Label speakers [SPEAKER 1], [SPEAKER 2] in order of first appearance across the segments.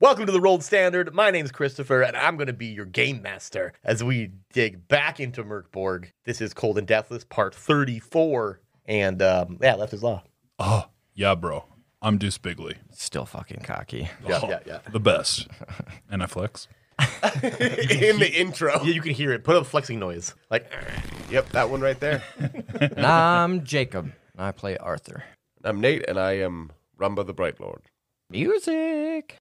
[SPEAKER 1] Welcome to the Rolled Standard. My name's Christopher, and I'm going to be your game master as we dig back into Merkborg. This is Cold and Deathless, part 34. And um, yeah, left is law.
[SPEAKER 2] Oh, yeah, bro. I'm Deuce Bigley.
[SPEAKER 3] Still fucking cocky.
[SPEAKER 1] Yeah,
[SPEAKER 2] Oh,
[SPEAKER 1] yeah, yeah.
[SPEAKER 2] The best. And I flex.
[SPEAKER 4] in the intro.
[SPEAKER 1] Yeah, you can hear it. Put up flexing noise. Like,
[SPEAKER 4] Yep, that one right there.
[SPEAKER 3] And I'm Jacob. And I play Arthur.
[SPEAKER 4] I'm Nate, and I am Rumba the Bright Lord.
[SPEAKER 3] Music.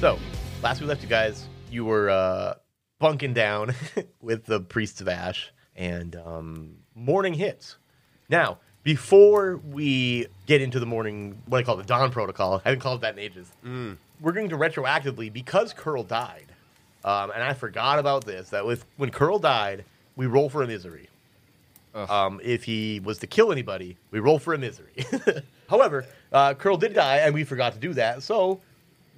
[SPEAKER 1] so last we left you guys, you were uh, bunking down with the Priests of Ash, and um, morning hits. Now, before we get into the morning, what I call the dawn protocol, I haven't called it that in ages. We're going to retroactively because Curl died, um, and I forgot about this. That with when Curl died, we roll for a misery. Um, if he was to kill anybody, we roll for a misery. However, uh, Curl did die, and we forgot to do that. So,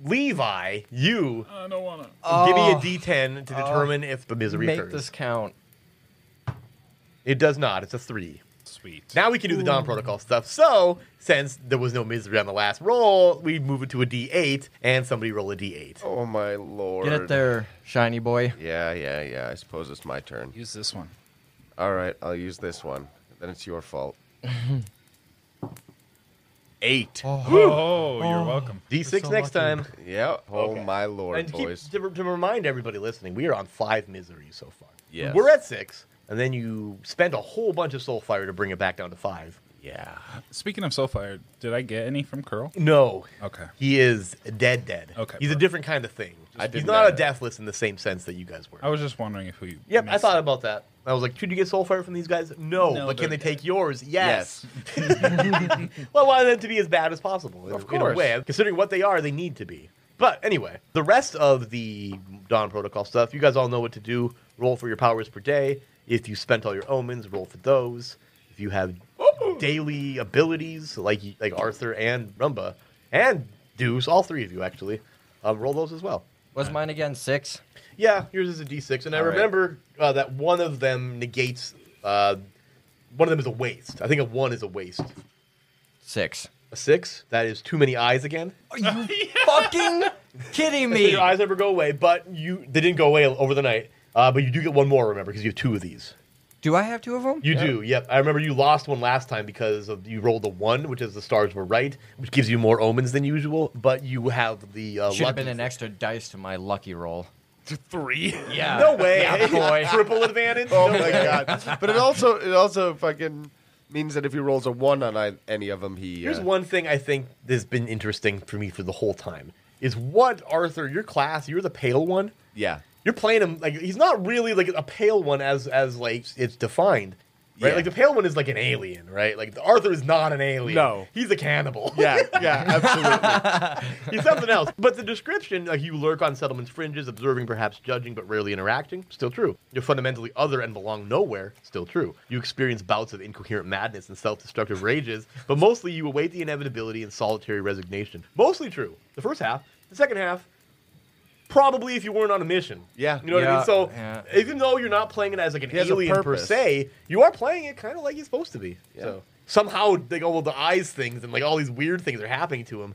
[SPEAKER 1] Levi, you
[SPEAKER 2] I don't want to.
[SPEAKER 1] Oh. give me a D10 to determine if the misery
[SPEAKER 3] Oh. Make
[SPEAKER 1] occurs.
[SPEAKER 3] this count.
[SPEAKER 1] It does not. It's a three.
[SPEAKER 2] Sweet.
[SPEAKER 1] Now we can do the Dawn Protocol stuff. So, since there was no misery on the last roll, we move it to a D8, and somebody roll a D8.
[SPEAKER 4] Oh my lord!
[SPEAKER 3] Get it there, shiny boy.
[SPEAKER 4] Yeah, yeah, yeah. I suppose it's my turn.
[SPEAKER 2] Use this one.
[SPEAKER 4] All right, I'll use this one. Then it's your fault. Eight.
[SPEAKER 2] Oh, you're welcome.
[SPEAKER 1] D6
[SPEAKER 3] so
[SPEAKER 1] next
[SPEAKER 3] lucky.
[SPEAKER 1] time.
[SPEAKER 4] Yep. Oh
[SPEAKER 1] Okay.
[SPEAKER 4] my lord,
[SPEAKER 1] And keep,
[SPEAKER 4] boys.
[SPEAKER 1] to, to remind everybody listening, we are on five miseries so far.
[SPEAKER 4] Yes.
[SPEAKER 1] We're at six, and then you spend a whole bunch of soul fire to bring it back down to five.
[SPEAKER 4] Yeah.
[SPEAKER 2] Speaking of Soulfire, did I get any from Curl?
[SPEAKER 1] No.
[SPEAKER 2] Okay.
[SPEAKER 1] He is dead, dead.
[SPEAKER 2] Okay,
[SPEAKER 1] He's a
[SPEAKER 2] perfect.
[SPEAKER 1] different kind of thing.
[SPEAKER 4] I
[SPEAKER 1] He's
[SPEAKER 4] did
[SPEAKER 1] not a
[SPEAKER 4] that.
[SPEAKER 1] deathless in the same sense that you guys were.
[SPEAKER 2] I was just wondering if we.
[SPEAKER 1] Yep, I
[SPEAKER 2] missed-
[SPEAKER 1] thought about that. I was like, should you get soul fire from these guys? No,
[SPEAKER 2] No,
[SPEAKER 1] but can they
[SPEAKER 2] they're
[SPEAKER 1] take yours? Yes. well, I want them to be as bad as possible. In,
[SPEAKER 4] Of
[SPEAKER 1] a- In a
[SPEAKER 4] course.
[SPEAKER 1] way, considering what they are, they need to be. But anyway, the rest of the Dawn Protocol stuff, you guys all know what to do. Roll for your powers per day. If you spent all your omens, roll for those. If you have daily abilities like like Arthur and Rumba and Deuce, all three of you actually, um, roll those as well.
[SPEAKER 3] Was mine again six?
[SPEAKER 1] Yeah, yours is a D6, and I
[SPEAKER 4] All right.
[SPEAKER 1] remember uh, that one of them negates. Uh, one of them is a waste. I think a one is a waste.
[SPEAKER 3] Six.
[SPEAKER 1] A six. That is too many eyes again.
[SPEAKER 3] Fucking kidding
[SPEAKER 1] Did
[SPEAKER 3] me.
[SPEAKER 1] your eyes ever go away? But you they didn't go away over the night. Uh, but you do get one more, remember, because you have two of these.
[SPEAKER 3] Do I have two of them?
[SPEAKER 1] You do. Yep. I remember you lost one last time because of you rolled a one, which is the stars were right, which gives you more omens than usual. But you have the uh,
[SPEAKER 3] Should have
[SPEAKER 1] lucky-
[SPEAKER 3] been an extra dice to my lucky roll.
[SPEAKER 4] Three.
[SPEAKER 3] Yeah.
[SPEAKER 1] No way.
[SPEAKER 3] boy.
[SPEAKER 1] Triple advantage.
[SPEAKER 4] Oh
[SPEAKER 1] No
[SPEAKER 4] my
[SPEAKER 1] way.
[SPEAKER 4] god. But it also it also fucking means that if he rolls a one on ei- any of them, he.
[SPEAKER 1] Here's
[SPEAKER 4] uh,
[SPEAKER 1] one thing I think that's been interesting for me for the whole time is what Arthur, your class, you're the pale one.
[SPEAKER 4] Yeah.
[SPEAKER 1] You're playing him like he's not really like a pale one as as like it's defined. Right?
[SPEAKER 4] Yeah.
[SPEAKER 1] Like the pale one is like an alien, right? Like Arthur is not an alien.
[SPEAKER 4] No.
[SPEAKER 1] He's a cannibal.
[SPEAKER 4] Yeah. Yeah. Absolutely.
[SPEAKER 1] he's something else. But the description, like you lurk on settlements fringes, observing, perhaps judging, but rarely interacting, still true. You're fundamentally other and belong nowhere, still true. You experience bouts of incoherent madness and self-destructive rages, but mostly you await the inevitability and solitary resignation. Mostly true. The first half, the second half. Probably if you weren't on a mission.
[SPEAKER 4] Yeah.
[SPEAKER 1] You know what I mean?
[SPEAKER 3] Yeah,
[SPEAKER 1] So
[SPEAKER 3] yeah.
[SPEAKER 1] even though you're not playing it as like an
[SPEAKER 4] He has a
[SPEAKER 1] alien per
[SPEAKER 4] purpose.
[SPEAKER 1] se, you are playing it kind of like you're supposed to be.
[SPEAKER 4] Yeah.
[SPEAKER 1] So somehow they go, well, the eyes things and like all these weird things are happening to him.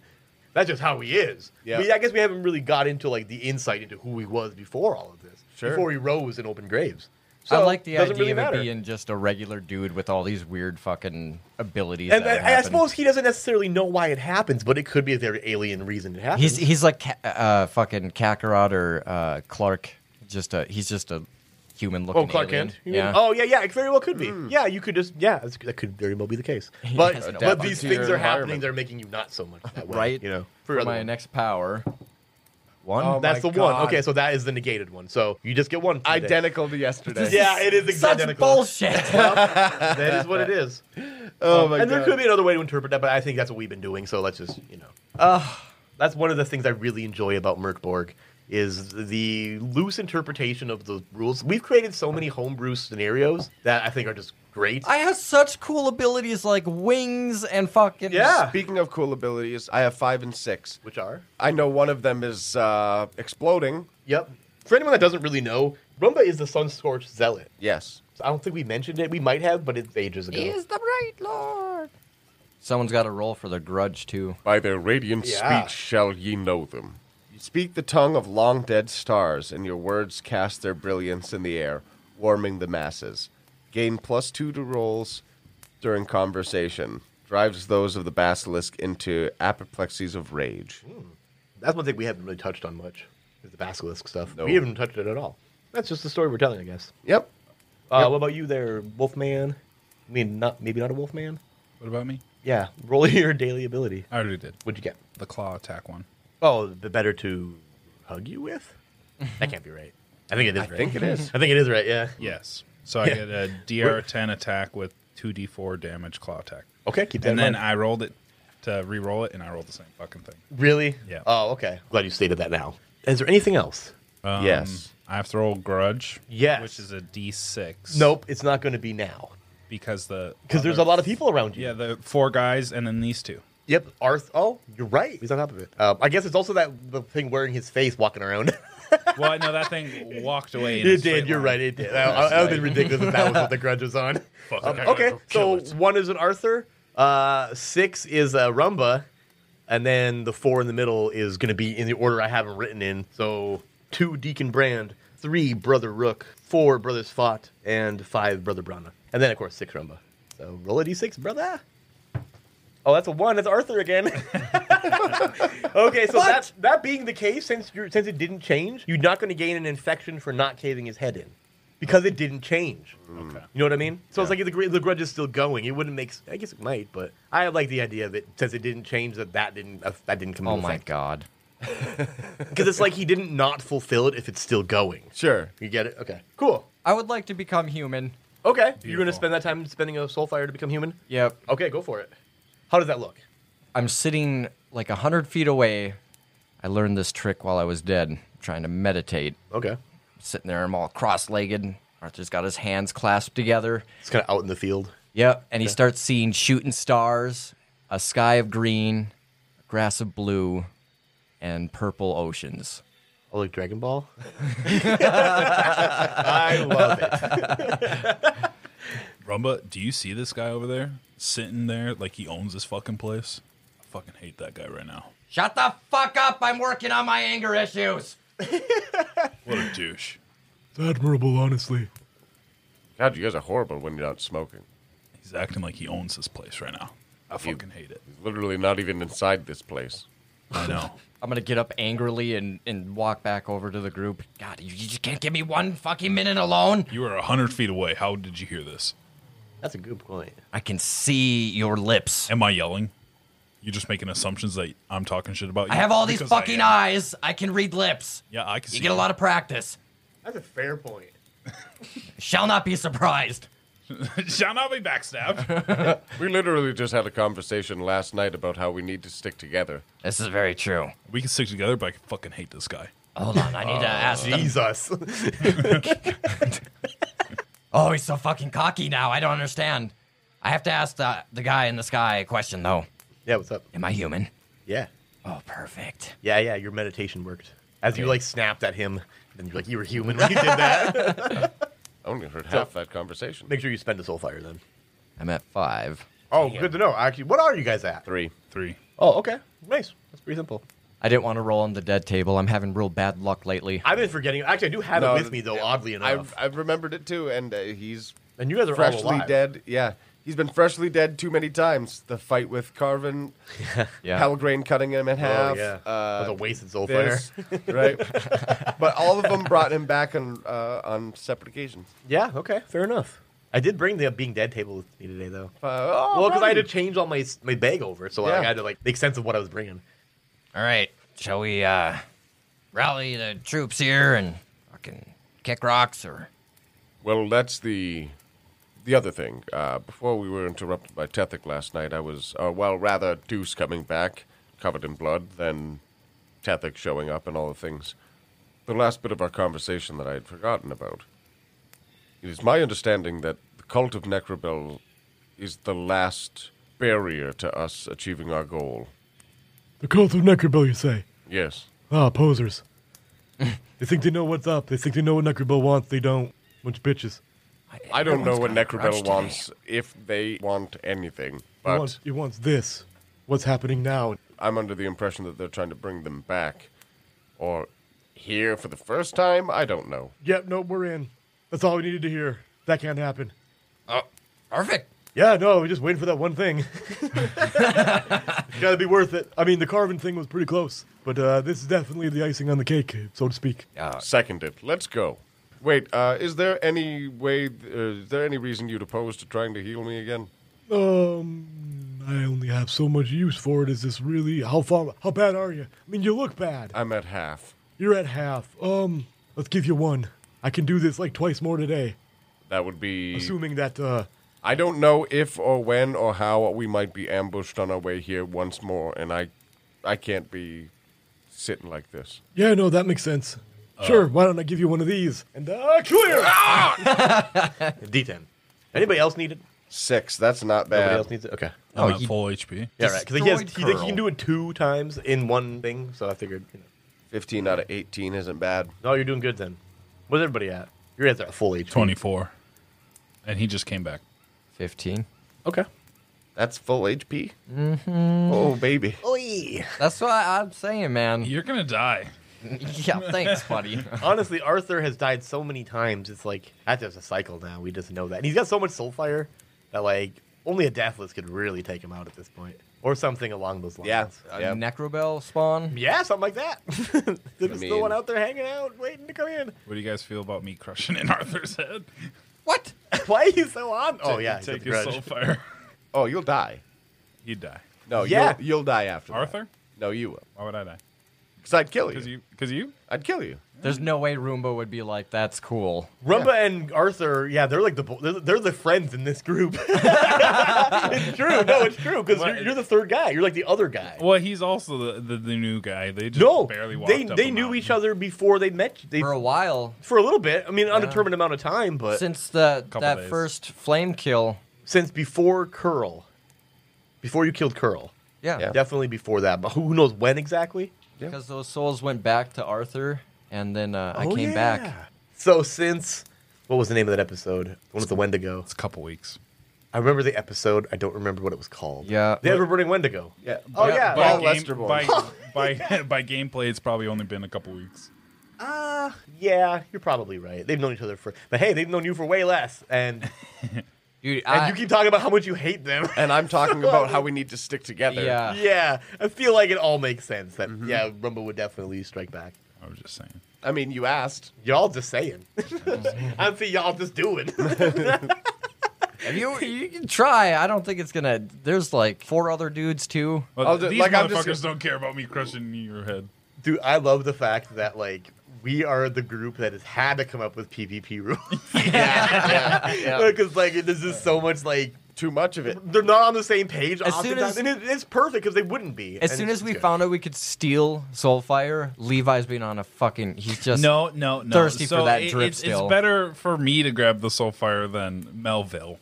[SPEAKER 1] That's just how he is.
[SPEAKER 4] Yeah.
[SPEAKER 1] We- I guess we haven't really got into like the insight into who he was before all of this.
[SPEAKER 4] Sure.
[SPEAKER 1] Before he rose in open graves.
[SPEAKER 3] I
[SPEAKER 1] So,
[SPEAKER 3] like the
[SPEAKER 1] doesn't
[SPEAKER 3] idea
[SPEAKER 1] really
[SPEAKER 3] of it
[SPEAKER 1] matter.
[SPEAKER 3] being just a regular dude with all these weird fucking abilities.
[SPEAKER 1] And
[SPEAKER 3] that
[SPEAKER 1] I, I
[SPEAKER 3] happen.
[SPEAKER 1] suppose he doesn't necessarily know why it happens, but it could be a very alien reason it happens.
[SPEAKER 3] He's he's like Ca- uh, fucking Kakarot or uh, Clark. Just a he's just a human looking.
[SPEAKER 1] Oh, Clark
[SPEAKER 3] alien.
[SPEAKER 1] Kent. You mean-
[SPEAKER 3] Yeah.
[SPEAKER 1] Oh, yeah, yeah. It very well could be. Yeah, you could just. Yeah, that's, that could very well be the case. But,
[SPEAKER 3] has no
[SPEAKER 1] but
[SPEAKER 3] idea.
[SPEAKER 1] these
[SPEAKER 4] To
[SPEAKER 1] things
[SPEAKER 4] your
[SPEAKER 1] are happening.
[SPEAKER 4] environment.
[SPEAKER 1] They're making you not so much that way.
[SPEAKER 3] right.
[SPEAKER 1] You know,
[SPEAKER 3] for
[SPEAKER 1] other
[SPEAKER 3] my
[SPEAKER 1] one.
[SPEAKER 3] next power. One.
[SPEAKER 4] Oh,
[SPEAKER 1] That's
[SPEAKER 4] my
[SPEAKER 1] the one.
[SPEAKER 4] God.
[SPEAKER 1] Okay, so that is the negated one. So you just get one. for the day.
[SPEAKER 4] Identical to yesterday.
[SPEAKER 1] Yeah, it is
[SPEAKER 3] Such
[SPEAKER 1] identical.
[SPEAKER 3] bullshit.
[SPEAKER 1] That is what it is.
[SPEAKER 4] Oh my
[SPEAKER 1] and
[SPEAKER 4] god.
[SPEAKER 1] there could be another way to interpret that, but I think that's what we've been doing. So let's just, you know, uh, that's one of the things I really enjoy about Merkborg is the loose interpretation of the rules. We've created so many homebrew scenarios that I think are just great.
[SPEAKER 3] I have such cool abilities like wings and fucking
[SPEAKER 1] Yeah.
[SPEAKER 4] Speaking of cool abilities, I have five and six.
[SPEAKER 1] which are?
[SPEAKER 4] I know one of them is uh, exploding.
[SPEAKER 1] Yep. For anyone that doesn't really know, Rumba is the Sun Scorched Zealot.
[SPEAKER 4] Yes.
[SPEAKER 1] I don't think we mentioned it. We might have, but it's ages ago.
[SPEAKER 3] the right lord. Someone's got to roll for the grudge too.
[SPEAKER 4] By their radiant
[SPEAKER 1] Yeah.
[SPEAKER 4] speech shall ye know them. You speak the tongue of long dead stars, and your words cast their brilliance in the air, warming the masses. Gain plus two to rolls during conversation. Drives those of the basilisk into apoplexies of rage.
[SPEAKER 1] That's one thing we haven't really touched on much is the basilisk stuff.
[SPEAKER 4] No.
[SPEAKER 1] We haven't touched it at all. That's just the story we're telling, I guess.
[SPEAKER 4] Yep.
[SPEAKER 1] Uh,
[SPEAKER 4] Yep.
[SPEAKER 1] What about you, there, Wolfman? I mean, not maybe not a Wolfman.
[SPEAKER 2] What about me?
[SPEAKER 1] Yeah, roll your daily ability.
[SPEAKER 2] I already did.
[SPEAKER 1] What'd you get?
[SPEAKER 2] The claw attack one.
[SPEAKER 1] Oh, the better to hug you with. That can't be right. I think it is.
[SPEAKER 4] I
[SPEAKER 1] right.
[SPEAKER 4] think it is.
[SPEAKER 1] I think it is right. Yeah.
[SPEAKER 2] Yes. So I
[SPEAKER 1] Mm. Yeah.
[SPEAKER 2] get a DR10 attack with 2d4 damage claw attack.
[SPEAKER 1] Okay, keep that
[SPEAKER 2] And
[SPEAKER 1] in
[SPEAKER 2] then
[SPEAKER 1] mind.
[SPEAKER 2] I rolled it to re-roll it, and I rolled the same fucking thing.
[SPEAKER 1] really.
[SPEAKER 2] Yeah.
[SPEAKER 1] Oh, okay. Glad you stated that. Now, is there anything else?
[SPEAKER 2] Um,
[SPEAKER 4] Yes.
[SPEAKER 2] I have to roll grudge.
[SPEAKER 1] Yes.
[SPEAKER 2] Which is a d6.
[SPEAKER 1] Nope, it's not going to be now
[SPEAKER 2] Because the
[SPEAKER 1] because there's a lot of people around you.
[SPEAKER 2] Yeah, the four guys and then these two.
[SPEAKER 1] Yep. Arth. Oh, you're right. He's on top of it. Um, I guess it's also that the thing wearing his face walking around.
[SPEAKER 2] Well, I know that thing walked away. in a
[SPEAKER 1] It
[SPEAKER 2] straight
[SPEAKER 1] did. You're
[SPEAKER 2] line.
[SPEAKER 1] right. It did. I, I would have been ridiculous if that was what the grudge was on.
[SPEAKER 2] Fuck
[SPEAKER 1] Um,
[SPEAKER 2] it, I gotta
[SPEAKER 1] okay,
[SPEAKER 2] go
[SPEAKER 1] so
[SPEAKER 2] kill it.
[SPEAKER 1] one is an Arthur, uh, six is a Rumba, and then the four in the middle is going to be in the order I have them written in. So two Deacon Brand, three Brother Rook, four Brothers Fought, and five Brother Brana, and then of course six Rumba. So roll a d6, brother. Oh, that's a one. That's Arthur again. okay, so that that being the case, since you since it didn't change, you're not going to gain an infection for not caving his head in, because it didn't change.
[SPEAKER 2] Okay.
[SPEAKER 1] You know what I mean? Mm. So it's like the, gr- the grudge is still going. It wouldn't make. s- I guess it might, but I like the idea of it since it didn't change that that didn't uh, that didn't come.
[SPEAKER 3] Oh my god.
[SPEAKER 1] Because it's like he didn't not fulfill it if it's still going.
[SPEAKER 4] Sure.
[SPEAKER 1] You get it? Okay. Cool.
[SPEAKER 3] I would like to become human.
[SPEAKER 1] Okay. You're gonna
[SPEAKER 2] Beautiful.
[SPEAKER 1] spend that time spending a soul fire to become human.
[SPEAKER 3] Yep.
[SPEAKER 1] Okay, go for it. How does that look?
[SPEAKER 3] I'm sitting like a hundred feet away. I learned this trick while I was dead, trying to meditate.
[SPEAKER 1] Okay.
[SPEAKER 3] Sitting there, I'm all cross-legged. Arthur's got his hands clasped together.
[SPEAKER 1] It's kind of out in the field.
[SPEAKER 3] Yep. And he starts seeing shooting stars, a sky of green, grass of blue, and purple oceans.
[SPEAKER 1] Oh, like Dragon Ball? I love it.
[SPEAKER 2] Rumba, do you see this guy over there sitting there like he owns this fucking place? I fucking hate that guy right now.
[SPEAKER 3] Shut the fuck up! I'm working on my anger issues.
[SPEAKER 2] What a douche.
[SPEAKER 5] admirable, honestly.
[SPEAKER 4] God, you guys are horrible when you're not smoking.
[SPEAKER 2] He's acting like he owns this place right now. I fucking hate it.
[SPEAKER 4] He's literally not even inside this place.
[SPEAKER 2] I know.
[SPEAKER 3] I'm gonna get up angrily and, and walk back over to the group. God, you, you just can't give me one fucking minute alone.
[SPEAKER 2] You were a hundred feet away. How did you hear this?
[SPEAKER 1] That's a good point.
[SPEAKER 3] I can see your lips.
[SPEAKER 2] Am I yelling? You're just making assumptions that I'm talking shit about you.
[SPEAKER 3] I have all these
[SPEAKER 2] Because I
[SPEAKER 3] fucking
[SPEAKER 2] am.
[SPEAKER 3] eyes. I can read lips.
[SPEAKER 2] Yeah, I can see.
[SPEAKER 3] You get a lot of practice.
[SPEAKER 1] That's a fair point.
[SPEAKER 3] Shall not be surprised.
[SPEAKER 2] Shall not be backstabbed.
[SPEAKER 4] We literally just had a conversation last night about how we need to stick together.
[SPEAKER 3] This is very true.
[SPEAKER 2] we can stick together, but I fucking hate this guy.
[SPEAKER 3] Hold on, I need
[SPEAKER 2] Uh,
[SPEAKER 3] to ask them.
[SPEAKER 1] Jesus.
[SPEAKER 3] Oh, he's so fucking cocky now. I don't understand. I have to ask the, the guy in the sky a question, though.
[SPEAKER 1] yeah, what's up?
[SPEAKER 3] Am I human?
[SPEAKER 1] Yeah.
[SPEAKER 3] Oh, perfect.
[SPEAKER 1] Yeah, yeah, your meditation worked. As you like snapped at him, then you're like, you were human when you did that.
[SPEAKER 4] I only heard half that conversation.
[SPEAKER 1] Make sure you spend a soul fire then.
[SPEAKER 3] I'm at five.
[SPEAKER 1] Oh, good to know. Actually, what are you guys at?
[SPEAKER 4] Three.
[SPEAKER 2] Three.
[SPEAKER 1] Oh, okay. Nice. That's pretty simple.
[SPEAKER 3] I didn't want to roll on the dead table. I'm having real bad luck lately.
[SPEAKER 1] I've been forgetting. Actually, I do have
[SPEAKER 4] No,
[SPEAKER 1] it with me, though, oddly
[SPEAKER 4] I,
[SPEAKER 1] enough.
[SPEAKER 4] I remembered it too, and uh, he's
[SPEAKER 1] and you guys are all
[SPEAKER 4] freshly
[SPEAKER 1] alive.
[SPEAKER 4] dead. Yeah, he's been freshly dead too many times. The fight with Carvin,
[SPEAKER 3] Yeah.
[SPEAKER 4] Halgrain cutting him in
[SPEAKER 1] Oh,
[SPEAKER 4] half.
[SPEAKER 1] yeah.
[SPEAKER 4] Uh,
[SPEAKER 1] that was a wasted soul fire.
[SPEAKER 4] this, right? but all of them brought him back on uh, on separate occasions.
[SPEAKER 1] Yeah, okay. Fair enough. I did bring the being dead table with me today, though.
[SPEAKER 4] Uh, oh,
[SPEAKER 1] well, because I had to
[SPEAKER 4] Brian.
[SPEAKER 1] change all my my bag over, so I
[SPEAKER 4] Yeah.
[SPEAKER 1] had to like make sense of what I was bringing.
[SPEAKER 3] All right, shall we uh, rally the troops here and fucking kick rocks or
[SPEAKER 4] Well, that's the the other thing. Uh, before we were interrupted by Tethic last night, I was uh, well, rather Deuce coming back covered in blood than Tethic showing up and all the things. the last bit of our conversation that I had forgotten about. It is my understanding that the cult of Necrobel is the last barrier to us achieving our goal.
[SPEAKER 5] The cult of Necrobill, you say?
[SPEAKER 4] Yes.
[SPEAKER 5] Ah, posers. they think they know what's up. They think they know what Necrobill wants. They don't. Bunch of bitches.
[SPEAKER 4] I don't know what
[SPEAKER 3] Everyone's got a grudge
[SPEAKER 4] Necrobel
[SPEAKER 3] today.
[SPEAKER 4] wants, if they want anything,
[SPEAKER 5] It
[SPEAKER 4] but
[SPEAKER 5] wants, it wants this. What's happening now?
[SPEAKER 4] I'm under the impression that they're trying to bring them back. Or here for the first time? I don't know.
[SPEAKER 5] Yep, nope, we're in. That's all we needed to hear. That can't happen.
[SPEAKER 3] Perfect.
[SPEAKER 5] Yeah, no, we're just waiting for that one thing. Gotta be worth it. I mean, the carving thing was pretty close, but uh, this is definitely the icing on the cake, so to speak.
[SPEAKER 4] Seconded. Let's go. Wait, uh, is there any way, uh, is there any reason you'd oppose to trying to heal me again?
[SPEAKER 5] Um, I only have so much use for it. Is this really how far? How bad are you? I mean, you look bad.
[SPEAKER 4] I'm at half.
[SPEAKER 5] You're at half. Um, let's give you one. I can do this like twice more today,
[SPEAKER 4] That would be.
[SPEAKER 5] assuming that uh,
[SPEAKER 4] I don't know if or when or how we might be ambushed on our way here once more, and I, I can't be sitting like this.
[SPEAKER 5] Yeah, no, that makes sense. sure, why don't I give you one of these? And uh, clear!
[SPEAKER 1] D10. Anybody else need it?
[SPEAKER 4] Six. That's not
[SPEAKER 1] Nobody
[SPEAKER 4] bad.
[SPEAKER 1] else needs it? Okay. Um,
[SPEAKER 2] I'm
[SPEAKER 3] Oh,
[SPEAKER 2] at
[SPEAKER 3] he-
[SPEAKER 2] full HP.
[SPEAKER 1] Yeah, right. Because he, has-
[SPEAKER 3] Destroyed
[SPEAKER 1] he, like, he
[SPEAKER 3] Curl.
[SPEAKER 1] can do it two times in one thing, so I figured, you know.
[SPEAKER 4] Fifteen out of eighteen isn't bad.
[SPEAKER 1] No, you're doing good then. Where's everybody at? You're at their full HP.
[SPEAKER 2] 24. And he just came back.
[SPEAKER 3] 15.
[SPEAKER 1] Okay.
[SPEAKER 4] That's full HP. Mm-hmm. Oh baby.
[SPEAKER 1] Oy.
[SPEAKER 3] That's what I'm saying, man.
[SPEAKER 2] You're going to die.
[SPEAKER 3] Yeah, thanks, buddy.
[SPEAKER 1] Honestly, Arthur has died so many times. It's like that's just a cycle now. We just know that. And he's got so much soul fire that like only a deathless could really take him out at this point, or something along those lines.
[SPEAKER 4] Yeah.
[SPEAKER 3] A Necrobell spawn?
[SPEAKER 1] yeah, something like that. There's
[SPEAKER 4] mean-
[SPEAKER 1] still one out there hanging out, waiting to come in.
[SPEAKER 2] What do you guys feel about me crushing in Arthur's head?
[SPEAKER 3] What?
[SPEAKER 1] Why are you so on? Oh yeah, he's got
[SPEAKER 2] Take
[SPEAKER 1] the
[SPEAKER 2] your
[SPEAKER 1] grudge.
[SPEAKER 2] soul fire.
[SPEAKER 4] Oh, you'll die.
[SPEAKER 2] You'd die.
[SPEAKER 4] No,
[SPEAKER 1] Yeah.
[SPEAKER 4] you'll, you'll die after that.
[SPEAKER 2] Arthur?
[SPEAKER 4] No, you will.
[SPEAKER 2] Why would I die?
[SPEAKER 4] Because I'd kill you.
[SPEAKER 2] Because you? Because you?
[SPEAKER 4] I'd kill you.
[SPEAKER 3] There's no way Roomba would be like, that's cool.
[SPEAKER 1] Rumba and Arthur, yeah, they're like the bo- they're, they're the friends in this group. it's true, no, it's true because you're, you're the third guy. You're like the other guy.
[SPEAKER 2] Well, he's also the, the, the new guy. They just
[SPEAKER 1] no,
[SPEAKER 2] barely walked
[SPEAKER 1] they
[SPEAKER 2] up
[SPEAKER 1] they
[SPEAKER 2] a
[SPEAKER 1] knew
[SPEAKER 2] mountain.
[SPEAKER 1] each other before they met. They
[SPEAKER 3] For a while,
[SPEAKER 1] for a little bit. I mean, undetermined amount of time, but since,
[SPEAKER 3] since the
[SPEAKER 2] Couple
[SPEAKER 3] that
[SPEAKER 2] days.
[SPEAKER 3] first flame kill,
[SPEAKER 1] before Curl, before you killed Curl,
[SPEAKER 3] yeah,
[SPEAKER 4] Yeah.
[SPEAKER 1] definitely before that. But who knows when exactly?
[SPEAKER 3] because those souls went back to Arthur, and then uh, I
[SPEAKER 1] Oh,
[SPEAKER 3] came
[SPEAKER 1] yeah.
[SPEAKER 3] back.
[SPEAKER 1] So since what was the name of that episode? The one with the Wendigo.
[SPEAKER 2] It's a couple weeks.
[SPEAKER 1] I remember the episode. I don't remember what it was called.
[SPEAKER 3] Yeah.
[SPEAKER 1] the ever burning Wendigo.
[SPEAKER 4] Yeah.
[SPEAKER 1] Oh yeah.
[SPEAKER 4] Paul
[SPEAKER 2] game-
[SPEAKER 4] Lesterborn.
[SPEAKER 2] by, by, by gameplay, it's probably only been a couple weeks.
[SPEAKER 1] Uh, yeah, you're probably right. They've known each other for, but hey, they've known you for way less, and
[SPEAKER 3] Dude,
[SPEAKER 1] and
[SPEAKER 3] I,
[SPEAKER 1] you keep talking about how much you hate them.
[SPEAKER 4] And I'm talking about how we need to stick together.
[SPEAKER 3] yeah, Mm-hmm.
[SPEAKER 1] yeah, I feel like it all makes sense. That yeah, Rumba would definitely strike back.
[SPEAKER 2] I was just saying.
[SPEAKER 4] I mean, you asked.
[SPEAKER 1] Y'all just saying. I see y'all just doing.
[SPEAKER 3] If you you can try. I don't think it's gonna. There's like four other dudes too.
[SPEAKER 2] Well,
[SPEAKER 4] I'll do-
[SPEAKER 2] these
[SPEAKER 4] like, I'm
[SPEAKER 2] motherfuckers
[SPEAKER 4] just
[SPEAKER 2] don't care about me crushing your head.
[SPEAKER 1] Dude, I love the fact that like we are the group that has had to come up with PvP rules
[SPEAKER 4] yeah, yeah.
[SPEAKER 1] because like there's just so much like
[SPEAKER 4] Too much of it.
[SPEAKER 1] they're not on the same page.
[SPEAKER 3] As soon
[SPEAKER 1] oftentimes,
[SPEAKER 3] as-
[SPEAKER 1] and it, it's perfect because they wouldn't be.
[SPEAKER 3] As
[SPEAKER 1] And
[SPEAKER 3] soon
[SPEAKER 1] it's
[SPEAKER 3] as we
[SPEAKER 1] good.
[SPEAKER 3] found out we could steal Soulfire, Levi's been on a fucking. He's just
[SPEAKER 2] No, no, no.
[SPEAKER 3] thirsty
[SPEAKER 2] so
[SPEAKER 3] for that
[SPEAKER 2] it-
[SPEAKER 3] drip
[SPEAKER 2] it's,
[SPEAKER 3] still.
[SPEAKER 2] It's better for me to grab the Soulfire than Melville.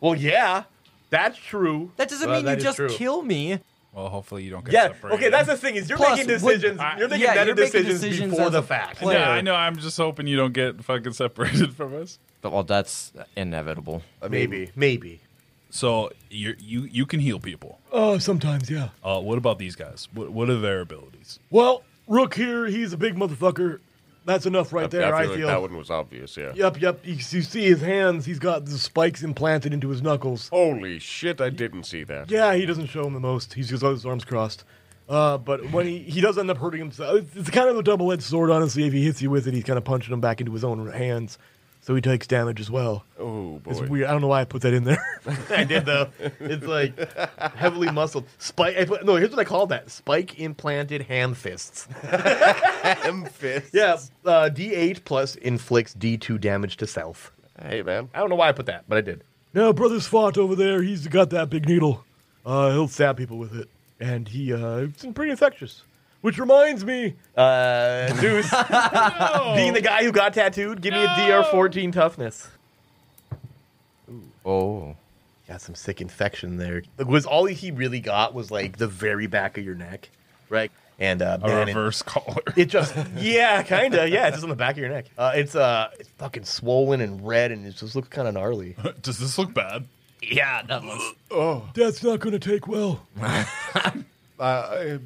[SPEAKER 1] well, yeah, that's true.
[SPEAKER 3] That doesn't
[SPEAKER 1] Well,
[SPEAKER 3] mean
[SPEAKER 1] that
[SPEAKER 3] you
[SPEAKER 1] is
[SPEAKER 3] just
[SPEAKER 1] true.
[SPEAKER 3] kill me.
[SPEAKER 2] Well, hopefully you don't get
[SPEAKER 1] Yeah.
[SPEAKER 2] separated.
[SPEAKER 1] Okay, that's the thing is you're
[SPEAKER 3] Plus,
[SPEAKER 1] making
[SPEAKER 3] what-
[SPEAKER 1] decisions.
[SPEAKER 2] I-
[SPEAKER 1] you're making
[SPEAKER 3] yeah,
[SPEAKER 1] better
[SPEAKER 3] you're making
[SPEAKER 1] decisions,
[SPEAKER 3] decisions
[SPEAKER 1] before
[SPEAKER 3] as
[SPEAKER 1] the
[SPEAKER 3] a
[SPEAKER 1] fact.
[SPEAKER 3] player.
[SPEAKER 2] Yeah, I know. I'm just hoping you don't get fucking separated from us.
[SPEAKER 3] But well, that's inevitable.
[SPEAKER 4] I mean,
[SPEAKER 1] Maybe, maybe.
[SPEAKER 2] So you you you can heal people.
[SPEAKER 5] Oh, sometimes, yeah.
[SPEAKER 2] Uh, what about these guys? What what are their abilities?
[SPEAKER 5] Well, Rook here, he's a big motherfucker. That's enough right
[SPEAKER 4] I,
[SPEAKER 5] there,
[SPEAKER 4] I
[SPEAKER 5] I
[SPEAKER 4] feel
[SPEAKER 5] feel.
[SPEAKER 4] like that one was obvious, yeah.
[SPEAKER 5] Yep, yep. You, you see his hands, he's got the spikes implanted into his knuckles.
[SPEAKER 4] Holy shit, I didn't see that.
[SPEAKER 5] Yeah, he doesn't show him the most. He's just got his arms crossed. Uh, but when he, he does end up hurting himself, it's, it's kind of a double edged sword, honestly. If he hits you with it, he's kind of punching him back into his own hands. So he takes damage as well.
[SPEAKER 4] Oh,
[SPEAKER 5] It's
[SPEAKER 4] boy.
[SPEAKER 5] weird. I don't know why I put that in there.
[SPEAKER 1] I did though. It's like heavily muscled spike. I put, no, here's what I call that: spike implanted hand fists.
[SPEAKER 4] Damn fist.
[SPEAKER 1] Yeah, uh, D8 plus inflicts D2 damage to self.
[SPEAKER 4] Hey, man.
[SPEAKER 1] I don't know why I put that, but I did.
[SPEAKER 5] Now, brother's fought over there. He's got that big needle. Uh, he'll stab people with it, and he uh, it's pretty infectious. Which reminds me,
[SPEAKER 1] Uh, Zeus, being the guy who got tattooed, give me a DR 14 toughness.
[SPEAKER 3] Oh.
[SPEAKER 1] Got some sick infection there. Like, was all he really got was like the very back of your neck, right? And uh,
[SPEAKER 2] A
[SPEAKER 1] man, it-
[SPEAKER 2] reverse collar.
[SPEAKER 1] It just, yeah, kind of, yeah. It's just on the back of your neck. Uh, it's uh, it's fucking swollen and red, and it just looks kind of gnarly.
[SPEAKER 2] Does this look bad?
[SPEAKER 3] Yeah, that looks.
[SPEAKER 4] Oh.
[SPEAKER 5] that's not going to take well.
[SPEAKER 4] Uh, it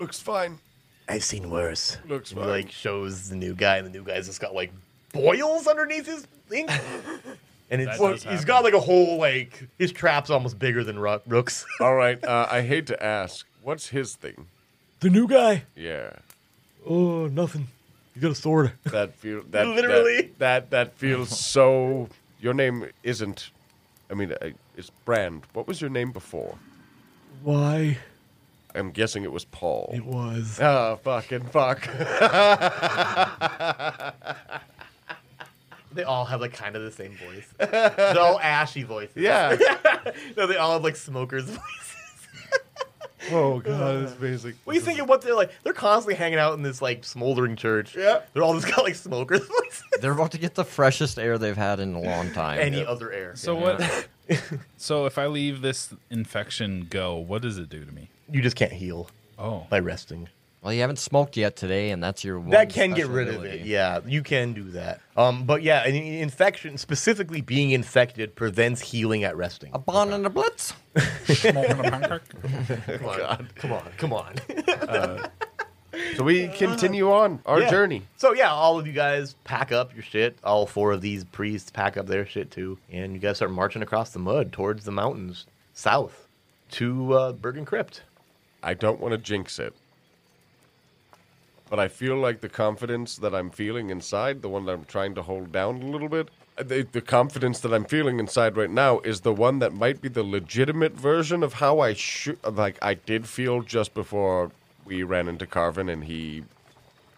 [SPEAKER 4] looks fine.
[SPEAKER 1] I've seen worse.
[SPEAKER 4] Looks
[SPEAKER 1] And he,
[SPEAKER 4] fine.
[SPEAKER 1] like shows the new guy, and the new guy's just got like boils underneath his ink, and it's
[SPEAKER 2] That
[SPEAKER 1] well,
[SPEAKER 2] does
[SPEAKER 1] he's
[SPEAKER 2] happen.
[SPEAKER 1] got like a whole like his trap's almost bigger than Ro- Rook's.
[SPEAKER 4] All right. Uh, I hate to ask. What's his thing?
[SPEAKER 5] The new guy,
[SPEAKER 4] Yeah.
[SPEAKER 5] oh, nothing. He's got a sword.
[SPEAKER 4] That feels that
[SPEAKER 1] Literally.
[SPEAKER 4] that that, that feels so. Your name isn't. I mean, uh, it's Brand. What was your name before?
[SPEAKER 5] Why?
[SPEAKER 4] I'm guessing it was Paul.
[SPEAKER 5] It was.
[SPEAKER 4] Ah, fucking fuck.
[SPEAKER 1] They all have like kind of the same voice. They're all ashy voices.
[SPEAKER 4] yeah.
[SPEAKER 1] no, they all have like smokers' voices.
[SPEAKER 4] oh god, it's amazing.
[SPEAKER 1] What are you thinking? What they're like? They're constantly hanging out in this like smoldering church.
[SPEAKER 4] Yeah.
[SPEAKER 1] they're all just got like smokers' voices.
[SPEAKER 3] They're about to get the freshest air they've had in a long time.
[SPEAKER 1] Any other air?
[SPEAKER 2] So what? so if I leave this infection go, what does it do to me?
[SPEAKER 1] You just can't heal
[SPEAKER 2] Oh,
[SPEAKER 1] by resting.
[SPEAKER 3] Well, you haven't smoked yet today, and that's your one
[SPEAKER 1] that can get
[SPEAKER 3] special
[SPEAKER 1] rid of it.
[SPEAKER 3] ability.
[SPEAKER 1] Yeah, you can do that. Um, but yeah, an in- infection, specifically being infected, prevents healing at resting.
[SPEAKER 3] A bond and a blitz.
[SPEAKER 2] smoking a pancake?
[SPEAKER 1] come on, come on, come on.
[SPEAKER 4] So we continue on our
[SPEAKER 1] Yeah.
[SPEAKER 4] journey.
[SPEAKER 1] So yeah, all of you guys pack up your shit. All four of these priests pack up their shit too, and you guys start marching across the mud towards the mountains south to uh, Bergen Crypt.
[SPEAKER 4] I don't want to jinx it. But I feel like the confidence that I'm feeling inside, the one that I'm trying to hold down a little bit, uh, the, the confidence that I'm feeling inside right now is the one that might be the legitimate version of how I should, like I did feel just before we ran into Carvin and he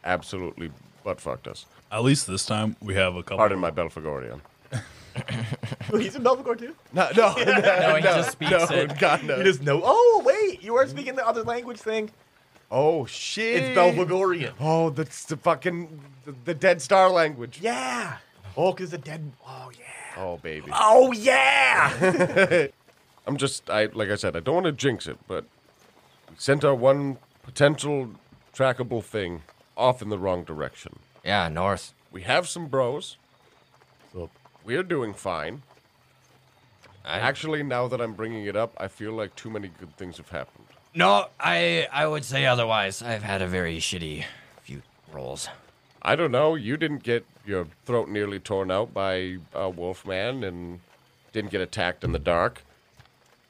[SPEAKER 4] absolutely butt fucked us.
[SPEAKER 2] At least this time we have a couple.
[SPEAKER 4] Pardon my Belfagorian.
[SPEAKER 1] He's in Belfagor too.
[SPEAKER 4] No, no,
[SPEAKER 3] No, he just speaks it.
[SPEAKER 4] God no.
[SPEAKER 1] You just know. Oh wait, you are speaking the other language thing.
[SPEAKER 4] oh shit!
[SPEAKER 1] It's Belfagorian.
[SPEAKER 4] Oh, that's the fucking the, the Dead Star language.
[SPEAKER 1] Yeah. Oh, cause the dead. Oh yeah.
[SPEAKER 4] Oh baby.
[SPEAKER 1] Oh yeah.
[SPEAKER 4] I'm just I like I said, I don't want to jinx it, but we sent our one potential trackable thing off in the wrong direction.
[SPEAKER 3] Yeah, north.
[SPEAKER 4] We have some bros. We're doing fine.
[SPEAKER 3] I-
[SPEAKER 4] Actually, now that I'm bringing it up, I feel like too many good things have happened.
[SPEAKER 3] No, I I would say otherwise. I've had a very shitty few rolls.
[SPEAKER 4] I don't know. You didn't get your throat nearly torn out by a wolf man and didn't get attacked in the dark.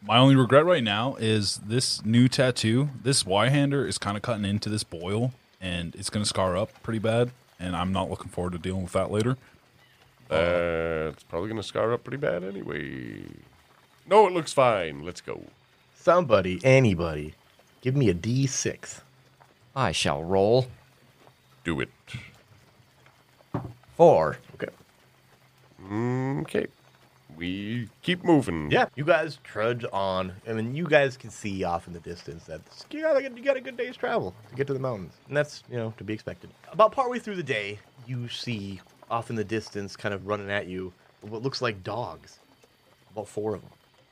[SPEAKER 2] My only regret right now is this new tattoo. This Y hander is kind of cutting into this boil, and it's gonna scar up pretty bad. And I'm not looking forward to dealing with that later.
[SPEAKER 4] Uh, it's probably going to scar up pretty bad anyway. No, it looks fine. Let's go.
[SPEAKER 1] Somebody, anybody, give me a D six.
[SPEAKER 3] I shall roll
[SPEAKER 4] Do it.
[SPEAKER 3] four.
[SPEAKER 1] Okay.
[SPEAKER 4] Okay. We keep moving.
[SPEAKER 1] Yeah, you guys trudge on. I mean, you guys can see off in the distance that you got, a, you got a good day's travel to get to the mountains, and that's you know to be expected. About partway through the day, you see off in the distance, kind of running at you, what looks like dogs, about four of them.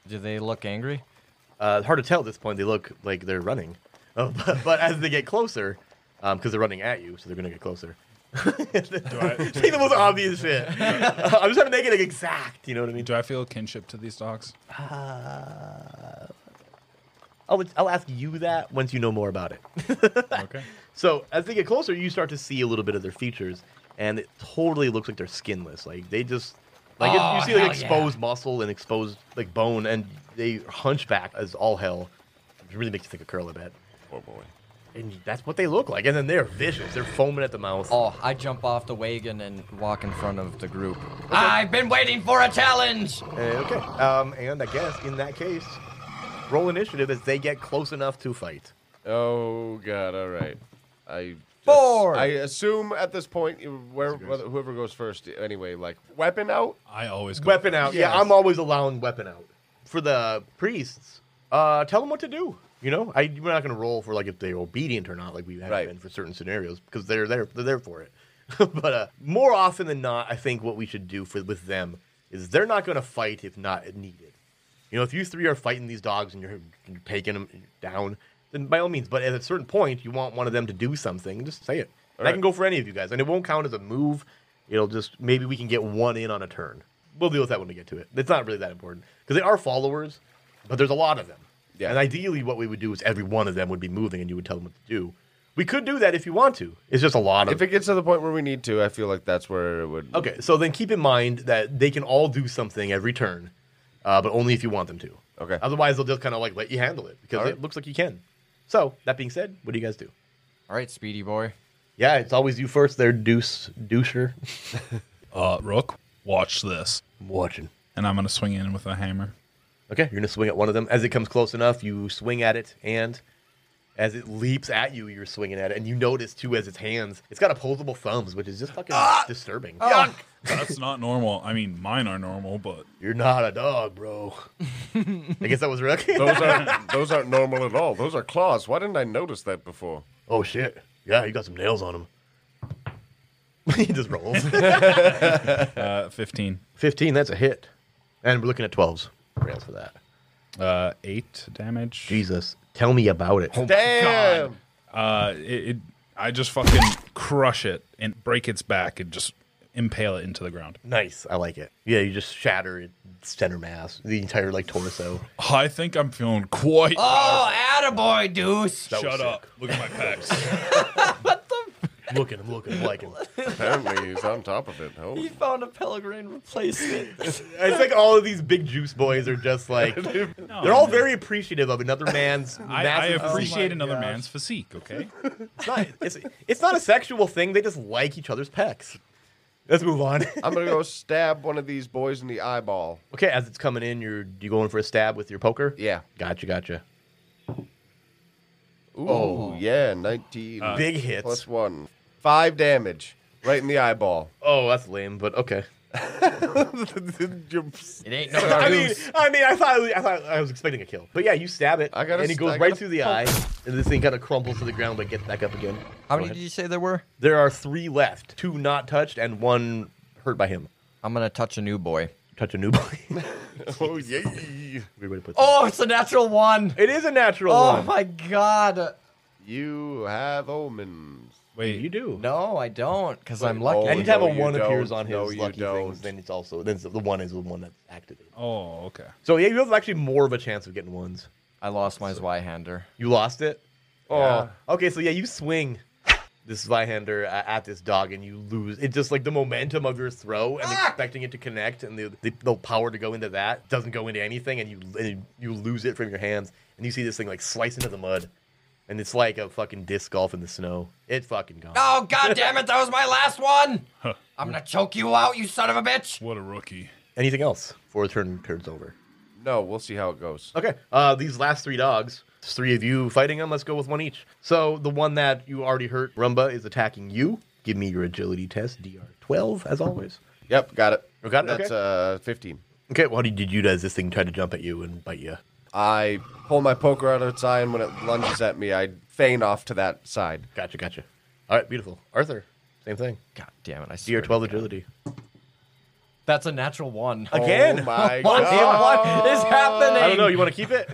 [SPEAKER 3] Do they look angry?
[SPEAKER 1] Uh, hard to tell at this point. They look like they're running, uh, but, but as they get closer, because they're running at you, so they're gonna get closer. Take the most obvious shit. I'm just trying to make it like, exact. You know what I mean?
[SPEAKER 2] Do I feel kinship to these dogs?
[SPEAKER 1] I'll, I'll ask you that once you know more about it.
[SPEAKER 2] Okay.
[SPEAKER 1] So as they get closer, you start to see a little bit of their features, and it totally looks like they're skinless. Like they just like
[SPEAKER 3] Oh,
[SPEAKER 1] you see like
[SPEAKER 3] hell
[SPEAKER 1] exposed muscle and exposed like bone, and they hunchback as all hell. It really makes you think of curl a bit.
[SPEAKER 4] Poor Oh, boy.
[SPEAKER 1] And that's what they look like. And then they're vicious. They're foaming at the mouth.
[SPEAKER 3] Oh, I jump off the wagon and walk in front of the group. I've been waiting for a challenge.
[SPEAKER 1] Uh, okay. Um, and I guess in that case, roll initiative as they get close enough to fight.
[SPEAKER 4] Oh god. All right. I
[SPEAKER 3] Four.
[SPEAKER 4] I assume at this point, where whether, whoever goes first, anyway, like weapon out.
[SPEAKER 2] I always go
[SPEAKER 1] Weapon out. Yeah,
[SPEAKER 4] Yes.
[SPEAKER 1] I'm always allowing weapon out for the priests. Uh, tell them what to do. You know, I, we're not going to roll for like if they're obedient or not, like we have
[SPEAKER 4] Right.
[SPEAKER 1] been for certain scenarios, because they're there, they're there for it. but uh, more often than not, I think what we should do for with them is they're not going to fight if not needed. You know, if you three are fighting these dogs and you're, you're taking them down, then by all means. But at a certain point, you want one of them to do something. Just say it. And I can go for any of you guys, and it won't count as a move. It'll just maybe we can get one in on a turn. We'll deal with that when we get to it. It's not really that important because they are followers, but there's a lot of them.
[SPEAKER 4] Yeah.
[SPEAKER 1] And ideally, what we would do is every one of them would be moving, and you would tell them what to do. We could do that if you want to. It's just a lot of
[SPEAKER 4] If it gets to the point where we need to, I feel like that's where it would.
[SPEAKER 1] Okay, so then keep in mind that they can all do something every turn, uh, but only if you want them to.
[SPEAKER 4] Okay.
[SPEAKER 1] Otherwise, they'll just kind of like let you handle it because it looks like you can. So that being said, what do you guys do?
[SPEAKER 3] All right, Speedy boy.
[SPEAKER 1] Yeah, it's always you first. There, Deuce, Deucer.
[SPEAKER 2] Uh, Rook, watch this.
[SPEAKER 1] I'm watching.
[SPEAKER 2] And I'm going to swing in with a hammer.
[SPEAKER 1] Okay, you're gonna swing at one of them. As it comes close enough, you swing at it, and as it leaps at you, you're swinging at it, and you notice too as its hands, it's got opposable thumbs, which is just fucking disturbing.
[SPEAKER 2] That's not normal. I mean, mine are normal, but
[SPEAKER 1] You're not a dog, bro. I guess that was Rick.
[SPEAKER 4] Those aren't those aren't normal at all. Those are claws. Why didn't I notice that before?
[SPEAKER 1] Oh shit! Yeah, he got some nails on him. he just rolls.
[SPEAKER 2] uh, 15.
[SPEAKER 1] Fifteen. That's a hit. And we're looking at twelves. Rails for that.
[SPEAKER 2] Uh, 8 damage.
[SPEAKER 1] Jesus, tell me about it.
[SPEAKER 4] Damn.
[SPEAKER 2] Uh, it, it, I just fucking crush it and break its back and just impale it into the ground.
[SPEAKER 1] Nice. I like it. Yeah, you just shatter it, center mass, the entire like torso.
[SPEAKER 2] I think I'm feeling quite.
[SPEAKER 3] Oh, attaboy, Deuce.
[SPEAKER 1] That was
[SPEAKER 2] Shut
[SPEAKER 1] sick.
[SPEAKER 2] up. Look at my pecs.
[SPEAKER 1] I'm looking, I'm looking, I'm liking.
[SPEAKER 4] Apparently he's on top of it. Oh.
[SPEAKER 3] He found a Pellegrin replacement.
[SPEAKER 1] It's like all of these big juice boys are just like they're all very appreciative of another man's.
[SPEAKER 2] I, I
[SPEAKER 1] massive physique.
[SPEAKER 2] appreciate another man's physique, okay?
[SPEAKER 1] It's not, it's, it's not a sexual thing. They just like each other's pecs. Let's move on.
[SPEAKER 4] I'm gonna go stab one of these boys in the eyeball.
[SPEAKER 1] Okay, as it's coming in, you're you going for a stab with your poker?
[SPEAKER 4] Yeah.
[SPEAKER 1] Gotcha, gotcha.
[SPEAKER 4] Ooh,
[SPEAKER 1] Oh.
[SPEAKER 4] yeah, nineteen.
[SPEAKER 1] Big hits.
[SPEAKER 4] plus one, five damage right in the eyeball.
[SPEAKER 1] oh, that's lame, but okay.
[SPEAKER 3] it ain't no
[SPEAKER 1] I mean,
[SPEAKER 3] Deuce.
[SPEAKER 1] I mean, I thought, I thought I was expecting a kill, but yeah, you stab it,
[SPEAKER 4] I gotta
[SPEAKER 1] and it
[SPEAKER 4] st-
[SPEAKER 1] goes
[SPEAKER 4] I
[SPEAKER 1] right
[SPEAKER 4] gotta
[SPEAKER 1] through the eye, and this thing kind of crumbles to the ground, but gets back up again. Go
[SPEAKER 3] How many
[SPEAKER 1] ahead.
[SPEAKER 3] did you say there were?
[SPEAKER 1] There are three left, two not touched, and one hurt by him.
[SPEAKER 3] I'm gonna touch a new boy.
[SPEAKER 1] Touch a new body.
[SPEAKER 4] Oh yeah.
[SPEAKER 1] Weird way to put that.
[SPEAKER 3] Oh, it's a natural one.
[SPEAKER 1] It is a natural
[SPEAKER 3] Oh
[SPEAKER 1] one.
[SPEAKER 3] my god.
[SPEAKER 4] You have omens.
[SPEAKER 2] Wait,
[SPEAKER 1] You do.
[SPEAKER 3] No, I don't, because I'm
[SPEAKER 4] Oh,
[SPEAKER 1] Anytime time
[SPEAKER 3] lucky.
[SPEAKER 4] no,
[SPEAKER 1] a
[SPEAKER 4] you
[SPEAKER 1] one appears
[SPEAKER 4] don't.
[SPEAKER 1] on his
[SPEAKER 4] No, you
[SPEAKER 1] lucky
[SPEAKER 4] don't.
[SPEAKER 1] things, then it's also then it's- the one is the one that's activated.
[SPEAKER 2] Oh, okay.
[SPEAKER 1] So yeah, you have actually more of a chance of getting ones.
[SPEAKER 3] I lost my Zweihander.
[SPEAKER 1] You lost it? Oh.
[SPEAKER 4] Yeah.
[SPEAKER 1] Okay, so yeah, you swing this Zweihander a- at this dog and you lose. It's just like the momentum of your throw and expecting it to connect and the, the, the power to go into that doesn't go into anything and you and you lose it from your hands and you see this thing like slice into the mud and it's like a fucking disc golf in the snow. It's fucking gone.
[SPEAKER 3] Oh god damn it, that was my last one! I'm gonna choke you out, you son of a bitch!
[SPEAKER 2] What a rookie.
[SPEAKER 1] Anything else before the turn turns over?
[SPEAKER 4] No, we'll see how it goes.
[SPEAKER 1] Okay. Uh, these last three dogs, there's three of you fighting them. Let's go with one each. So the one that you already hurt, Rumba, is attacking you. Give me your agility test, DR 12, as always.
[SPEAKER 4] Yep, got it.
[SPEAKER 1] You Oh, got it?
[SPEAKER 4] That's uh fifteen.
[SPEAKER 1] Okay, well, how did you do that? Is this thing try to jump at you and bite you?
[SPEAKER 4] I pull my poker out of its eye, and when it lunges at me, I feign off to that side.
[SPEAKER 1] Gotcha, gotcha. All right, beautiful. Arthur, same thing.
[SPEAKER 3] God damn it, I swear.
[SPEAKER 1] DR 12 agility.
[SPEAKER 3] That's a natural one.
[SPEAKER 1] Again?
[SPEAKER 4] Oh my
[SPEAKER 3] What,
[SPEAKER 4] god!
[SPEAKER 3] what is happening?
[SPEAKER 1] Oh. I don't know. You want to keep it?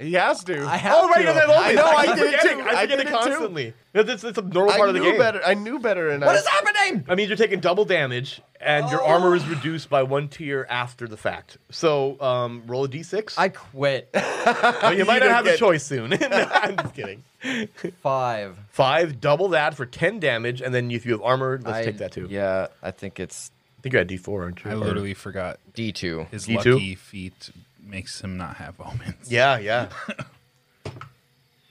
[SPEAKER 4] He has to.
[SPEAKER 3] I have
[SPEAKER 1] right,
[SPEAKER 3] to.
[SPEAKER 1] yeah, that
[SPEAKER 4] I know, I
[SPEAKER 1] keep
[SPEAKER 4] did it
[SPEAKER 1] forgetting.
[SPEAKER 4] too.
[SPEAKER 1] I
[SPEAKER 4] I
[SPEAKER 1] forget
[SPEAKER 4] did
[SPEAKER 1] it
[SPEAKER 4] it too.
[SPEAKER 1] constantly. That's, that's, that's a normal
[SPEAKER 4] I
[SPEAKER 1] part of the
[SPEAKER 4] knew
[SPEAKER 1] game.
[SPEAKER 4] better. I knew better, and
[SPEAKER 3] What
[SPEAKER 4] I
[SPEAKER 3] is happening?
[SPEAKER 1] I mean, you're taking double damage, and your
[SPEAKER 5] Oh.
[SPEAKER 1] armor is reduced by one tier after the fact. So um, roll a d6.
[SPEAKER 3] I quit.
[SPEAKER 1] But you might not
[SPEAKER 4] don't
[SPEAKER 1] have a
[SPEAKER 4] get-
[SPEAKER 1] choice soon. No, I'm just kidding.
[SPEAKER 3] Five.
[SPEAKER 1] Five, double that for 10 damage, and then if you have armor, let's
[SPEAKER 3] I-
[SPEAKER 1] take that too.
[SPEAKER 3] Yeah, I think it's
[SPEAKER 1] I think you had D4, aren't you?
[SPEAKER 2] I
[SPEAKER 1] Or-
[SPEAKER 2] literally forgot.
[SPEAKER 3] D2.
[SPEAKER 2] His
[SPEAKER 1] You too?
[SPEAKER 2] lucky feet makes him not have omens.
[SPEAKER 1] Yeah, yeah.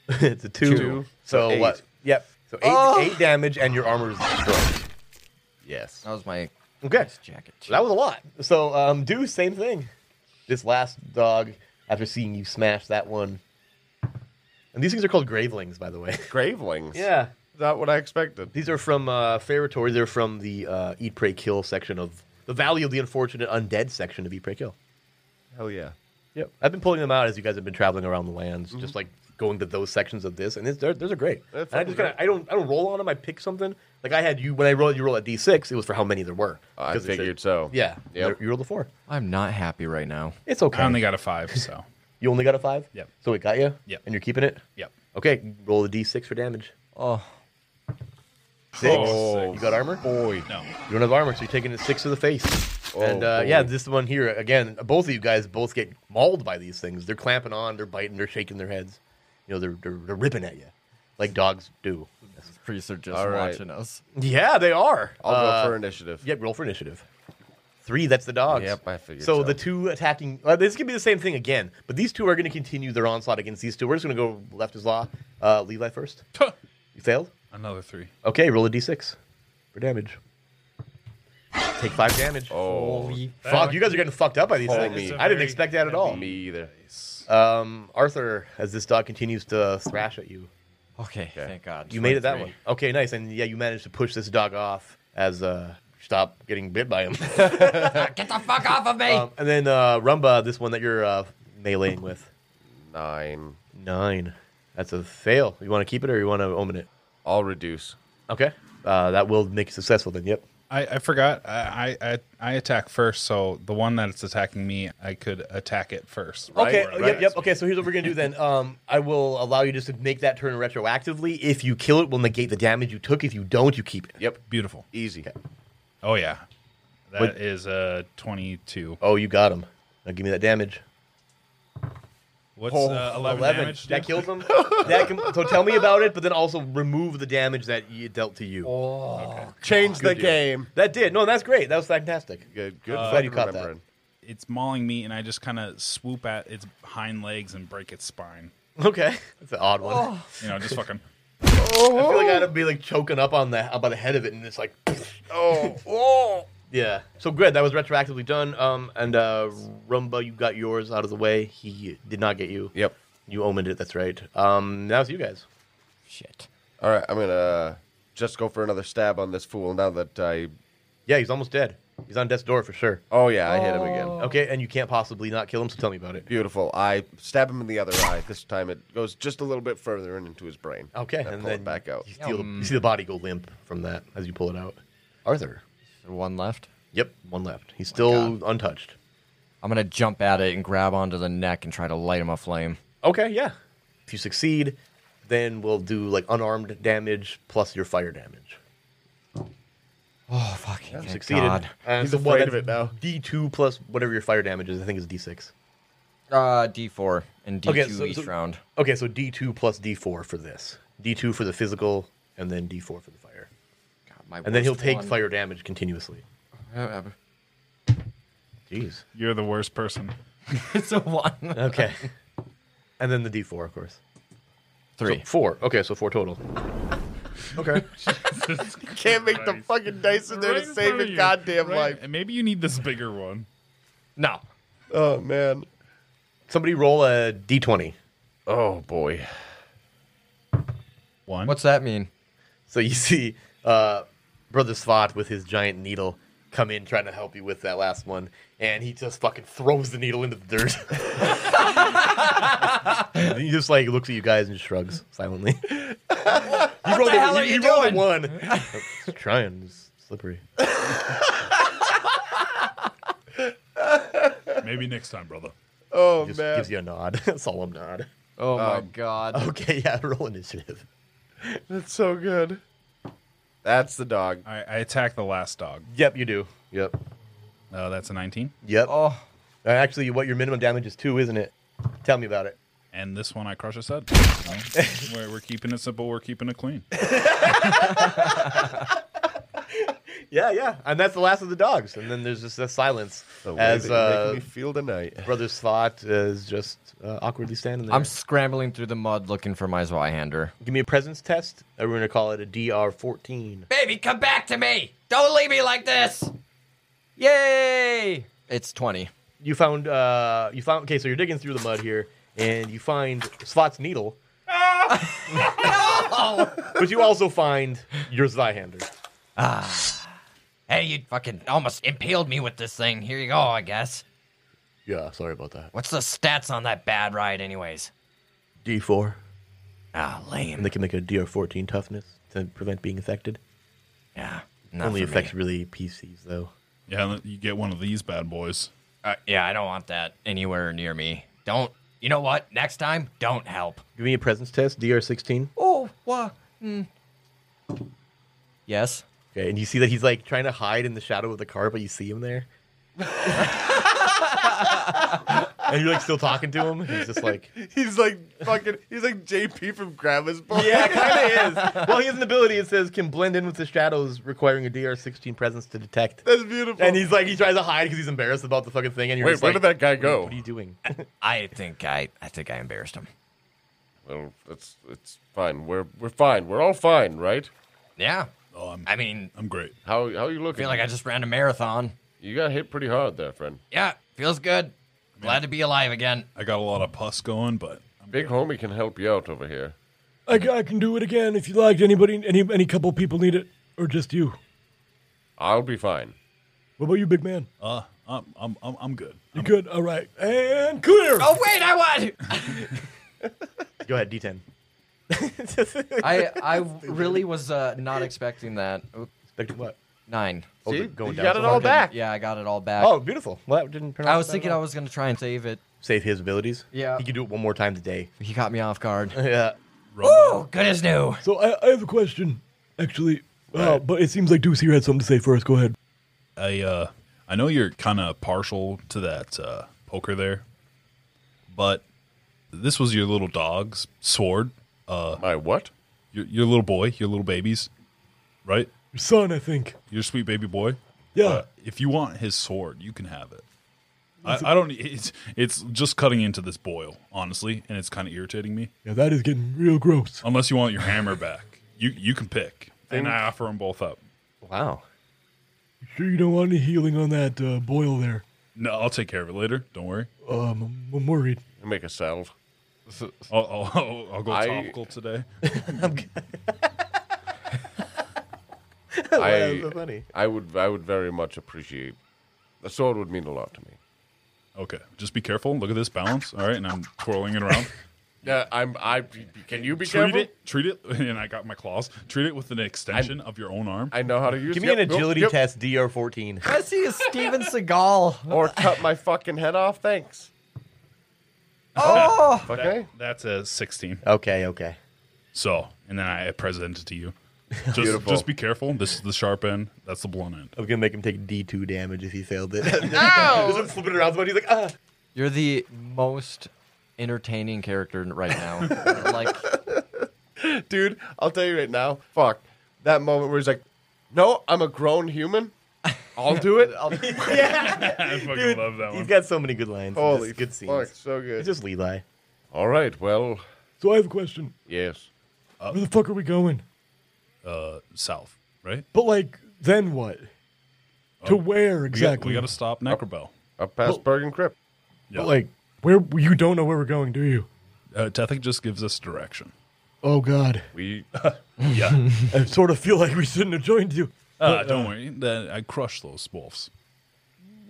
[SPEAKER 1] it's a two.
[SPEAKER 4] Two.
[SPEAKER 1] So
[SPEAKER 4] So eight.
[SPEAKER 1] what? Yep. So eight,
[SPEAKER 3] Oh.
[SPEAKER 1] eight damage, and your armor is destroyed. Yes.
[SPEAKER 3] That was my
[SPEAKER 1] Okay.
[SPEAKER 3] nice jacket. too.
[SPEAKER 1] That was a lot. So, um, do same thing. This last dog, after seeing you smash that one. And these things are called gravelings, by the way.
[SPEAKER 4] gravelings.
[SPEAKER 1] yeah.
[SPEAKER 4] not what I expected.
[SPEAKER 1] These are from uh, Ferritory. They're from the uh, Eat, Pray, Kill section of the Valley of the Unfortunate Undead section of Eat, Pray, Kill.
[SPEAKER 4] Hell yeah.
[SPEAKER 1] Yep. I've been pulling them out as you guys have been traveling around the lands,
[SPEAKER 2] Mm-hmm.
[SPEAKER 1] just like going to those sections of this, and it's, they're, those are great.
[SPEAKER 4] They're
[SPEAKER 1] And I
[SPEAKER 4] fucking
[SPEAKER 1] just kind of I don't I don't roll on them. I pick something. Like I had you when I rolled you roll at d six. It was for how many there were.
[SPEAKER 4] I
[SPEAKER 1] 'Cause it's a-
[SPEAKER 4] figured so.
[SPEAKER 1] Yeah.
[SPEAKER 4] Yep.
[SPEAKER 1] You rolled a four.
[SPEAKER 3] I'm not happy right now.
[SPEAKER 1] It's okay.
[SPEAKER 2] I only got a five, so
[SPEAKER 1] you only got a five.
[SPEAKER 2] Yep.
[SPEAKER 1] So it got you.
[SPEAKER 2] Yep.
[SPEAKER 1] And you're keeping it.
[SPEAKER 2] yep.
[SPEAKER 1] Okay. Roll a d six for damage.
[SPEAKER 3] Oh,
[SPEAKER 1] Six.
[SPEAKER 2] Oh,
[SPEAKER 1] You got armor.
[SPEAKER 2] boy, no.
[SPEAKER 1] You don't have armor, so you're taking a six to the face. and uh,
[SPEAKER 4] Oh, boy.
[SPEAKER 1] yeah, this one here again. Both of you guys both get mauled by these things. They're clamping on. They're biting. They're shaking their heads. You know, they're they're, they're ripping at you, like dogs do.
[SPEAKER 3] priests are just
[SPEAKER 4] All right.
[SPEAKER 3] watching us.
[SPEAKER 1] Yeah, they are.
[SPEAKER 4] I'll
[SPEAKER 1] Uh,
[SPEAKER 4] go for initiative.
[SPEAKER 1] Yep, roll for initiative. Three, that's the dogs.
[SPEAKER 4] Yep, I figured
[SPEAKER 1] So,
[SPEAKER 4] so.
[SPEAKER 1] the two attacking, uh, this could be the same thing again, but these two are going to continue their onslaught against these two. We're just going to go left as law. Uh, Levi first.
[SPEAKER 2] Tuh.
[SPEAKER 1] You failed?
[SPEAKER 2] Another three.
[SPEAKER 1] Okay, roll a d6 for damage. Take five damage.
[SPEAKER 4] Oh,
[SPEAKER 1] Fuck, you guys are getting fucked up by these
[SPEAKER 4] Holy.
[SPEAKER 1] things. I didn't expect that at all.
[SPEAKER 4] me Uh, either.
[SPEAKER 1] Um, Arthur, as this dog continues to thrash at you,
[SPEAKER 3] Okay, thank God.
[SPEAKER 1] you made it that
[SPEAKER 3] 23.
[SPEAKER 1] one. Okay, nice. And yeah, you managed to push this dog off as uh, stop getting bit by him.
[SPEAKER 3] Get the fuck off of me!
[SPEAKER 1] Um, and then uh, Rumba, this one that you're uh, meleeing with.
[SPEAKER 4] Nine.
[SPEAKER 1] Nine. That's a fail. You want to keep it or you want to omen it?
[SPEAKER 4] I'll reduce.
[SPEAKER 1] Okay. Uh, that will make it successful then. Yep.
[SPEAKER 2] I, I forgot. I, I I- I attack first, so the one that's attacking me, I could attack it first. right?
[SPEAKER 1] Okay.
[SPEAKER 2] Right.
[SPEAKER 1] Yep. Yep. Okay. So here's what we're gonna do then. Um, I will allow you just to make that turn retroactively. If you kill it, we'll negate the damage you took. If you don't, you keep it.
[SPEAKER 4] Yep.
[SPEAKER 2] Beautiful.
[SPEAKER 4] Easy.
[SPEAKER 2] Oh yeah,
[SPEAKER 1] What-
[SPEAKER 2] that is a twenty-two.
[SPEAKER 1] Oh, you got him. Now give me that damage.
[SPEAKER 2] What's
[SPEAKER 4] Oh.
[SPEAKER 2] uh, eleven, damage?
[SPEAKER 1] Oh, That
[SPEAKER 2] dude?
[SPEAKER 1] kills him. that can, so tell me about it, but then also remove the damage that you dealt to you.
[SPEAKER 2] Oh.
[SPEAKER 4] Change the
[SPEAKER 1] deal.
[SPEAKER 4] game.
[SPEAKER 1] That did. No, that's great. That was fantastic.
[SPEAKER 4] Good. Good.
[SPEAKER 1] glad Uh, you
[SPEAKER 4] fucking
[SPEAKER 1] caught that.
[SPEAKER 4] remembering.
[SPEAKER 2] It's mauling me, and I just kind of swoop at its hind legs and break its spine.
[SPEAKER 1] Okay. That's an odd one.
[SPEAKER 2] You know, just fucking.
[SPEAKER 1] I feel like
[SPEAKER 2] Oh.
[SPEAKER 1] I'd be like choking up on the about the head of it, and it's like, oh, oh, yeah. So good. That was retroactively done. Um, and uh, Rumba, you got yours out of the way. He did not get you.
[SPEAKER 4] Yep.
[SPEAKER 1] You omened it. That's right. Um, now it's you guys.
[SPEAKER 3] Shit.
[SPEAKER 4] All right. I'm gonna uh, just go for another stab on this fool now that I.
[SPEAKER 1] Yeah, he's almost dead. He's on death's door for sure.
[SPEAKER 4] Oh yeah, I hit him again.
[SPEAKER 1] Okay, and you can't possibly not kill him. So tell me about it.
[SPEAKER 4] Beautiful. I stab him in the other eye. This time it goes just a little bit further and into his brain.
[SPEAKER 1] Okay,
[SPEAKER 4] I
[SPEAKER 1] and
[SPEAKER 4] pull
[SPEAKER 1] then
[SPEAKER 4] it back out.
[SPEAKER 1] You, feel the- you see the body go limp from that as you pull it out. Arthur.
[SPEAKER 3] One left.
[SPEAKER 1] Yep, one left. He's still untouched.
[SPEAKER 3] I'm gonna jump at it and grab onto the neck and try to light him aflame.
[SPEAKER 1] Okay, yeah. If you succeed, then we'll do like unarmed damage plus your fire damage.
[SPEAKER 3] Oh fucking thank
[SPEAKER 1] Succeeded.
[SPEAKER 3] God.
[SPEAKER 1] And
[SPEAKER 4] He's
[SPEAKER 1] the one
[SPEAKER 4] afraid of
[SPEAKER 1] that's
[SPEAKER 4] it now.
[SPEAKER 1] D2 plus whatever your fire damage is. I think it's D6.
[SPEAKER 3] Uh, D4 and D2
[SPEAKER 1] Okay, so-
[SPEAKER 3] each
[SPEAKER 1] so-
[SPEAKER 3] round.
[SPEAKER 1] Okay, so D2 plus D4 for this. D2 for the physical, and then D4 for the fire.
[SPEAKER 3] God, my
[SPEAKER 1] And then he'll
[SPEAKER 3] worst
[SPEAKER 1] take
[SPEAKER 3] one.
[SPEAKER 1] fire damage continuously.
[SPEAKER 3] Uh,
[SPEAKER 1] Jeez.
[SPEAKER 2] You're the worst person.
[SPEAKER 3] It's a one.
[SPEAKER 1] Okay. and then the D4, of course.
[SPEAKER 3] Three.
[SPEAKER 1] Four. Okay, so four total. Okay.
[SPEAKER 4] Can't make the fucking dice in there
[SPEAKER 2] Right
[SPEAKER 4] to
[SPEAKER 2] in
[SPEAKER 4] save
[SPEAKER 2] front of
[SPEAKER 4] your
[SPEAKER 2] you,
[SPEAKER 4] goddamn
[SPEAKER 2] right?
[SPEAKER 4] life.
[SPEAKER 2] And maybe you need this bigger one.
[SPEAKER 3] No.
[SPEAKER 4] Oh man.
[SPEAKER 1] Somebody roll a D20.
[SPEAKER 4] Oh boy.
[SPEAKER 2] One.
[SPEAKER 3] What's that mean?
[SPEAKER 1] So you see uh, Brother Svot with his giant needle come in trying to help you with that last one, and he just fucking throws the needle into the dirt. And he just like looks at you guys and shrugs silently. you rolled
[SPEAKER 3] the hell are you
[SPEAKER 1] rolled a
[SPEAKER 3] doing?
[SPEAKER 1] one. Just trying, it's slippery.
[SPEAKER 2] maybe next time, brother.
[SPEAKER 4] Oh
[SPEAKER 1] Just
[SPEAKER 4] man.
[SPEAKER 1] gives you a nod, a solemn nod.
[SPEAKER 3] Oh my God.
[SPEAKER 1] Okay, yeah, roll initiative.
[SPEAKER 4] That's so good. That's the dog.
[SPEAKER 2] I, I attack the last dog.
[SPEAKER 1] Yep, you do. Yep.
[SPEAKER 2] Uh, that's a 19.
[SPEAKER 1] Yep.
[SPEAKER 3] Oh,
[SPEAKER 1] Uh, Actually, what your minimum damage is two, isn't it? Tell me about it.
[SPEAKER 2] And this one I crush its head. we're, we're keeping it simple. We're keeping it clean.
[SPEAKER 1] Yeah, yeah. And that's the last of the dogs. And then there's just a silence
[SPEAKER 4] The way
[SPEAKER 1] as
[SPEAKER 4] that you're making
[SPEAKER 1] uh,
[SPEAKER 4] me feel tonight.
[SPEAKER 1] Brother Svot is just uh, awkwardly standing there.
[SPEAKER 3] I'm scrambling through the mud looking for my Zweihander.
[SPEAKER 1] Give me a presence test. and We're going to call it a DR14.
[SPEAKER 3] Baby, come back to me! Don't leave me like this! Yay! It's 20.
[SPEAKER 1] You found, uh, you found, okay, so you're digging through the mud here and you find Svot's needle. but you also find your Zweihander.
[SPEAKER 6] Hey, you fucking almost impaled me with this thing. Here you go, I guess.
[SPEAKER 1] Yeah, sorry about that.
[SPEAKER 3] What's the stats on that bad ride, anyways?
[SPEAKER 1] D4.
[SPEAKER 3] Ah, lame.
[SPEAKER 1] And they can make a DR14 toughness to prevent being affected.
[SPEAKER 3] yeah, not
[SPEAKER 1] Only
[SPEAKER 3] for me.
[SPEAKER 1] affects really PCs, though.
[SPEAKER 2] Yeah, you get one of these bad boys.
[SPEAKER 3] Uh, yeah, I don't want that anywhere near me. Don't. You know what? Next time, don't help.
[SPEAKER 1] Give me a presence test, DR16.
[SPEAKER 3] Oh, what? Yes.
[SPEAKER 1] Okay, and you see that he's like trying to hide in the shadow of the car, but you see him there. and you're like still talking to him. He's just like,
[SPEAKER 4] He's like fucking. He's like JP from Grandma's Boy.
[SPEAKER 1] yeah, kind of is. Well, he has an ability that says can blend in with the shadows, requiring a DR16 presence to detect.
[SPEAKER 4] That's beautiful.
[SPEAKER 1] And he's like, he tries to hide because he's embarrassed about the fucking thing. And you're
[SPEAKER 4] Wait,
[SPEAKER 1] just
[SPEAKER 4] where
[SPEAKER 1] like,
[SPEAKER 4] did that guy
[SPEAKER 1] What
[SPEAKER 4] go?
[SPEAKER 1] are you doing?
[SPEAKER 3] I think I. I think I embarrassed him.
[SPEAKER 4] Well, that's it's fine. We're we're fine. We're all fine, right?
[SPEAKER 3] Yeah.
[SPEAKER 2] Oh, I'm,
[SPEAKER 3] I mean, I
[SPEAKER 2] I'm great.
[SPEAKER 4] How how you looking?
[SPEAKER 3] feel like I just ran a marathon.
[SPEAKER 4] you got hit pretty hard there, friend.
[SPEAKER 3] Yeah, feels good. Glad to be alive again.
[SPEAKER 2] I got a lot of pus going, but I'm
[SPEAKER 4] Big homie can help you out over here.
[SPEAKER 5] I, ca- I can do it again if you like. Anybody, any any couple people need it, or just you.
[SPEAKER 4] I'll be fine.
[SPEAKER 5] What about you, big man?
[SPEAKER 2] uh, I'm I'm I'm, I'm good.
[SPEAKER 5] You good? All right, and clear.
[SPEAKER 3] Oh wait, I won.
[SPEAKER 1] Go ahead, D10.
[SPEAKER 3] I I really was uh, not expecting that. Oop,
[SPEAKER 1] Expecting what?
[SPEAKER 3] Nine.
[SPEAKER 1] Oh,
[SPEAKER 4] See?
[SPEAKER 1] the- going
[SPEAKER 4] You
[SPEAKER 1] down
[SPEAKER 4] got
[SPEAKER 1] so
[SPEAKER 4] it
[SPEAKER 1] far.
[SPEAKER 4] all back.
[SPEAKER 3] Yeah, I got it all back.
[SPEAKER 1] Oh, beautiful. Well, that didn't turn out
[SPEAKER 3] I was
[SPEAKER 1] bad at
[SPEAKER 3] thinking
[SPEAKER 1] all.
[SPEAKER 3] I was gonna try and save it.
[SPEAKER 1] save his abilities.
[SPEAKER 3] Yeah.
[SPEAKER 1] He could do it one more time today.
[SPEAKER 3] He caught me off guard.
[SPEAKER 1] yeah.
[SPEAKER 2] Rumble.
[SPEAKER 3] Oh, good as new.
[SPEAKER 5] So I, I have a question, actually. Uh, but it seems like Deuce here had something to say first. Go ahead.
[SPEAKER 2] I uh, I know you're kind of partial to that uh, poker there, but this was your little dog's sword. Uh,
[SPEAKER 4] My what?
[SPEAKER 2] your your little boy, your little babies, right?
[SPEAKER 5] Your son, I think.
[SPEAKER 2] Your sweet baby boy.
[SPEAKER 5] Yeah.
[SPEAKER 2] Uh, if you want his sword, you can have it. I, I don't. It's it's just cutting into this boil, honestly, and it's kind of irritating me.
[SPEAKER 5] Yeah, that is getting real gross.
[SPEAKER 2] Unless you want your hammer back, you you can pick, and I offer them both up.
[SPEAKER 1] Wow.
[SPEAKER 5] Sure, you don't want any healing on that uh, boil there.
[SPEAKER 2] No, I'll take care of it later. Don't worry.
[SPEAKER 5] Um, I'm- I'm worried.
[SPEAKER 4] Make a salve.
[SPEAKER 2] I'll I'll, I'll, I'll go
[SPEAKER 4] I-
[SPEAKER 2] topical today.
[SPEAKER 4] I,
[SPEAKER 1] that's so funny.
[SPEAKER 4] I would I would very much appreciate. The sword would mean a lot to me.
[SPEAKER 2] Okay, just be careful. Look at this balance. All right, and I'm twirling it around.
[SPEAKER 4] Yeah, I'm. I can you be
[SPEAKER 2] treat
[SPEAKER 4] careful?
[SPEAKER 2] it, treat it, and I got my claws. Treat it with an extension of your own arm.
[SPEAKER 4] I know how to use.
[SPEAKER 1] Give me
[SPEAKER 4] yep,
[SPEAKER 1] an
[SPEAKER 4] nope,
[SPEAKER 1] agility
[SPEAKER 4] yep.
[SPEAKER 1] test, DR14.
[SPEAKER 3] I see a Steven Seagal.
[SPEAKER 4] or cut my fucking head off. Thanks.
[SPEAKER 3] Oh,
[SPEAKER 4] Okay.
[SPEAKER 2] That's a sixteen.
[SPEAKER 1] Okay, okay.
[SPEAKER 2] So, and then I present it to you. Just,
[SPEAKER 4] Beautiful.
[SPEAKER 2] just be careful. This is the sharp end. That's the blunt end.
[SPEAKER 1] I'm gonna make him take D2 damage if he failed it. Ow! Just flipping around somebody. He's like, ah.
[SPEAKER 3] you're the most entertaining character right now. like,
[SPEAKER 4] dude. I'll tell you right now. Fuck that moment where he's like, "No, I'm a grown human. I'll do it." I'll,
[SPEAKER 2] I fucking love that
[SPEAKER 1] He's
[SPEAKER 2] one.
[SPEAKER 1] got so many good lines. and
[SPEAKER 4] holy
[SPEAKER 1] just good scenes.
[SPEAKER 4] fuck, so good.
[SPEAKER 1] It's just Levi.
[SPEAKER 4] All right. Well,
[SPEAKER 5] So I have a question.
[SPEAKER 4] yes.
[SPEAKER 5] Where the fuck are we going?
[SPEAKER 2] Uh, south, right?
[SPEAKER 5] But like, then what? to where
[SPEAKER 2] We got-
[SPEAKER 5] exactly?
[SPEAKER 2] We got to stop Necrobell.
[SPEAKER 4] Up past Bergen Crypt.
[SPEAKER 2] Yeah.
[SPEAKER 5] But like, where you don't know where we're going, do you?
[SPEAKER 2] Uh, Tethic just gives us direction.
[SPEAKER 5] Oh God,
[SPEAKER 4] We
[SPEAKER 2] Yeah.
[SPEAKER 5] I sort of feel like we shouldn't have joined you.
[SPEAKER 2] uh, don't worry. Then I crush those wolves.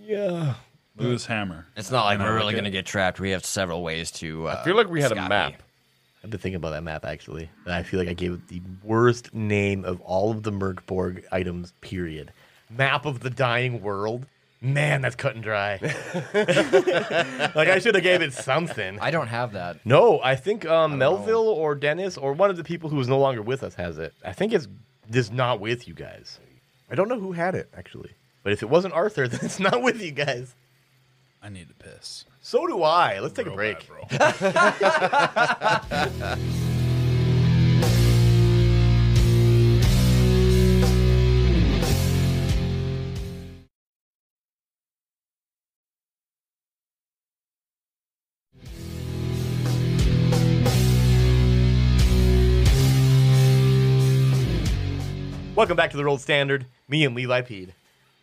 [SPEAKER 5] Yeah.
[SPEAKER 2] Look at this hammer.
[SPEAKER 3] it's not like
[SPEAKER 2] And I
[SPEAKER 3] we're
[SPEAKER 2] like
[SPEAKER 3] really
[SPEAKER 2] it.
[SPEAKER 3] gonna get trapped. We have several ways to. Uh,
[SPEAKER 4] I feel like we had a
[SPEAKER 3] Scotty.
[SPEAKER 4] map.
[SPEAKER 1] I've been thinking about that map actually, and I feel like I gave it the worst name of all of the Merkborg items. Period. Map of the Dying World. Man, that's cut and dry. like I should have gave it something.
[SPEAKER 3] I don't have that.
[SPEAKER 1] No, I think um, Melville or Dennis or one of the people who is no longer with us has it. I think it's just not with you guys. I don't know who had it actually, but if it wasn't Arthur, then it's not with you guys.
[SPEAKER 2] I need to piss.
[SPEAKER 1] So do I. Let's take a
[SPEAKER 2] Real
[SPEAKER 1] break.
[SPEAKER 2] bad, bro.
[SPEAKER 1] Welcome back to the Rolled Standard. Me and Levi Pede.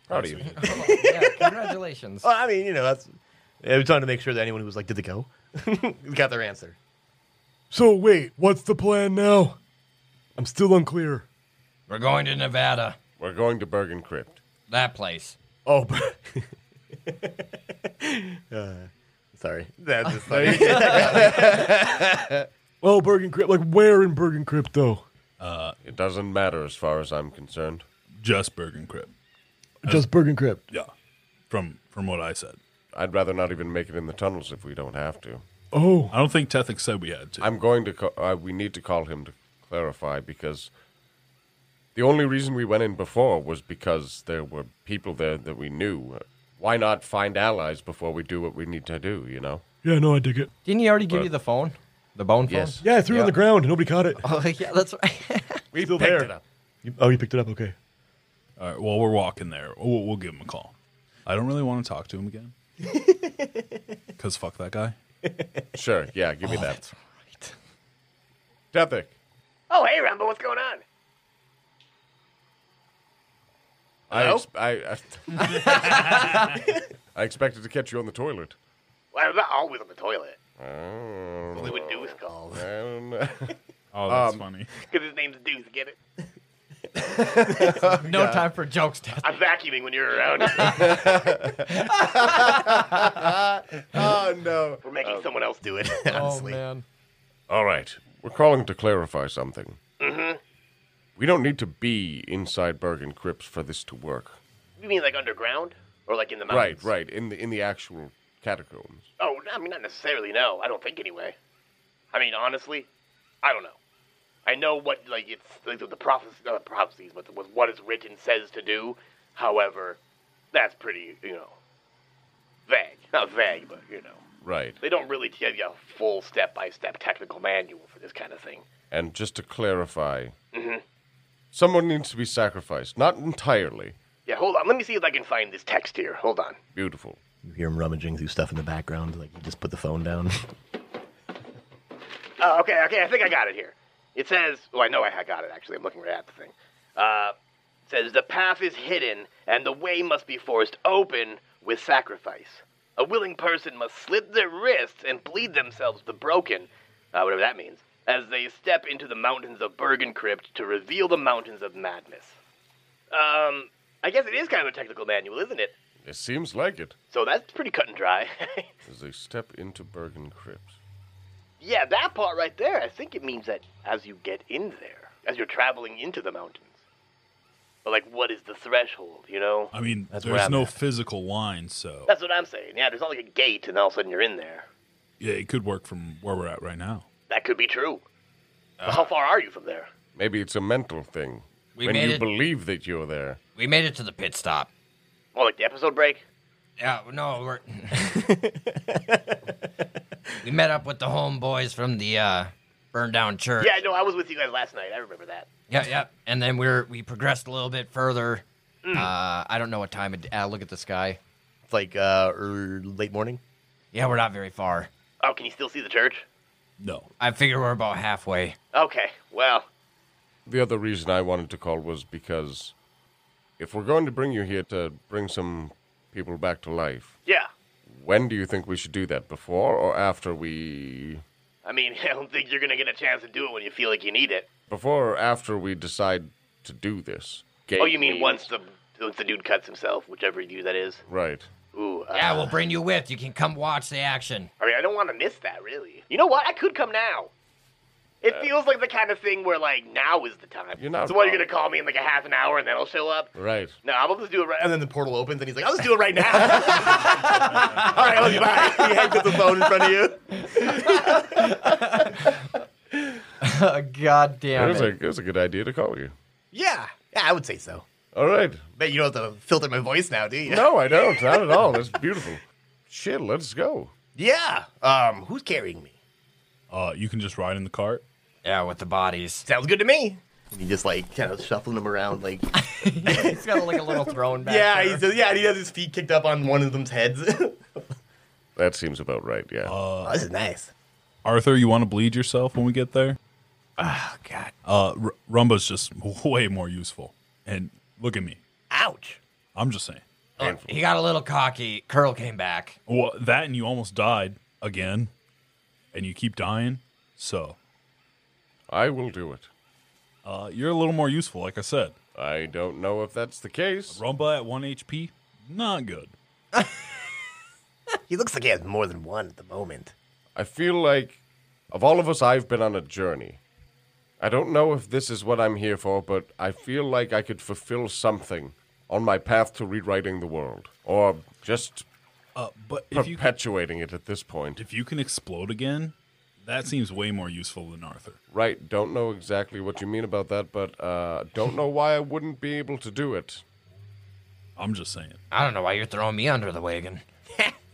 [SPEAKER 4] Proud of you.
[SPEAKER 3] yeah, congratulations.
[SPEAKER 1] Well, I mean, you know, that's. I was trying to make sure that anyone who was like, "Did they go?" got their answer.
[SPEAKER 5] So wait, what's the plan now? I'm still unclear.
[SPEAKER 3] We're going to Nevada.
[SPEAKER 7] Oh,
[SPEAKER 4] We're going to Bergen Crypt.
[SPEAKER 3] That place.
[SPEAKER 1] Oh,
[SPEAKER 7] Uh, Sorry. That's just funny.
[SPEAKER 5] Oh, Bergen Crypt. Like, where in Bergen Crypt, though?
[SPEAKER 4] It doesn't matter as far as I'm concerned.
[SPEAKER 2] Just Bergen Crypt.
[SPEAKER 5] Just Bergen Crypt.
[SPEAKER 2] Yeah. From from what I said.
[SPEAKER 4] I'd rather not even make it in the tunnels if we don't have to.
[SPEAKER 5] Oh.
[SPEAKER 2] I don't think Tethic said we had to.
[SPEAKER 4] I'm going to. Ca- uh, we need to call him to clarify because the only reason we went in before was because there were people there that we knew. Why not find allies before we do what we need to do? You know.
[SPEAKER 5] Yeah, no, I dig it.
[SPEAKER 3] Didn't he already give you the phone? The bone phone?
[SPEAKER 4] Yes.
[SPEAKER 5] Yeah, I threw it on the ground. Nobody caught it.
[SPEAKER 3] Oh, yeah, that's right.
[SPEAKER 4] We
[SPEAKER 7] Still
[SPEAKER 4] picked
[SPEAKER 7] there.
[SPEAKER 4] it up.
[SPEAKER 5] You- oh, you picked it up? Okay.
[SPEAKER 2] All right, well, we're walking there. We'll, we'll give him a call. I don't really want to talk to him again. Because fuck that guy.
[SPEAKER 4] Sure. Yeah. Give me that.
[SPEAKER 3] right.
[SPEAKER 4] Tethic.
[SPEAKER 7] oh, hey, Rambo, what's going on?
[SPEAKER 4] I,
[SPEAKER 7] Hello?
[SPEAKER 4] ex- I, I, I expected to catch you on the toilet.
[SPEAKER 7] Well, I'm not always on the toilet.
[SPEAKER 4] Oh.
[SPEAKER 7] Only when Deuce calls.
[SPEAKER 4] Um,
[SPEAKER 2] Oh, that's funny.
[SPEAKER 7] Because his name's Deuce, get it?
[SPEAKER 3] No time for jokes, Death.
[SPEAKER 7] I'm vacuuming when you're around.
[SPEAKER 4] oh no!
[SPEAKER 7] We're making someone else do it, honestly.
[SPEAKER 3] Oh, man.
[SPEAKER 4] All right, we're calling to clarify something. Mm-hmm. We don't need to be inside Bergen Crypts for this to work.
[SPEAKER 7] you mean like underground? Or like in the
[SPEAKER 4] Right,
[SPEAKER 7] mountains?
[SPEAKER 4] right. In the in the actual catacombs.
[SPEAKER 7] Oh, I mean, not necessarily, no. I don't think anyway. I mean, honestly, I don't know. I know what, like, it's like, the prophecies, uh, prophecies, but was what is written says to do. However, that's pretty, you know, vague. Not vague, but, you know.
[SPEAKER 4] Right.
[SPEAKER 7] They don't really give you a full step by step technical manual for this kind of thing.
[SPEAKER 4] And just to clarify,
[SPEAKER 3] Mm-hmm.
[SPEAKER 4] someone needs to be sacrificed. Not entirely.
[SPEAKER 7] Yeah, hold on. Let me see if I can find this text here. Hold on.
[SPEAKER 4] Beautiful.
[SPEAKER 7] You hear him rummaging through stuff in the background, like he just put the phone down. oh, okay, okay, I think I got it here. It says, oh, I know I ha- got it actually. I'm looking right at the thing. Uh, it says the path is hidden and the way must be forced open with sacrifice. A willing person must slit their wrists and bleed themselves to broken, uh, whatever that means, as they step into the mountains of Bergen Crypt to reveal the mountains of madness. Um, I guess it is kind of a technical manual, isn't it?
[SPEAKER 4] It seems like it.
[SPEAKER 7] So that's pretty cut and dry.
[SPEAKER 4] As they step into Bergen Crypts.
[SPEAKER 7] yeah, that part right there, I think it means that as you get in there, as you're traveling into the mountains. But, like, what is the threshold, you know?
[SPEAKER 2] I mean,
[SPEAKER 7] That's where
[SPEAKER 2] there's
[SPEAKER 7] I'm
[SPEAKER 2] no
[SPEAKER 7] at.
[SPEAKER 2] physical line, so
[SPEAKER 7] That's what I'm saying. Yeah, there's not like a gate and all of a sudden you're in there.
[SPEAKER 2] yeah, it could work from where we're at right now.
[SPEAKER 7] That could be true. But how far are you from there?
[SPEAKER 4] Maybe it's a mental thing.
[SPEAKER 3] We
[SPEAKER 4] when
[SPEAKER 3] made
[SPEAKER 4] you
[SPEAKER 3] it-
[SPEAKER 4] believe that you're there.
[SPEAKER 3] We made it to the pit stop.
[SPEAKER 7] Oh, like the episode break?
[SPEAKER 3] Yeah, no, we're. we met up with the homeboys from the uh, burned down church.
[SPEAKER 7] Yeah, no, I was with you guys last night. I remember that.
[SPEAKER 3] yeah, yeah. And then we're we progressed a little bit further. Uh, I don't know what time. It, uh, look at the sky.
[SPEAKER 7] It's like uh, late morning.
[SPEAKER 3] Yeah, we're not very far.
[SPEAKER 7] Oh, can you still see the church?
[SPEAKER 2] No,
[SPEAKER 3] I figure we're about halfway.
[SPEAKER 7] Okay, well,
[SPEAKER 4] The other reason I wanted to call was because if we're going to bring you here to bring some people back to life,
[SPEAKER 7] yeah.
[SPEAKER 4] when do you think we should do that? Before or after we.
[SPEAKER 7] I mean, I don't think you're going to get a chance to do it when you feel like you need it.
[SPEAKER 4] Before or after we decide to do this?
[SPEAKER 7] Oh, you mean once the once the dude cuts himself, whichever dude that is.
[SPEAKER 4] Right.
[SPEAKER 7] Ooh. Uh,
[SPEAKER 3] Yeah, we'll bring you with. You can come watch the action.
[SPEAKER 7] I mean, I don't want to miss that, really. You know what? I could come now. It feels like the kind of thing where like now is the time.
[SPEAKER 4] You're not
[SPEAKER 7] so what? You're
[SPEAKER 4] wrong.
[SPEAKER 7] gonna call me in like a half an hour and then I'll show up.
[SPEAKER 4] Right.
[SPEAKER 7] No, I'm gonna just do it right. And then the portal opens and he's like, "I'll just do it right now." All right, I'll be back. He hangs up the phone in front of you.
[SPEAKER 3] God
[SPEAKER 4] It
[SPEAKER 3] damn
[SPEAKER 4] was, a, it was a good idea to call you.
[SPEAKER 7] Yeah, yeah, I would say so.
[SPEAKER 4] All right.
[SPEAKER 7] But you don't have to filter my voice now, do you?
[SPEAKER 4] No, I don't. Not at all. That's beautiful. Shit, let's go.
[SPEAKER 7] Yeah. Um, who's carrying me?
[SPEAKER 2] uh, you can just ride in the cart.
[SPEAKER 3] Yeah, with the bodies.
[SPEAKER 7] Sounds good to me. And he just like kind of shuffling them around, like
[SPEAKER 3] He's got like a little thrown back.
[SPEAKER 7] yeah, he's yeah, and he has his feet kicked up on one of them's heads.
[SPEAKER 4] That seems about right, yeah.
[SPEAKER 2] Uh,
[SPEAKER 7] oh, this is nice.
[SPEAKER 2] Arthur, you want to bleed yourself when we get there?
[SPEAKER 7] Oh God.
[SPEAKER 2] Uh, R- Rumba's just way more useful. And look at me.
[SPEAKER 7] Ouch.
[SPEAKER 2] I'm just saying.
[SPEAKER 4] Painful.
[SPEAKER 3] He got a little cocky. Curl came back.
[SPEAKER 2] Well, that and you almost died again, and you keep dying. So
[SPEAKER 4] I will do it.
[SPEAKER 2] uh, you're a little more useful, like I said.
[SPEAKER 4] I don't know if that's the case.
[SPEAKER 2] Rumba at one HP, not good.
[SPEAKER 1] He looks like he has more than one at the moment.
[SPEAKER 4] I feel like, of all of us, I've been on a journey. I don't know if this is what I'm here for, but I feel like I could fulfill something on my path to rewriting the world, or just
[SPEAKER 2] Uh, but if you
[SPEAKER 4] perpetuating it at this point.
[SPEAKER 2] if you can explode again, that seems way more useful than Arthur.
[SPEAKER 4] Right, don't know exactly what you mean about that, but uh, don't know why I wouldn't be able to do it.
[SPEAKER 2] I'm just saying.
[SPEAKER 3] I don't know why you're throwing me under the wagon.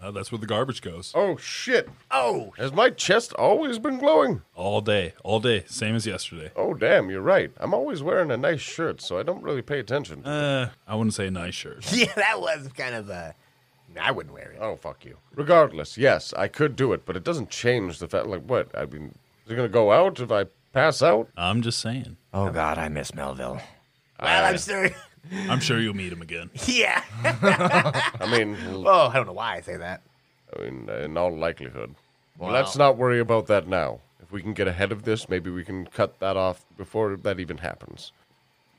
[SPEAKER 2] Uh, that's where the garbage goes
[SPEAKER 4] Oh shit!
[SPEAKER 1] Oh,
[SPEAKER 4] Has my chest always been glowing?
[SPEAKER 2] all day, all day, same as yesterday.
[SPEAKER 4] Oh damn, you're right. I'm always wearing a nice shirt, so I don't really pay attention.
[SPEAKER 2] Uh, I wouldn't say nice shirt.
[SPEAKER 1] yeah, that was kind of a. I wouldn't wear it.
[SPEAKER 4] Oh fuck you. Regardless, yes, I could do it, but it doesn't change the fact. Like what? I mean, is it gonna go out if I pass out?
[SPEAKER 2] I'm just saying.
[SPEAKER 3] Oh God, I miss Melville.
[SPEAKER 7] Uh,
[SPEAKER 1] Well, I'm sure.
[SPEAKER 2] I'm sure you'll meet him again.
[SPEAKER 1] Yeah.
[SPEAKER 4] I mean, l-
[SPEAKER 1] Oh, I don't know why I say that.
[SPEAKER 4] I mean, in all likelihood. Well, let's not worry about that now. If we can get ahead of this, maybe we can cut that off before that even happens.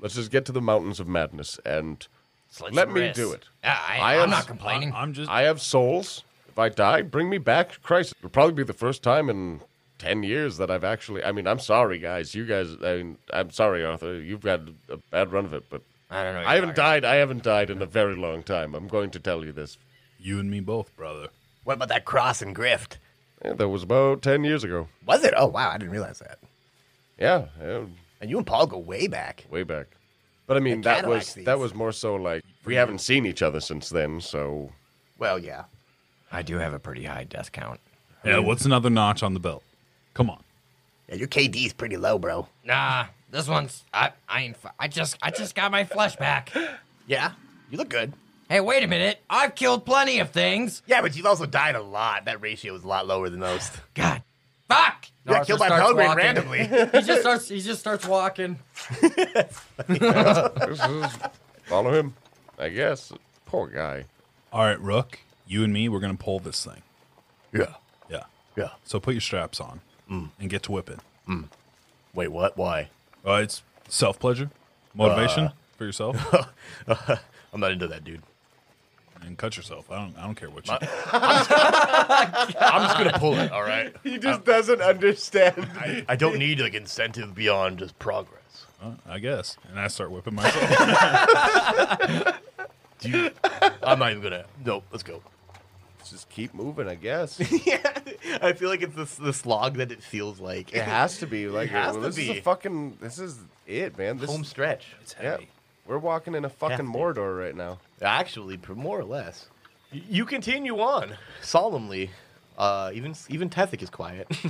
[SPEAKER 4] Let's just get to the mountains of madness and
[SPEAKER 3] Slit
[SPEAKER 4] let
[SPEAKER 3] your
[SPEAKER 4] me
[SPEAKER 3] wrists.
[SPEAKER 4] do it.
[SPEAKER 3] Ah, I,
[SPEAKER 4] I
[SPEAKER 3] am
[SPEAKER 4] am-
[SPEAKER 3] not complaining.
[SPEAKER 2] I'm just.
[SPEAKER 4] I have souls. If I die, bring me back. Christ, it'll probably be the first time in ten years that I've actually. I mean, I'm sorry, guys. You guys. I mean, I'm sorry, Arthur. You've had a bad run of it, but
[SPEAKER 3] I don't know.
[SPEAKER 4] I haven't died. I haven't died in a very long time. I'm going to tell you this.
[SPEAKER 2] You and me both, brother.
[SPEAKER 1] What about that cross and grift?
[SPEAKER 4] Yeah, that was about ten years ago.
[SPEAKER 1] Was it? Oh, wow. I didn't realize that.
[SPEAKER 4] Yeah, yeah
[SPEAKER 1] And you and Paul go way back.
[SPEAKER 4] way back. But I mean,
[SPEAKER 1] The
[SPEAKER 4] that
[SPEAKER 1] Cadillac
[SPEAKER 4] was
[SPEAKER 1] thieves.
[SPEAKER 4] that was more so like we haven't seen each other since then. So
[SPEAKER 1] Well, yeah.
[SPEAKER 3] I do have a pretty high death count.
[SPEAKER 2] Yeah, what's another notch on the belt? Come on.
[SPEAKER 1] Yeah, your KD's pretty low, bro.
[SPEAKER 3] Nah, this one's I I ain't. fi- I just I just got my flesh back.
[SPEAKER 1] Yeah. You look good.
[SPEAKER 3] Hey, wait a minute! I've killed plenty of things.
[SPEAKER 1] Yeah, but you've also died a lot. That ratio is a lot lower than most.
[SPEAKER 3] God, fuck!
[SPEAKER 1] You got
[SPEAKER 3] Arthur
[SPEAKER 1] killed by
[SPEAKER 3] starts
[SPEAKER 1] Pelgrim
[SPEAKER 3] walking.
[SPEAKER 1] randomly.
[SPEAKER 3] He just starts. He just starts walking.
[SPEAKER 4] this is- follow him, I guess. Poor guy.
[SPEAKER 2] All right, Rook, you and me, we're going to pull this thing.
[SPEAKER 1] yeah.
[SPEAKER 2] Yeah.
[SPEAKER 1] Yeah.
[SPEAKER 2] So put your straps on and get to whipping.
[SPEAKER 1] Wait, what? Why?
[SPEAKER 2] Uh, it's self pleasure, motivation for yourself,
[SPEAKER 1] I'm not into that, dude.
[SPEAKER 2] and cut yourself. I don't. I don't care what you.
[SPEAKER 1] I'm just gonna pull it. All right.
[SPEAKER 4] He just doesn't understand.
[SPEAKER 1] I, I don't need like incentive beyond just progress.
[SPEAKER 2] Uh, I guess. And I start whipping myself.
[SPEAKER 1] Do you? I'm not even gonna. No, let's go.
[SPEAKER 4] just keep moving, I guess.
[SPEAKER 1] Yeah, I feel like it's the, the slog that it feels like.
[SPEAKER 4] It has to be like
[SPEAKER 1] has
[SPEAKER 4] well,
[SPEAKER 1] to
[SPEAKER 4] this is
[SPEAKER 1] be.
[SPEAKER 4] a fucking this is it, man. This
[SPEAKER 1] home stretch.
[SPEAKER 4] yeah, we're walking in a fucking
[SPEAKER 1] Hefty.
[SPEAKER 4] Mordor right now.
[SPEAKER 1] Actually, pr- more or less. Y- You continue on solemnly. Uh, even even Tethic is quiet.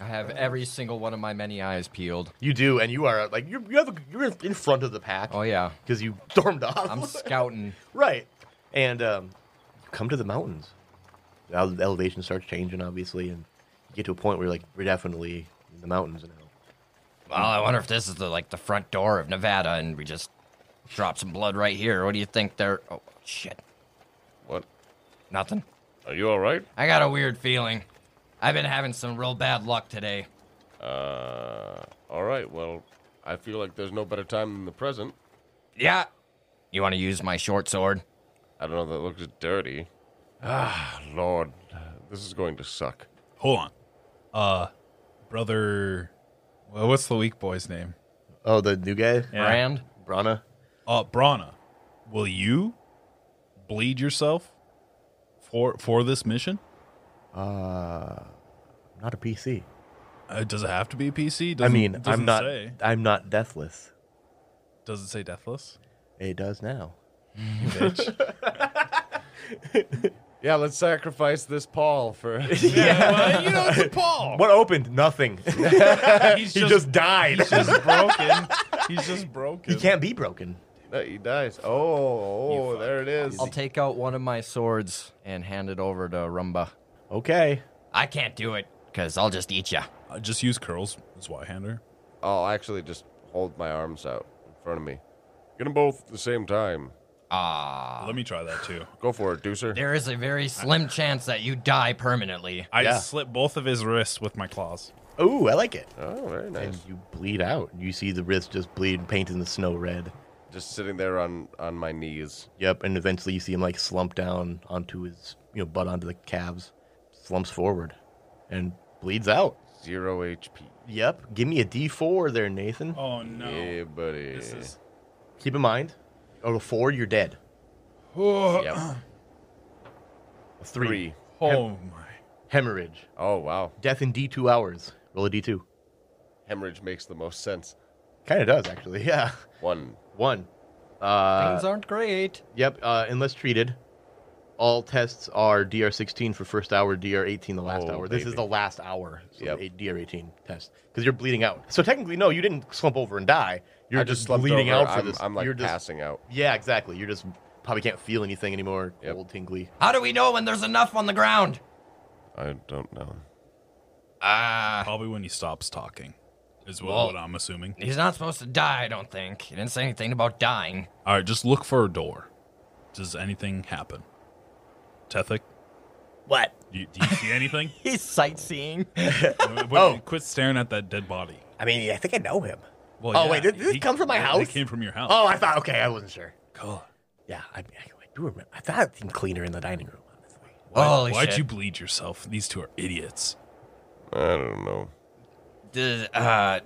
[SPEAKER 3] I have every single one of my many eyes peeled.
[SPEAKER 1] you do, and you are like you're you have a, you're in front of the pack.
[SPEAKER 3] Oh yeah,
[SPEAKER 1] because you stormed off.
[SPEAKER 3] I'm scouting.
[SPEAKER 1] right, and um, you come to the mountains. The ele- elevation starts changing, obviously, and you get to a point where you're like we're definitely in the mountains now.
[SPEAKER 3] Well, I wonder if this is the like the front door of Nevada, and we just drop some blood right here. What do you think? There. Oh shit.
[SPEAKER 4] What?
[SPEAKER 3] Nothing.
[SPEAKER 4] Are you all right?
[SPEAKER 3] I got a weird feeling. I've been having some real bad luck today.
[SPEAKER 4] Uh, all right. Well, I feel like there's no better time than the present.
[SPEAKER 3] Yeah. You want to use my short sword?
[SPEAKER 4] I don't know. That looks dirty. Ah, Lord, this is going to suck.
[SPEAKER 2] Hold on, uh, brother. Well, what's the weak boy's name?
[SPEAKER 1] Oh, the new guy,
[SPEAKER 2] Yeah.
[SPEAKER 3] Brand?
[SPEAKER 1] Brana.
[SPEAKER 2] Uh, Brana, will you bleed yourself for for this mission?
[SPEAKER 1] Uh, Not a PC.
[SPEAKER 2] Uh, does it have to be a PC?
[SPEAKER 1] I
[SPEAKER 2] Doesn't-
[SPEAKER 1] mean, I'm
[SPEAKER 2] doesn't
[SPEAKER 1] not.
[SPEAKER 2] Say.
[SPEAKER 1] I'm not deathless.
[SPEAKER 2] Does it say deathless?
[SPEAKER 1] It does now.
[SPEAKER 2] You bitch.
[SPEAKER 4] Yeah, let's sacrifice this Paul for.
[SPEAKER 2] you know, it's a Paul.
[SPEAKER 1] What opened? Nothing.
[SPEAKER 2] He's
[SPEAKER 1] he just died.
[SPEAKER 2] he's just broken. He's just broken.
[SPEAKER 1] He can't be broken.
[SPEAKER 4] no, he dies. Oh,
[SPEAKER 2] You
[SPEAKER 4] oh there it is.
[SPEAKER 3] I'll take out one of my swords and hand it over to Rumba.
[SPEAKER 1] Okay.
[SPEAKER 3] I can't do it, because I'll just eat ya.
[SPEAKER 2] Uh, just use curls as Y hander.
[SPEAKER 4] I'll actually just hold my arms out in front of me. Get them both at the same time.
[SPEAKER 3] Ah.
[SPEAKER 2] Let me try that too.
[SPEAKER 4] Go for it, Deucer.
[SPEAKER 3] There is a very slim chance that you die permanently.
[SPEAKER 2] I
[SPEAKER 1] Yeah.
[SPEAKER 2] slit both of his wrists with my claws.
[SPEAKER 1] Ooh, I like it.
[SPEAKER 4] Oh, very nice.
[SPEAKER 1] And you bleed out. You see the wrist just bleed, painting the snow red.
[SPEAKER 4] just sitting there on on my knees.
[SPEAKER 1] Yep, and eventually you see him like slump down onto his, you know, butt onto the calves, slumps forward, and bleeds out.
[SPEAKER 4] Zero HP.
[SPEAKER 1] Yep, give me a D4 there, Nathan.
[SPEAKER 2] Oh no.
[SPEAKER 4] Hey, buddy.
[SPEAKER 2] This is
[SPEAKER 1] Keep in mind, out of four, you're dead.
[SPEAKER 2] oh,
[SPEAKER 4] Yep.
[SPEAKER 1] A Three.
[SPEAKER 4] Three.
[SPEAKER 2] oh my.
[SPEAKER 1] Hemorrhage.
[SPEAKER 4] Oh wow.
[SPEAKER 1] Death in D2 hours. Roll a D2.
[SPEAKER 4] Hemorrhage makes the most sense.
[SPEAKER 1] Kind of does, actually. Yeah.
[SPEAKER 4] One.
[SPEAKER 1] One. Uh,
[SPEAKER 3] Things aren't great.
[SPEAKER 1] yep, uh, unless treated. All tests are DR16 for first hour, DR18 the last
[SPEAKER 4] Oh,
[SPEAKER 1] hour. This is
[SPEAKER 4] baby.
[SPEAKER 1] the last hour, so
[SPEAKER 4] Yep.
[SPEAKER 1] eight- DR18 test, because you're bleeding out. So technically, no, you didn't slump over and die. You're
[SPEAKER 4] I
[SPEAKER 1] just,
[SPEAKER 4] slept
[SPEAKER 1] bleeding
[SPEAKER 4] over.
[SPEAKER 1] out for
[SPEAKER 4] I'm,
[SPEAKER 1] this.
[SPEAKER 4] I'm like
[SPEAKER 1] you're just,
[SPEAKER 4] passing out.
[SPEAKER 1] Yeah, exactly. You're just probably can't feel anything anymore.
[SPEAKER 4] Yep.
[SPEAKER 1] Old tingly.
[SPEAKER 3] How do we know when there's enough on the ground?
[SPEAKER 4] I don't know.
[SPEAKER 3] Ah,
[SPEAKER 2] Probably when he stops talking, is what,
[SPEAKER 3] Well-
[SPEAKER 2] what I'm assuming.
[SPEAKER 3] he's not supposed to die. I don't think he didn't say anything about dying.
[SPEAKER 2] All right, just look for a door. Does anything happen? Tethic,
[SPEAKER 3] What?
[SPEAKER 2] do you, do you see anything?
[SPEAKER 3] He's sightseeing.
[SPEAKER 2] oh, quit staring at that dead body.
[SPEAKER 1] I mean, I think I know him.
[SPEAKER 2] Well,
[SPEAKER 1] Oh, wait, did this
[SPEAKER 2] he-
[SPEAKER 1] come from my
[SPEAKER 2] it-
[SPEAKER 1] house?
[SPEAKER 2] It came from your house.
[SPEAKER 1] Oh, I thought. Okay, I wasn't sure.
[SPEAKER 2] God.
[SPEAKER 1] Yeah, I, I, do remember. I thought I seen cleaner in the dining room. Honestly.
[SPEAKER 2] Why,
[SPEAKER 3] Holy
[SPEAKER 2] why'd
[SPEAKER 3] shit.
[SPEAKER 2] you bleed yourself? These two are idiots.
[SPEAKER 4] I don't know.
[SPEAKER 3] Did, uh,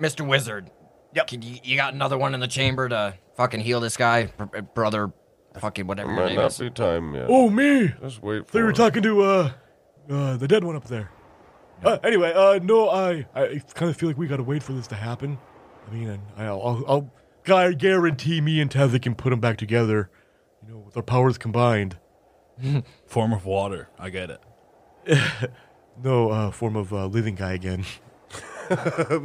[SPEAKER 3] Mr. Wizard.
[SPEAKER 1] Yep.
[SPEAKER 3] Can you, you got another one in the chamber to fucking heal this guy, Br- brother? Fucking whatever your
[SPEAKER 4] Might
[SPEAKER 3] name
[SPEAKER 4] not
[SPEAKER 3] is.
[SPEAKER 4] be time yet.
[SPEAKER 5] Oh me!
[SPEAKER 4] Just wait for
[SPEAKER 5] They were
[SPEAKER 4] it.
[SPEAKER 5] talking to uh, uh the dead one up there. Uh, anyway, uh, no, I I kind of feel like we gotta wait for this to happen. I mean, I- I'll I'll, I'll I guarantee me and Tezzy can put them back together. You know, with our powers combined.
[SPEAKER 2] Form of water. I get it.
[SPEAKER 5] No uh, form of uh, living guy again.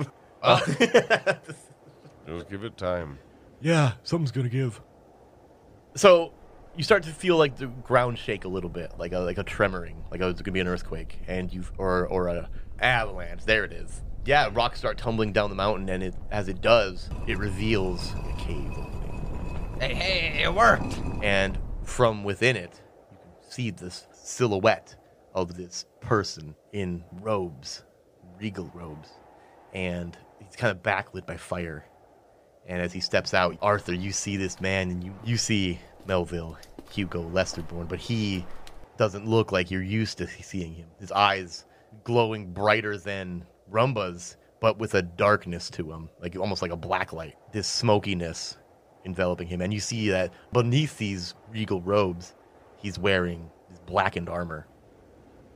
[SPEAKER 4] Just give it time.
[SPEAKER 5] yeah, something's gonna give.
[SPEAKER 1] So you start to feel like the ground shake a little bit, like a like a tremoring, like it's gonna be an earthquake, and you or or a avalanche. There it is. Yeah, rocks start tumbling down the mountain, and it as it does, it reveals a cave opening.
[SPEAKER 3] Hey, hey, it worked.
[SPEAKER 1] and from within it, you can see this silhouette of this person in robes, regal robes, and he's kind of backlit by fire. And as he steps out, Arthur, you see this man, and you, you see Melville, Hugo Lesterborn, but he doesn't look like you're used to seeing him. His eyes glowing brighter than Rumba's, but with a darkness to him, like almost like a black light. This smokiness enveloping him, and you see that beneath these regal robes, he's wearing this blackened armor.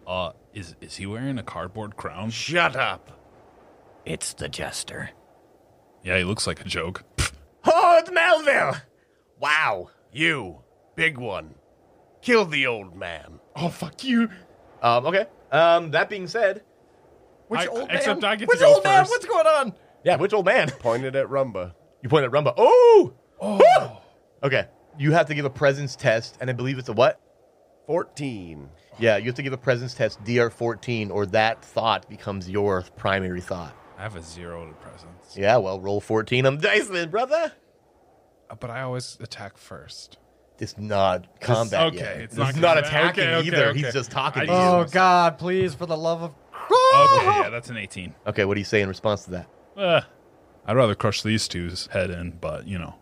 [SPEAKER 2] Uh, is is he wearing a cardboard crown?
[SPEAKER 4] Shut up.
[SPEAKER 3] It's the jester.
[SPEAKER 2] Yeah, he looks like a joke.
[SPEAKER 1] Oh, it's Melville! Wow.
[SPEAKER 4] You, big one. Kill the old man.
[SPEAKER 2] oh fuck you!
[SPEAKER 1] Um, okay. Um, that being said,
[SPEAKER 3] Which
[SPEAKER 2] I-
[SPEAKER 3] old man?
[SPEAKER 2] except I get to
[SPEAKER 3] Which
[SPEAKER 2] go
[SPEAKER 3] old man?
[SPEAKER 2] first.
[SPEAKER 3] What's going on?
[SPEAKER 1] yeah, which old man?
[SPEAKER 4] Pointed at Rumba.
[SPEAKER 1] You point at Rumba. Oh!
[SPEAKER 2] Oh,
[SPEAKER 1] Okay. You have to give a presence test, and I believe it's a what?
[SPEAKER 4] 14.
[SPEAKER 1] Yeah, you have to give a presence test DR14, or that thought becomes your primary thought.
[SPEAKER 2] I have a zero to presence.
[SPEAKER 1] Yeah, well, roll 14 on the dice then, brother.
[SPEAKER 2] But I always attack first.
[SPEAKER 1] It's not combat.
[SPEAKER 2] okay,
[SPEAKER 1] yet.
[SPEAKER 2] it's
[SPEAKER 1] It's
[SPEAKER 2] not
[SPEAKER 1] not,
[SPEAKER 2] combat.
[SPEAKER 1] attacking
[SPEAKER 2] Okay, okay,
[SPEAKER 1] either.
[SPEAKER 2] okay.
[SPEAKER 1] He's just talking
[SPEAKER 2] I
[SPEAKER 1] to you.
[SPEAKER 2] just-
[SPEAKER 1] Okay.
[SPEAKER 5] Uh,
[SPEAKER 2] Oh,
[SPEAKER 3] God, please, for the love of.
[SPEAKER 2] Okay, yeah, that's an eighteen.
[SPEAKER 1] what do you say in response to that?
[SPEAKER 2] Uh, I'd rather crush these two's head in, but you know,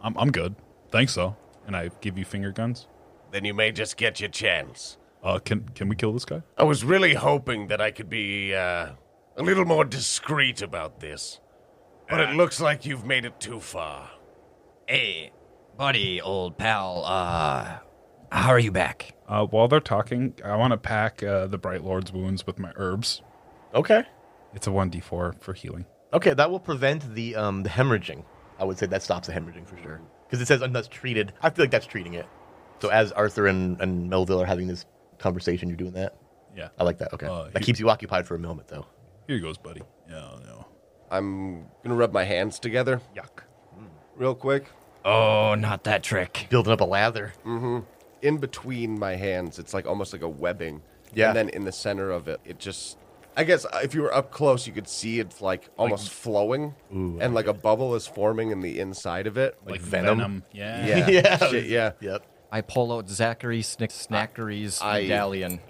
[SPEAKER 2] I'm I'm good. Thanks so. And I give you finger guns.
[SPEAKER 4] Then you may just get your chance.
[SPEAKER 2] Uh, can can we kill this guy?
[SPEAKER 4] I was really hoping that I could be uh, a little more discreet about this. But it looks like you've made it too far.
[SPEAKER 3] Hey, buddy, old pal. Uh, how are you back?
[SPEAKER 2] Uh, while they're talking, I want to pack uh, the Bright Lord's wounds with my herbs.
[SPEAKER 1] Okay.
[SPEAKER 2] It's a one d four for healing.
[SPEAKER 1] Okay, that will prevent the um the hemorrhaging. I would say that stops the hemorrhaging for sure. Because it says unless treated. I feel like that's treating it. So as Arthur and, and Melville are having this conversation, you're doing that?
[SPEAKER 2] Yeah.
[SPEAKER 1] I like that. Okay.
[SPEAKER 2] Uh,
[SPEAKER 1] that
[SPEAKER 2] he-
[SPEAKER 1] keeps you occupied for a moment, though.
[SPEAKER 2] Here goes, buddy. Yeah, no.
[SPEAKER 4] I'm gonna rub my hands together
[SPEAKER 2] Yuck.
[SPEAKER 4] real quick.
[SPEAKER 3] Oh, not that trick.
[SPEAKER 1] Building up a lather.
[SPEAKER 4] In between my hands, it's like almost like a webbing.
[SPEAKER 1] Yeah.
[SPEAKER 4] And then in the center of it, it just. I guess uh, if you were up close, you could see it's like almost flowing, and like a bubble is forming in the inside of it.
[SPEAKER 2] Like,
[SPEAKER 1] venom?
[SPEAKER 2] venom. Yeah.
[SPEAKER 4] yeah,
[SPEAKER 1] Yeah.
[SPEAKER 4] shit, yeah.
[SPEAKER 1] Yep.
[SPEAKER 3] I pull out Zachary Snick- Snackery's
[SPEAKER 4] I-
[SPEAKER 3] medallion.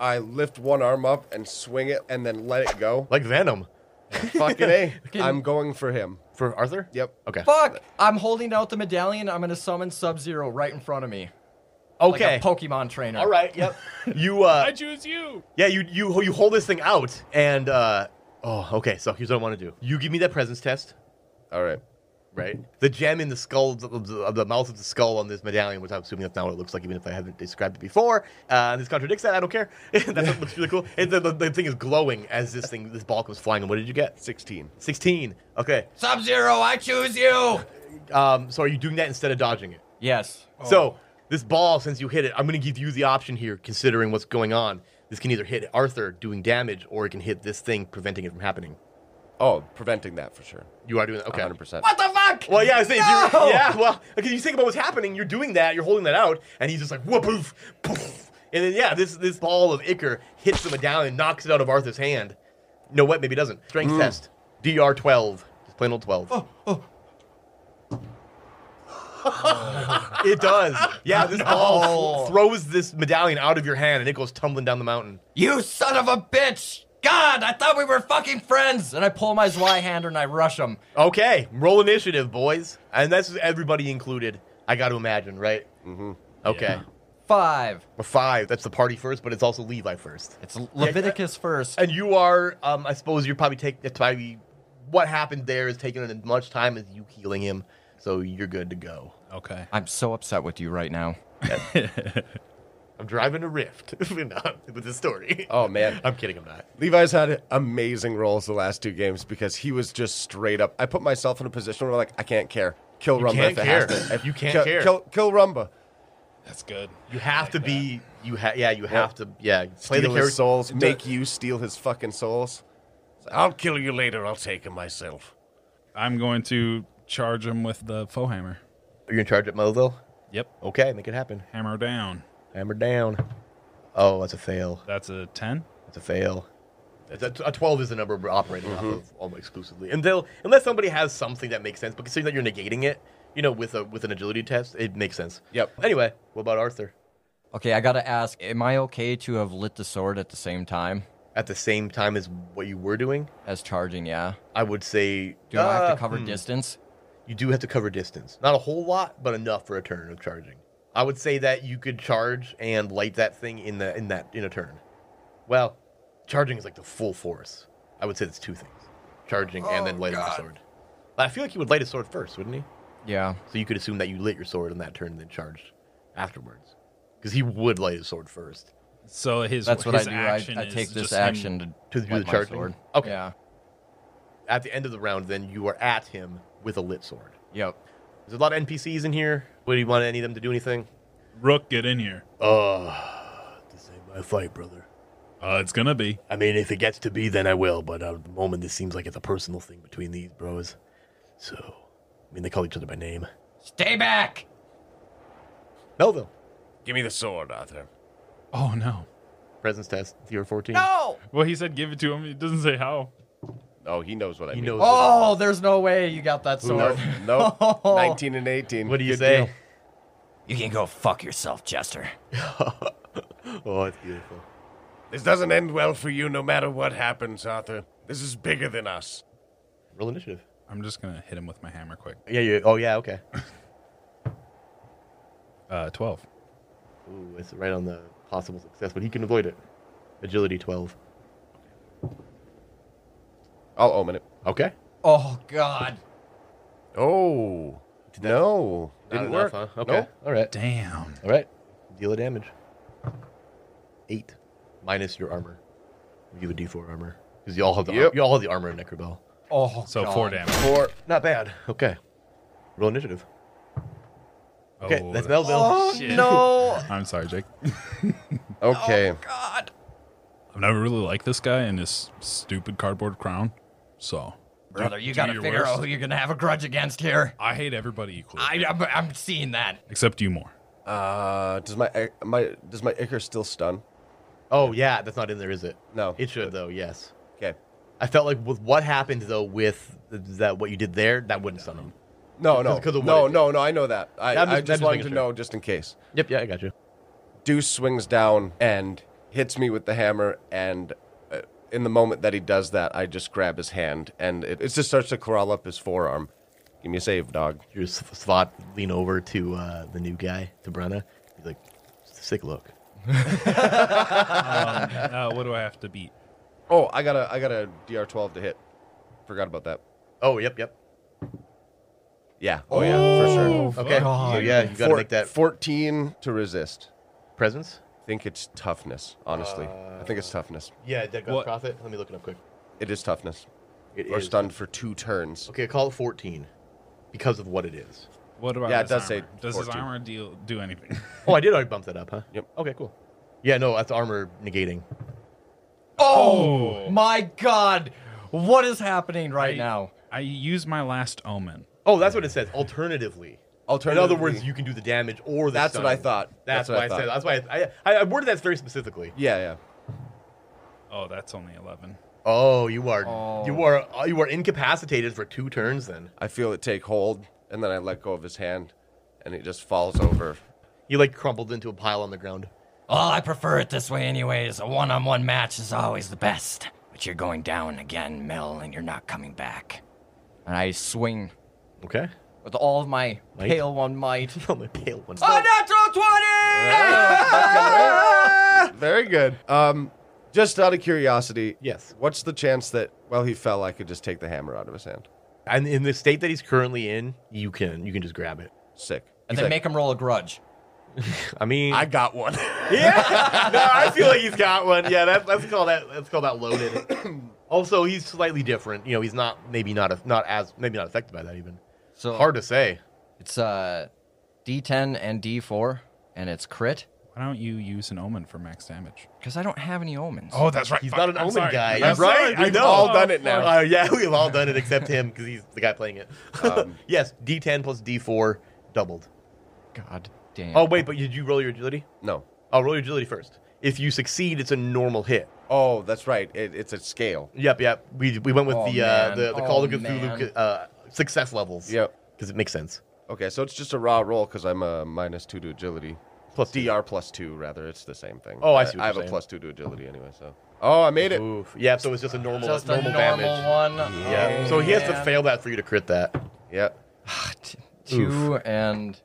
[SPEAKER 4] I lift one arm up and swing it, and then let it go.
[SPEAKER 1] Like Venom.
[SPEAKER 4] Fucking A. I'm going for him.
[SPEAKER 1] For Arthur?
[SPEAKER 4] Yep.
[SPEAKER 1] Okay.
[SPEAKER 3] Fuck! I'm holding out the medallion. I'm gonna summon Sub Zero right in front of me. Like
[SPEAKER 1] Okay.
[SPEAKER 3] a Pokemon trainer.
[SPEAKER 1] All right. Yep. you. Uh,
[SPEAKER 2] I choose you.
[SPEAKER 1] Yeah, you you you hold this thing out and uh oh, okay. So here's what I want to do. You give me that presence test,
[SPEAKER 4] All right.
[SPEAKER 1] right? The gem in the skull of the, of the mouth of the skull on this medallion, which I'm assuming that's not what it looks like, even if I haven't described it before. Uh, this contradicts that. I don't care. that looks really cool. And the, the, the thing is glowing as this thing this ball comes flying. And what did you get?
[SPEAKER 4] 16.
[SPEAKER 1] Sixteen. Okay.
[SPEAKER 3] Sub Zero, I choose you.
[SPEAKER 1] Um, so are you doing that instead of dodging it?
[SPEAKER 3] Yes.
[SPEAKER 1] So this ball, since you hit it, I'm going to give you the option here, considering what's going on. This can either hit Arthur doing damage, or it can hit this thing, preventing it from happening.
[SPEAKER 4] Oh, preventing that for sure.
[SPEAKER 1] You are doing that. Okay.
[SPEAKER 4] 100%.
[SPEAKER 3] What the fuck?
[SPEAKER 1] Well, yeah, I was saying, if
[SPEAKER 3] No!
[SPEAKER 1] you, yeah. Well, because you think about what's happening, you're doing that, you're holding that out, and he's just like whoop poof, poof, and then yeah, this this ball of ichor hits the medallion, knocks it out of Arthur's hand. You know what? Maybe it doesn't. Strength test, DR twelve, just plain old twelve. it does. Yeah, this ball throws this medallion out of your hand, and it goes tumbling down the mountain.
[SPEAKER 3] You son of a bitch! God, I thought we were fucking friends! And I pull my Zweihander and I rush him.
[SPEAKER 1] Okay, roll initiative, boys, and that's everybody included. I got to imagine, right? Mm-hmm. Okay.
[SPEAKER 2] Yeah.
[SPEAKER 3] Five.
[SPEAKER 1] Well, five. That's the party first, but it's also Levi first.
[SPEAKER 3] It's Leviticus first.
[SPEAKER 1] And you are, um, I suppose you're probably taking, that's probably what happened there is taking as much time as you healing him. So you're good to go.
[SPEAKER 2] Okay.
[SPEAKER 3] I'm so upset with you right now.
[SPEAKER 1] I'm driving a rift No, with this story.
[SPEAKER 4] Oh, man.
[SPEAKER 1] I'm kidding, I'm not.
[SPEAKER 4] Levi's had amazing rolls the last two games because he was just straight up. I put myself in a position where, like, I can't care. Kill Rumba
[SPEAKER 1] can't
[SPEAKER 4] if it
[SPEAKER 1] care.
[SPEAKER 4] has to. If-
[SPEAKER 1] You can't
[SPEAKER 4] kill,
[SPEAKER 1] care.
[SPEAKER 4] Kill, kill Rumba.
[SPEAKER 2] That's good.
[SPEAKER 1] You have to be, you have, yeah, you have to, yeah, play
[SPEAKER 4] Steal
[SPEAKER 1] the character.
[SPEAKER 4] his souls. Make you steal his fucking souls.
[SPEAKER 6] I'll kill you later. I'll take him myself.
[SPEAKER 2] I'm going to charge him with the foe hammer.
[SPEAKER 1] You're in charge at Melville?
[SPEAKER 2] Yep.
[SPEAKER 1] Okay, make it happen.
[SPEAKER 2] Hammer down.
[SPEAKER 1] Hammer down. Oh, that's a fail.
[SPEAKER 2] That's a ten.
[SPEAKER 1] It's a fail. A a 12 is the number we're operating
[SPEAKER 3] Mm-hmm.
[SPEAKER 1] off of almost exclusively. Until, unless somebody has something that makes sense, but considering that you're negating it, you know, with a with an agility test, it makes sense.
[SPEAKER 4] Yep.
[SPEAKER 1] Anyway, what about Arthur?
[SPEAKER 3] Okay, I gotta ask, am I okay to have lit the sword at the same time
[SPEAKER 1] At the same time as what you were doing,
[SPEAKER 3] as charging, yeah?
[SPEAKER 1] I would say
[SPEAKER 3] Do I have
[SPEAKER 1] uh,
[SPEAKER 3] to cover distance?
[SPEAKER 1] you do have to cover distance. Not a whole lot, but enough for a turn of charging. I would say that you could charge and light that thing in the in that in a turn. Well, charging is like the full force. I would say that's two things: charging and
[SPEAKER 3] Oh,
[SPEAKER 1] then lighting the sword. But I feel like he would light his sword first, wouldn't he?
[SPEAKER 3] Yeah.
[SPEAKER 1] So you could assume that you lit your sword on that turn and then charged afterwards, because he would light his sword first.
[SPEAKER 2] So his
[SPEAKER 3] That's what I
[SPEAKER 2] his
[SPEAKER 3] do.
[SPEAKER 2] action
[SPEAKER 3] I, I
[SPEAKER 2] is
[SPEAKER 3] take this
[SPEAKER 2] just him-
[SPEAKER 3] action to,
[SPEAKER 1] To do
[SPEAKER 3] light
[SPEAKER 1] the
[SPEAKER 3] my
[SPEAKER 1] charging?
[SPEAKER 3] sword.
[SPEAKER 1] Okay.
[SPEAKER 3] Yeah.
[SPEAKER 1] At the end of the round, then you are at him with a lit sword.
[SPEAKER 3] Yep.
[SPEAKER 1] There's a lot of NPCs in here. Would you want any of them to do anything?
[SPEAKER 2] Rook, get in here.
[SPEAKER 1] This ain't my fight, brother.
[SPEAKER 2] Uh, it's gonna be.
[SPEAKER 1] I mean, if it gets to be, then I will. But at the moment, this seems like it's a personal thing between these bros. So, I mean, they call each other by name.
[SPEAKER 3] Stay back!
[SPEAKER 1] Melville.
[SPEAKER 6] Give me the sword, Arthur.
[SPEAKER 2] Oh no.
[SPEAKER 1] Presence test, tier 14.
[SPEAKER 3] No!
[SPEAKER 2] Well, he said give it to him. He doesn't say how.
[SPEAKER 4] Oh, he knows what I
[SPEAKER 1] He
[SPEAKER 4] mean.
[SPEAKER 1] knows.
[SPEAKER 3] Oh, there's no way you got that sword.
[SPEAKER 4] Nope. nope. 19 and 18.
[SPEAKER 1] what do you
[SPEAKER 4] Good
[SPEAKER 1] say?
[SPEAKER 4] deal.
[SPEAKER 3] You can go fuck yourself, Jester.
[SPEAKER 1] Oh, it's beautiful.
[SPEAKER 6] This doesn't end well for you no matter what happens, Arthur. This is bigger than us.
[SPEAKER 1] Roll initiative.
[SPEAKER 2] I'm just gonna hit him with my hammer quick.
[SPEAKER 1] Yeah, you. Oh, yeah, okay.
[SPEAKER 2] Uh, twelve.
[SPEAKER 1] Ooh, it's right on the possible success, but he can avoid it. Agility 12.
[SPEAKER 4] I'll omen it.
[SPEAKER 1] Okay.
[SPEAKER 3] Oh, God.
[SPEAKER 4] Oh. No.
[SPEAKER 1] Not
[SPEAKER 4] Didn't
[SPEAKER 1] enough,
[SPEAKER 4] work.
[SPEAKER 1] huh? Okay.
[SPEAKER 4] Nope.
[SPEAKER 1] All right.
[SPEAKER 2] Damn.
[SPEAKER 1] All right. Deal a damage. Eight minus your armor. Give a D4 armor because you all have the
[SPEAKER 4] Yep.
[SPEAKER 1] you all have the armor in Necrobell.
[SPEAKER 3] Oh,
[SPEAKER 2] So
[SPEAKER 3] God.
[SPEAKER 2] four damage.
[SPEAKER 1] Four. Not bad. Okay. Roll initiative. Okay,
[SPEAKER 2] Oh,
[SPEAKER 1] that's Melville.
[SPEAKER 3] Oh, no.
[SPEAKER 2] I'm sorry, Jake.
[SPEAKER 4] Okay.
[SPEAKER 3] God.
[SPEAKER 2] I've never really liked this guy and his stupid cardboard crown. So,
[SPEAKER 3] Brother, you
[SPEAKER 2] do
[SPEAKER 3] gotta
[SPEAKER 2] your
[SPEAKER 3] figure out
[SPEAKER 2] worst.
[SPEAKER 3] who you're gonna have a grudge against here.
[SPEAKER 2] I hate everybody equally,
[SPEAKER 3] I, I'm, I'm seeing that.
[SPEAKER 2] except you more.
[SPEAKER 4] Uh, does my my does my Icar still stun?
[SPEAKER 1] Oh yeah, that's not in there, is it?
[SPEAKER 4] No.
[SPEAKER 1] It should though. Yes.
[SPEAKER 4] Okay.
[SPEAKER 1] I felt like with what happened though with that what you did there that wouldn't stun him.
[SPEAKER 4] No, no,
[SPEAKER 1] 'Cause of what
[SPEAKER 4] no,
[SPEAKER 1] it-
[SPEAKER 4] no, no. I know that.
[SPEAKER 1] I'm
[SPEAKER 4] I,
[SPEAKER 1] just-
[SPEAKER 4] I
[SPEAKER 1] I'm
[SPEAKER 4] just,
[SPEAKER 1] just
[SPEAKER 4] wanted
[SPEAKER 1] making
[SPEAKER 4] to
[SPEAKER 1] sure.
[SPEAKER 4] know just in case.
[SPEAKER 1] Yep. Yeah, I got you.
[SPEAKER 4] Deuce swings down and hits me with the hammer, and uh, in the moment that he does that, I just grab his hand and it, it just starts to crawl up his forearm. Give me a save, dog.
[SPEAKER 1] Your s- slot lean over to uh, the new guy, to Brenna. He's like, sick look.
[SPEAKER 3] Um,
[SPEAKER 2] Uh, what do I have to beat?
[SPEAKER 4] Oh, I got a I got a DR twelve to hit. Forgot about that.
[SPEAKER 1] Oh, yep, yep.
[SPEAKER 4] Yeah. Oh, yeah, for sure.
[SPEAKER 1] Okay. So yeah, you got to
[SPEAKER 4] Four-
[SPEAKER 1] make that
[SPEAKER 4] fourteen to resist.
[SPEAKER 1] presence.
[SPEAKER 4] I think it's toughness, honestly.
[SPEAKER 1] Uh,
[SPEAKER 4] I think it's toughness.
[SPEAKER 1] Yeah, that
[SPEAKER 2] What?
[SPEAKER 1] profit. Let me look it up quick.
[SPEAKER 4] It is toughness.
[SPEAKER 1] It
[SPEAKER 4] Or
[SPEAKER 1] is-
[SPEAKER 4] stunned for two turns.
[SPEAKER 1] Okay, call it 14 because of what it is.
[SPEAKER 2] What about
[SPEAKER 4] Yeah, it
[SPEAKER 2] his
[SPEAKER 4] does say
[SPEAKER 2] armor? Does his
[SPEAKER 4] 14.
[SPEAKER 2] armor deal do anything?
[SPEAKER 1] Oh, I did already bump that up, huh?
[SPEAKER 4] Yep.
[SPEAKER 1] Okay, cool. Yeah, no, that's armor negating.
[SPEAKER 2] Oh,
[SPEAKER 3] My God, what is happening right now?
[SPEAKER 2] I used my last omen.
[SPEAKER 1] Oh, that's what it says. Alternatively. In
[SPEAKER 4] Alternatively-
[SPEAKER 1] other words, you can do the damage or the
[SPEAKER 4] That's what I
[SPEAKER 1] stun.
[SPEAKER 4] thought.
[SPEAKER 1] That's,
[SPEAKER 4] That's what
[SPEAKER 1] why
[SPEAKER 4] I
[SPEAKER 1] I, said.
[SPEAKER 4] thought.
[SPEAKER 1] That's why I, I, I worded that very specifically.
[SPEAKER 4] Yeah, yeah.
[SPEAKER 2] Oh, that's only eleven.
[SPEAKER 1] Oh, you are you are uh, you are incapacitated for two turns. Then
[SPEAKER 4] I feel it take hold, and then I let go of his hand, and it just falls over.
[SPEAKER 1] you like crumpled into a pile on the ground.
[SPEAKER 3] Oh, I prefer it this way, anyways. A one on one match is always the best. But you're going down again, Mel, and you're not coming back. And I swing
[SPEAKER 1] Okay.
[SPEAKER 3] with all of my
[SPEAKER 1] Might.
[SPEAKER 3] pale one might.
[SPEAKER 1] Oh my pale one.
[SPEAKER 3] A natural 20!
[SPEAKER 4] Very good. Um, just out of curiosity,
[SPEAKER 1] Yes.
[SPEAKER 4] What's the chance that while he fell, I could just take the hammer out of his hand?
[SPEAKER 1] And in the state that he's currently in, you can you can just grab it.
[SPEAKER 4] Sick.
[SPEAKER 3] And then
[SPEAKER 4] Sick.
[SPEAKER 3] make him roll a grudge.
[SPEAKER 1] I mean,
[SPEAKER 6] I got one.
[SPEAKER 1] yeah. no, I feel like he's got one. Yeah, that, let's call that let's call that loaded. also, he's slightly different. You know, he's not maybe not a, not as maybe not affected by that even.
[SPEAKER 3] So
[SPEAKER 1] Hard to say.
[SPEAKER 3] it's uh, D10 and D4, and it's crit,
[SPEAKER 2] Why don't you use an omen for max damage?
[SPEAKER 3] because I don't have any omens.
[SPEAKER 6] Oh, that's right.
[SPEAKER 1] He's
[SPEAKER 6] Fuck,
[SPEAKER 1] not an
[SPEAKER 6] I'm
[SPEAKER 1] omen
[SPEAKER 6] sorry.
[SPEAKER 1] guy.
[SPEAKER 6] I'm
[SPEAKER 1] right?
[SPEAKER 6] sorry. We've all done it now.
[SPEAKER 1] Uh, yeah, we've all done it except him because he's the guy playing it. yes, D10 plus D4 doubled.
[SPEAKER 3] God damn.
[SPEAKER 1] Oh wait, but did you roll your agility?
[SPEAKER 4] No.
[SPEAKER 1] I'll roll your agility first. If you succeed, it's a normal hit.
[SPEAKER 4] Oh, that's right. It, it's a scale.
[SPEAKER 1] Yep, yep. We, we went with
[SPEAKER 3] Oh,
[SPEAKER 1] the, uh,
[SPEAKER 3] man.
[SPEAKER 1] the the Call of
[SPEAKER 3] Oh,
[SPEAKER 1] Cthulhu uh, success levels.
[SPEAKER 4] Yep.
[SPEAKER 1] because it makes sense.
[SPEAKER 4] Okay, so it's just a raw roll because I'm a minus two to agility.
[SPEAKER 1] Plus two.
[SPEAKER 4] DR plus two, rather. It's the same thing.
[SPEAKER 1] Oh, I see what
[SPEAKER 4] I have
[SPEAKER 1] you're
[SPEAKER 4] a
[SPEAKER 1] saying.
[SPEAKER 4] plus two to agility anyway, so. Oh, I made it.
[SPEAKER 1] Oof. Yeah, so it's just a normal
[SPEAKER 3] Just
[SPEAKER 1] normal,
[SPEAKER 3] a normal
[SPEAKER 1] damage.
[SPEAKER 3] one.
[SPEAKER 1] Yeah.
[SPEAKER 3] Oh,
[SPEAKER 1] so he has to
[SPEAKER 3] man.
[SPEAKER 1] fail that for you to crit that.
[SPEAKER 4] Yeah.
[SPEAKER 3] T- Two and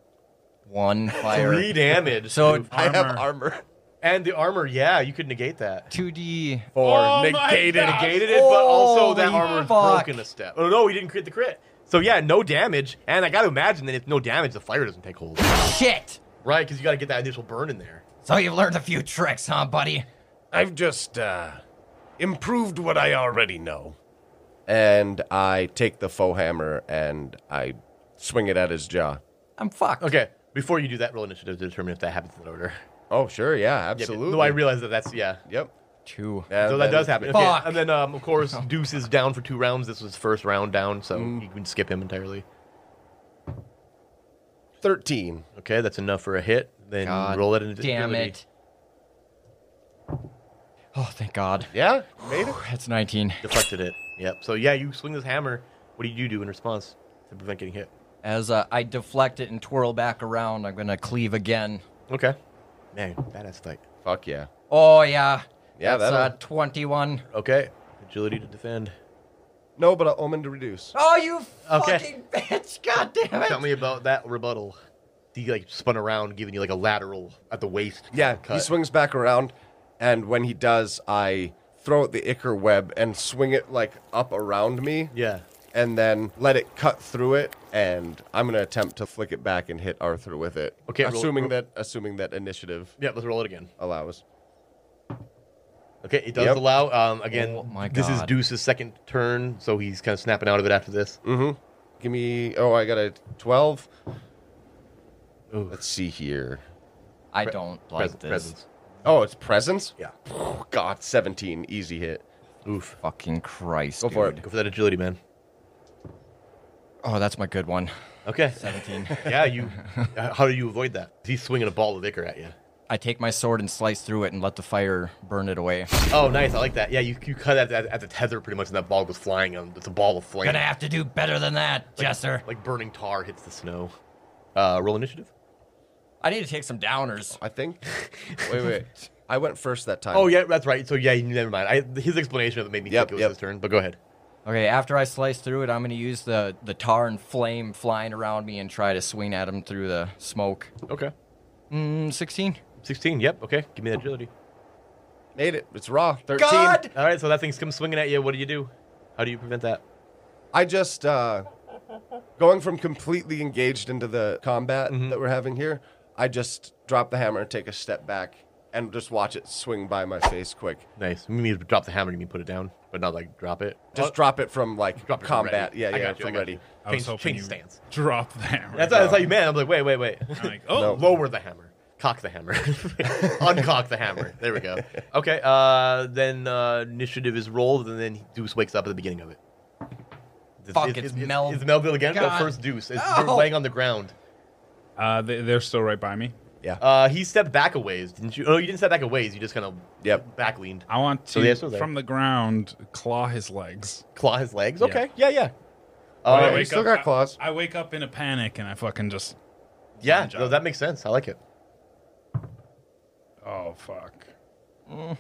[SPEAKER 3] one fire.
[SPEAKER 1] Three damage.
[SPEAKER 3] So
[SPEAKER 4] I have armor.
[SPEAKER 1] and the armor, yeah, you could negate that.
[SPEAKER 3] 2D.
[SPEAKER 4] Four.
[SPEAKER 6] Negated.
[SPEAKER 1] negated it, but also that
[SPEAKER 3] Holy
[SPEAKER 1] armor is
[SPEAKER 3] fuck.
[SPEAKER 1] broken a step. Oh no, he didn't crit the crit. So yeah, no damage, and I gotta imagine that if no damage, the fire doesn't take hold,
[SPEAKER 3] Shit!
[SPEAKER 1] right? Because you gotta get that initial burn in there.
[SPEAKER 3] So you've learned a few tricks, huh, buddy?
[SPEAKER 6] I've just uh, improved what I already know.
[SPEAKER 4] And I take the faux hammer and I swing it at his jaw.
[SPEAKER 3] I'm fucked.
[SPEAKER 1] Okay, before you do that, roll initiative to determine if that happens in that order.
[SPEAKER 4] Oh, sure. Yeah,
[SPEAKER 1] Yeah, but-
[SPEAKER 4] absolutely.
[SPEAKER 1] Though I realize that that's yeah.
[SPEAKER 4] Yep.
[SPEAKER 3] Two.
[SPEAKER 4] And
[SPEAKER 1] So that
[SPEAKER 4] then-
[SPEAKER 1] does happen. Okay,
[SPEAKER 3] Fuck.
[SPEAKER 1] And then um, of course, Deuce is down for two rounds. This was first round down, so you can skip him entirely.
[SPEAKER 4] 13.
[SPEAKER 1] Okay, that's enough for a hit. Then
[SPEAKER 3] God
[SPEAKER 1] roll it in
[SPEAKER 3] Damn
[SPEAKER 1] agility.
[SPEAKER 3] it. Oh, thank God.
[SPEAKER 4] Yeah, made it.
[SPEAKER 3] That's 19.
[SPEAKER 1] Deflected it. Yep. So yeah, you swing this hammer. What do you do in response to prevent getting hit?
[SPEAKER 3] As uh, I deflect it and twirl back around, I'm going to cleave again.
[SPEAKER 1] Okay. Man, badass fight.
[SPEAKER 4] Fuck yeah.
[SPEAKER 3] Oh, yeah.
[SPEAKER 4] Yeah,
[SPEAKER 3] That's uh,
[SPEAKER 4] that'll-
[SPEAKER 3] 21.
[SPEAKER 1] Okay. Agility to defend.
[SPEAKER 4] No, but an omen to reduce.
[SPEAKER 3] Oh, you
[SPEAKER 1] Okay.
[SPEAKER 3] fucking bitch. God damn it.
[SPEAKER 1] Tell me about that rebuttal. He like spun around, giving you like a lateral at the waist.
[SPEAKER 4] Yeah, he
[SPEAKER 1] cut.
[SPEAKER 4] swings back around, and when he does, I throw out the Icar web and swing it like up around me.
[SPEAKER 1] Yeah.
[SPEAKER 4] And then let it cut through it, and I'm gonna attempt to flick it back and hit Arthur with it.
[SPEAKER 1] Okay, roll-
[SPEAKER 4] assuming
[SPEAKER 1] roll-
[SPEAKER 4] that assuming that initiative
[SPEAKER 1] Yeah. Let's roll it again.
[SPEAKER 4] allows.
[SPEAKER 1] Okay. It does
[SPEAKER 4] Yep.
[SPEAKER 1] allow. Um. Again.
[SPEAKER 3] Oh my
[SPEAKER 1] This is
[SPEAKER 3] God.
[SPEAKER 1] Deuce's second turn, so he's kind of snapping out of it after this.
[SPEAKER 4] Give me. Oh, I got a twelve.
[SPEAKER 1] Ooh.
[SPEAKER 4] Let's see here.
[SPEAKER 3] I don't like
[SPEAKER 1] Pres-
[SPEAKER 3] this.
[SPEAKER 1] Presence.
[SPEAKER 4] Oh, it's presence.
[SPEAKER 1] Yeah.
[SPEAKER 4] Oh, God, seventeen, easy hit.
[SPEAKER 1] Oof.
[SPEAKER 3] Fucking Christ.
[SPEAKER 4] Go for it.
[SPEAKER 3] dude.
[SPEAKER 1] Go for that agility, man.
[SPEAKER 3] Oh, that's my good one.
[SPEAKER 1] Okay.
[SPEAKER 3] 17.
[SPEAKER 1] yeah. You. How do you avoid that? He's swinging a ball of ichor at you.
[SPEAKER 3] I take my sword and slice through it and let the fire burn it away.
[SPEAKER 1] Oh, nice. I like that. Yeah. You, you cut at, at, at the tether pretty much, and that ball goes flying. Um, it's a ball of flame.
[SPEAKER 3] Gonna have to do better than that, Jester.
[SPEAKER 1] Like burning tar hits the snow. Uh, roll initiative.
[SPEAKER 3] I need to take some downers.
[SPEAKER 4] I think. Wait, wait. I went first that time.
[SPEAKER 1] Oh yeah, that's right. So yeah, you- never mind. I, his explanation of it made me
[SPEAKER 4] Yep,
[SPEAKER 1] think it was
[SPEAKER 4] yep.
[SPEAKER 1] his turn. But go ahead.
[SPEAKER 3] Okay, after I slice through it, I'm going to use the, the tar and flame flying around me and try to swing at him through the smoke.
[SPEAKER 1] Okay.
[SPEAKER 3] Mm, 16?
[SPEAKER 1] Sixteen. Yep. Okay. Give me that agility.
[SPEAKER 4] Made it. It's raw. 13.
[SPEAKER 3] God!
[SPEAKER 1] All right. So that thing's come swinging at you. What do you do? How do you prevent that?
[SPEAKER 4] I just uh going from completely engaged into the combat
[SPEAKER 1] Mm-hmm.
[SPEAKER 4] that we're having here, I just drop the hammer, take a step back, and just watch it swing by my face quick.
[SPEAKER 1] Nice. You mean to drop the hammer? You mean put it down, but not like drop it.
[SPEAKER 4] Just drop it from like
[SPEAKER 1] Oh. Drop it from
[SPEAKER 4] combat.
[SPEAKER 1] ready.
[SPEAKER 4] Yeah,
[SPEAKER 1] I
[SPEAKER 4] yeah,
[SPEAKER 1] got you, I
[SPEAKER 4] from
[SPEAKER 1] got
[SPEAKER 4] ready.
[SPEAKER 1] you.
[SPEAKER 2] I was
[SPEAKER 1] Change,
[SPEAKER 2] hoping
[SPEAKER 1] change
[SPEAKER 2] you
[SPEAKER 1] stance.
[SPEAKER 2] Drop the hammer.
[SPEAKER 1] That's, how- that's how you meant. I'm like, wait, wait, wait.
[SPEAKER 2] I'm like, oh,
[SPEAKER 1] Lower the hammer. Cock the hammer. Uncock the hammer. There we go. Okay. Uh, then uh, initiative is rolled, and then Deuce wakes up at the beginning of it. It's-
[SPEAKER 3] Fuck, it's Mel-
[SPEAKER 1] It's Melville again. No,
[SPEAKER 3] God.
[SPEAKER 1] first Deuce. It's,
[SPEAKER 3] No.
[SPEAKER 1] You're laying on the ground.
[SPEAKER 2] uh, they, they're still right by me.
[SPEAKER 1] Uh, he stepped back a ways, didn't you? Oh, you didn't step back a ways. You just kind of
[SPEAKER 4] Yep.
[SPEAKER 1] back leaned.
[SPEAKER 2] I want to
[SPEAKER 1] So they're still there.
[SPEAKER 2] from the ground claw his legs.
[SPEAKER 1] Claw his legs.
[SPEAKER 2] Yeah.
[SPEAKER 1] Okay. Yeah, yeah.
[SPEAKER 2] When I
[SPEAKER 1] Uh,
[SPEAKER 4] you
[SPEAKER 2] wake
[SPEAKER 4] still
[SPEAKER 2] up-
[SPEAKER 4] got
[SPEAKER 2] I-
[SPEAKER 4] claws.
[SPEAKER 2] I, wake up in a panic and I fucking just
[SPEAKER 1] yeah.
[SPEAKER 2] job.
[SPEAKER 1] No, that makes sense. I like it.
[SPEAKER 2] oh fuck.
[SPEAKER 1] Mm.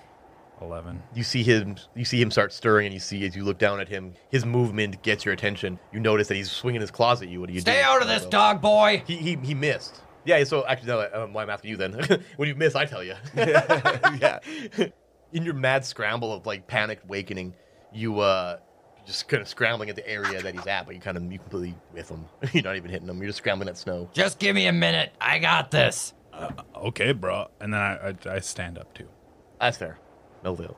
[SPEAKER 2] Eleven.
[SPEAKER 1] You see him. You see him start stirring, and you see as you look down at him, his movement gets your attention. You notice that he's swinging his claws at you. What do you do? Uh,
[SPEAKER 3] Stay out of this,
[SPEAKER 1] Well,
[SPEAKER 3] dog boy!
[SPEAKER 1] He he he missed. Yeah. So actually, no. Um, why I'm asking you then? when you miss, I tell you.
[SPEAKER 4] yeah.
[SPEAKER 1] In your mad scramble of like panicked wakening, you uh. Just kind of scrambling at the area that he's at, but you kind of you completely with him. You're not even hitting him. You're just scrambling at snow.
[SPEAKER 3] Just give me a minute. I got this.
[SPEAKER 2] Okay, bro. And then I, I, I stand up too.
[SPEAKER 1] That's fair. Melville.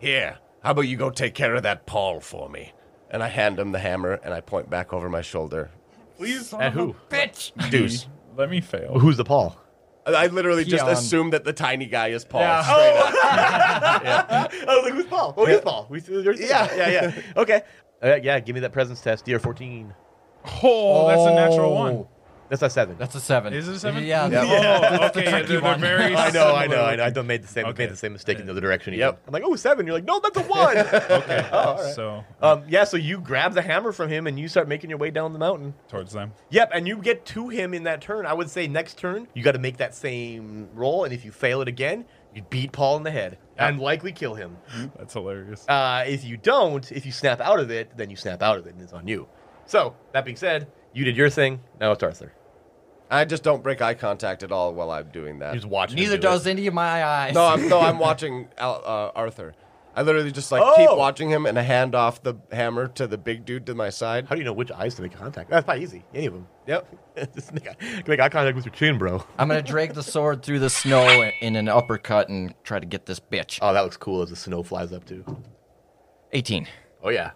[SPEAKER 6] Here, how about you go take care of that Paul for me?
[SPEAKER 4] And I hand him the hammer and I point back over my shoulder.
[SPEAKER 2] Please,
[SPEAKER 1] At who?
[SPEAKER 3] Bitch!
[SPEAKER 4] Deuce.
[SPEAKER 2] let me fail.
[SPEAKER 1] Who's the Paul?
[SPEAKER 4] I- I literally just
[SPEAKER 3] Keon.
[SPEAKER 4] assumed that the tiny guy is Paul.
[SPEAKER 2] Yeah.
[SPEAKER 4] straight up.
[SPEAKER 1] I was like, who's Paul? Oh, it is Paul. We, there's- yeah, yeah, yeah. Okay. Uh, yeah, give me that presence test. DR 14.
[SPEAKER 2] Oh, that's a natural one.
[SPEAKER 1] Oh, That's a seven.
[SPEAKER 3] That's a seven.
[SPEAKER 2] Is it a seven?
[SPEAKER 3] Yeah.
[SPEAKER 2] Yeah. Oh, okay. yeah,
[SPEAKER 3] tricky
[SPEAKER 2] they're, they're
[SPEAKER 3] one.
[SPEAKER 2] very.
[SPEAKER 1] I know, I know,
[SPEAKER 2] similar.
[SPEAKER 1] I know. I done made the same
[SPEAKER 2] Okay.
[SPEAKER 1] made the same mistake in the other direction.
[SPEAKER 4] Yep.
[SPEAKER 1] even. I'm like, oh, seven. You're like, no, that's a one.
[SPEAKER 2] Okay. So
[SPEAKER 1] um, yeah. So you grab the hammer from him and you start making your way down the mountain.
[SPEAKER 2] towards them.
[SPEAKER 1] Yep. And you get to him in that turn. I would say next turn you got to make that same roll, and if you fail it again, you beat Paul in the head and likely kill him.
[SPEAKER 2] That's hilarious.
[SPEAKER 1] Uh, if you don't, if you snap out of it, then you snap out of it, and it's on you. So that being said, you did your thing. Now it's Arthur.
[SPEAKER 4] I just don't break eye contact at all while I'm doing that.
[SPEAKER 1] You're just
[SPEAKER 2] Oh.
[SPEAKER 1] watching. him
[SPEAKER 3] Neither
[SPEAKER 1] do it.
[SPEAKER 3] does any of my eyes.
[SPEAKER 4] No, I'm, no, I'm watching Al, uh, Arthur. I literally just like
[SPEAKER 1] Oh.
[SPEAKER 4] keep watching him and I hand off the hammer to the big dude to my side.
[SPEAKER 1] How do you know which eyes to make contact? That's not easy. Any of them.
[SPEAKER 4] Yep.
[SPEAKER 1] Just make, eye- make eye contact with your chin, bro.
[SPEAKER 3] I'm gonna drag the sword through the snow in an uppercut and try to get this bitch.
[SPEAKER 1] Oh, that looks cool as the snow flies up too.
[SPEAKER 3] 18.
[SPEAKER 1] Oh yeah.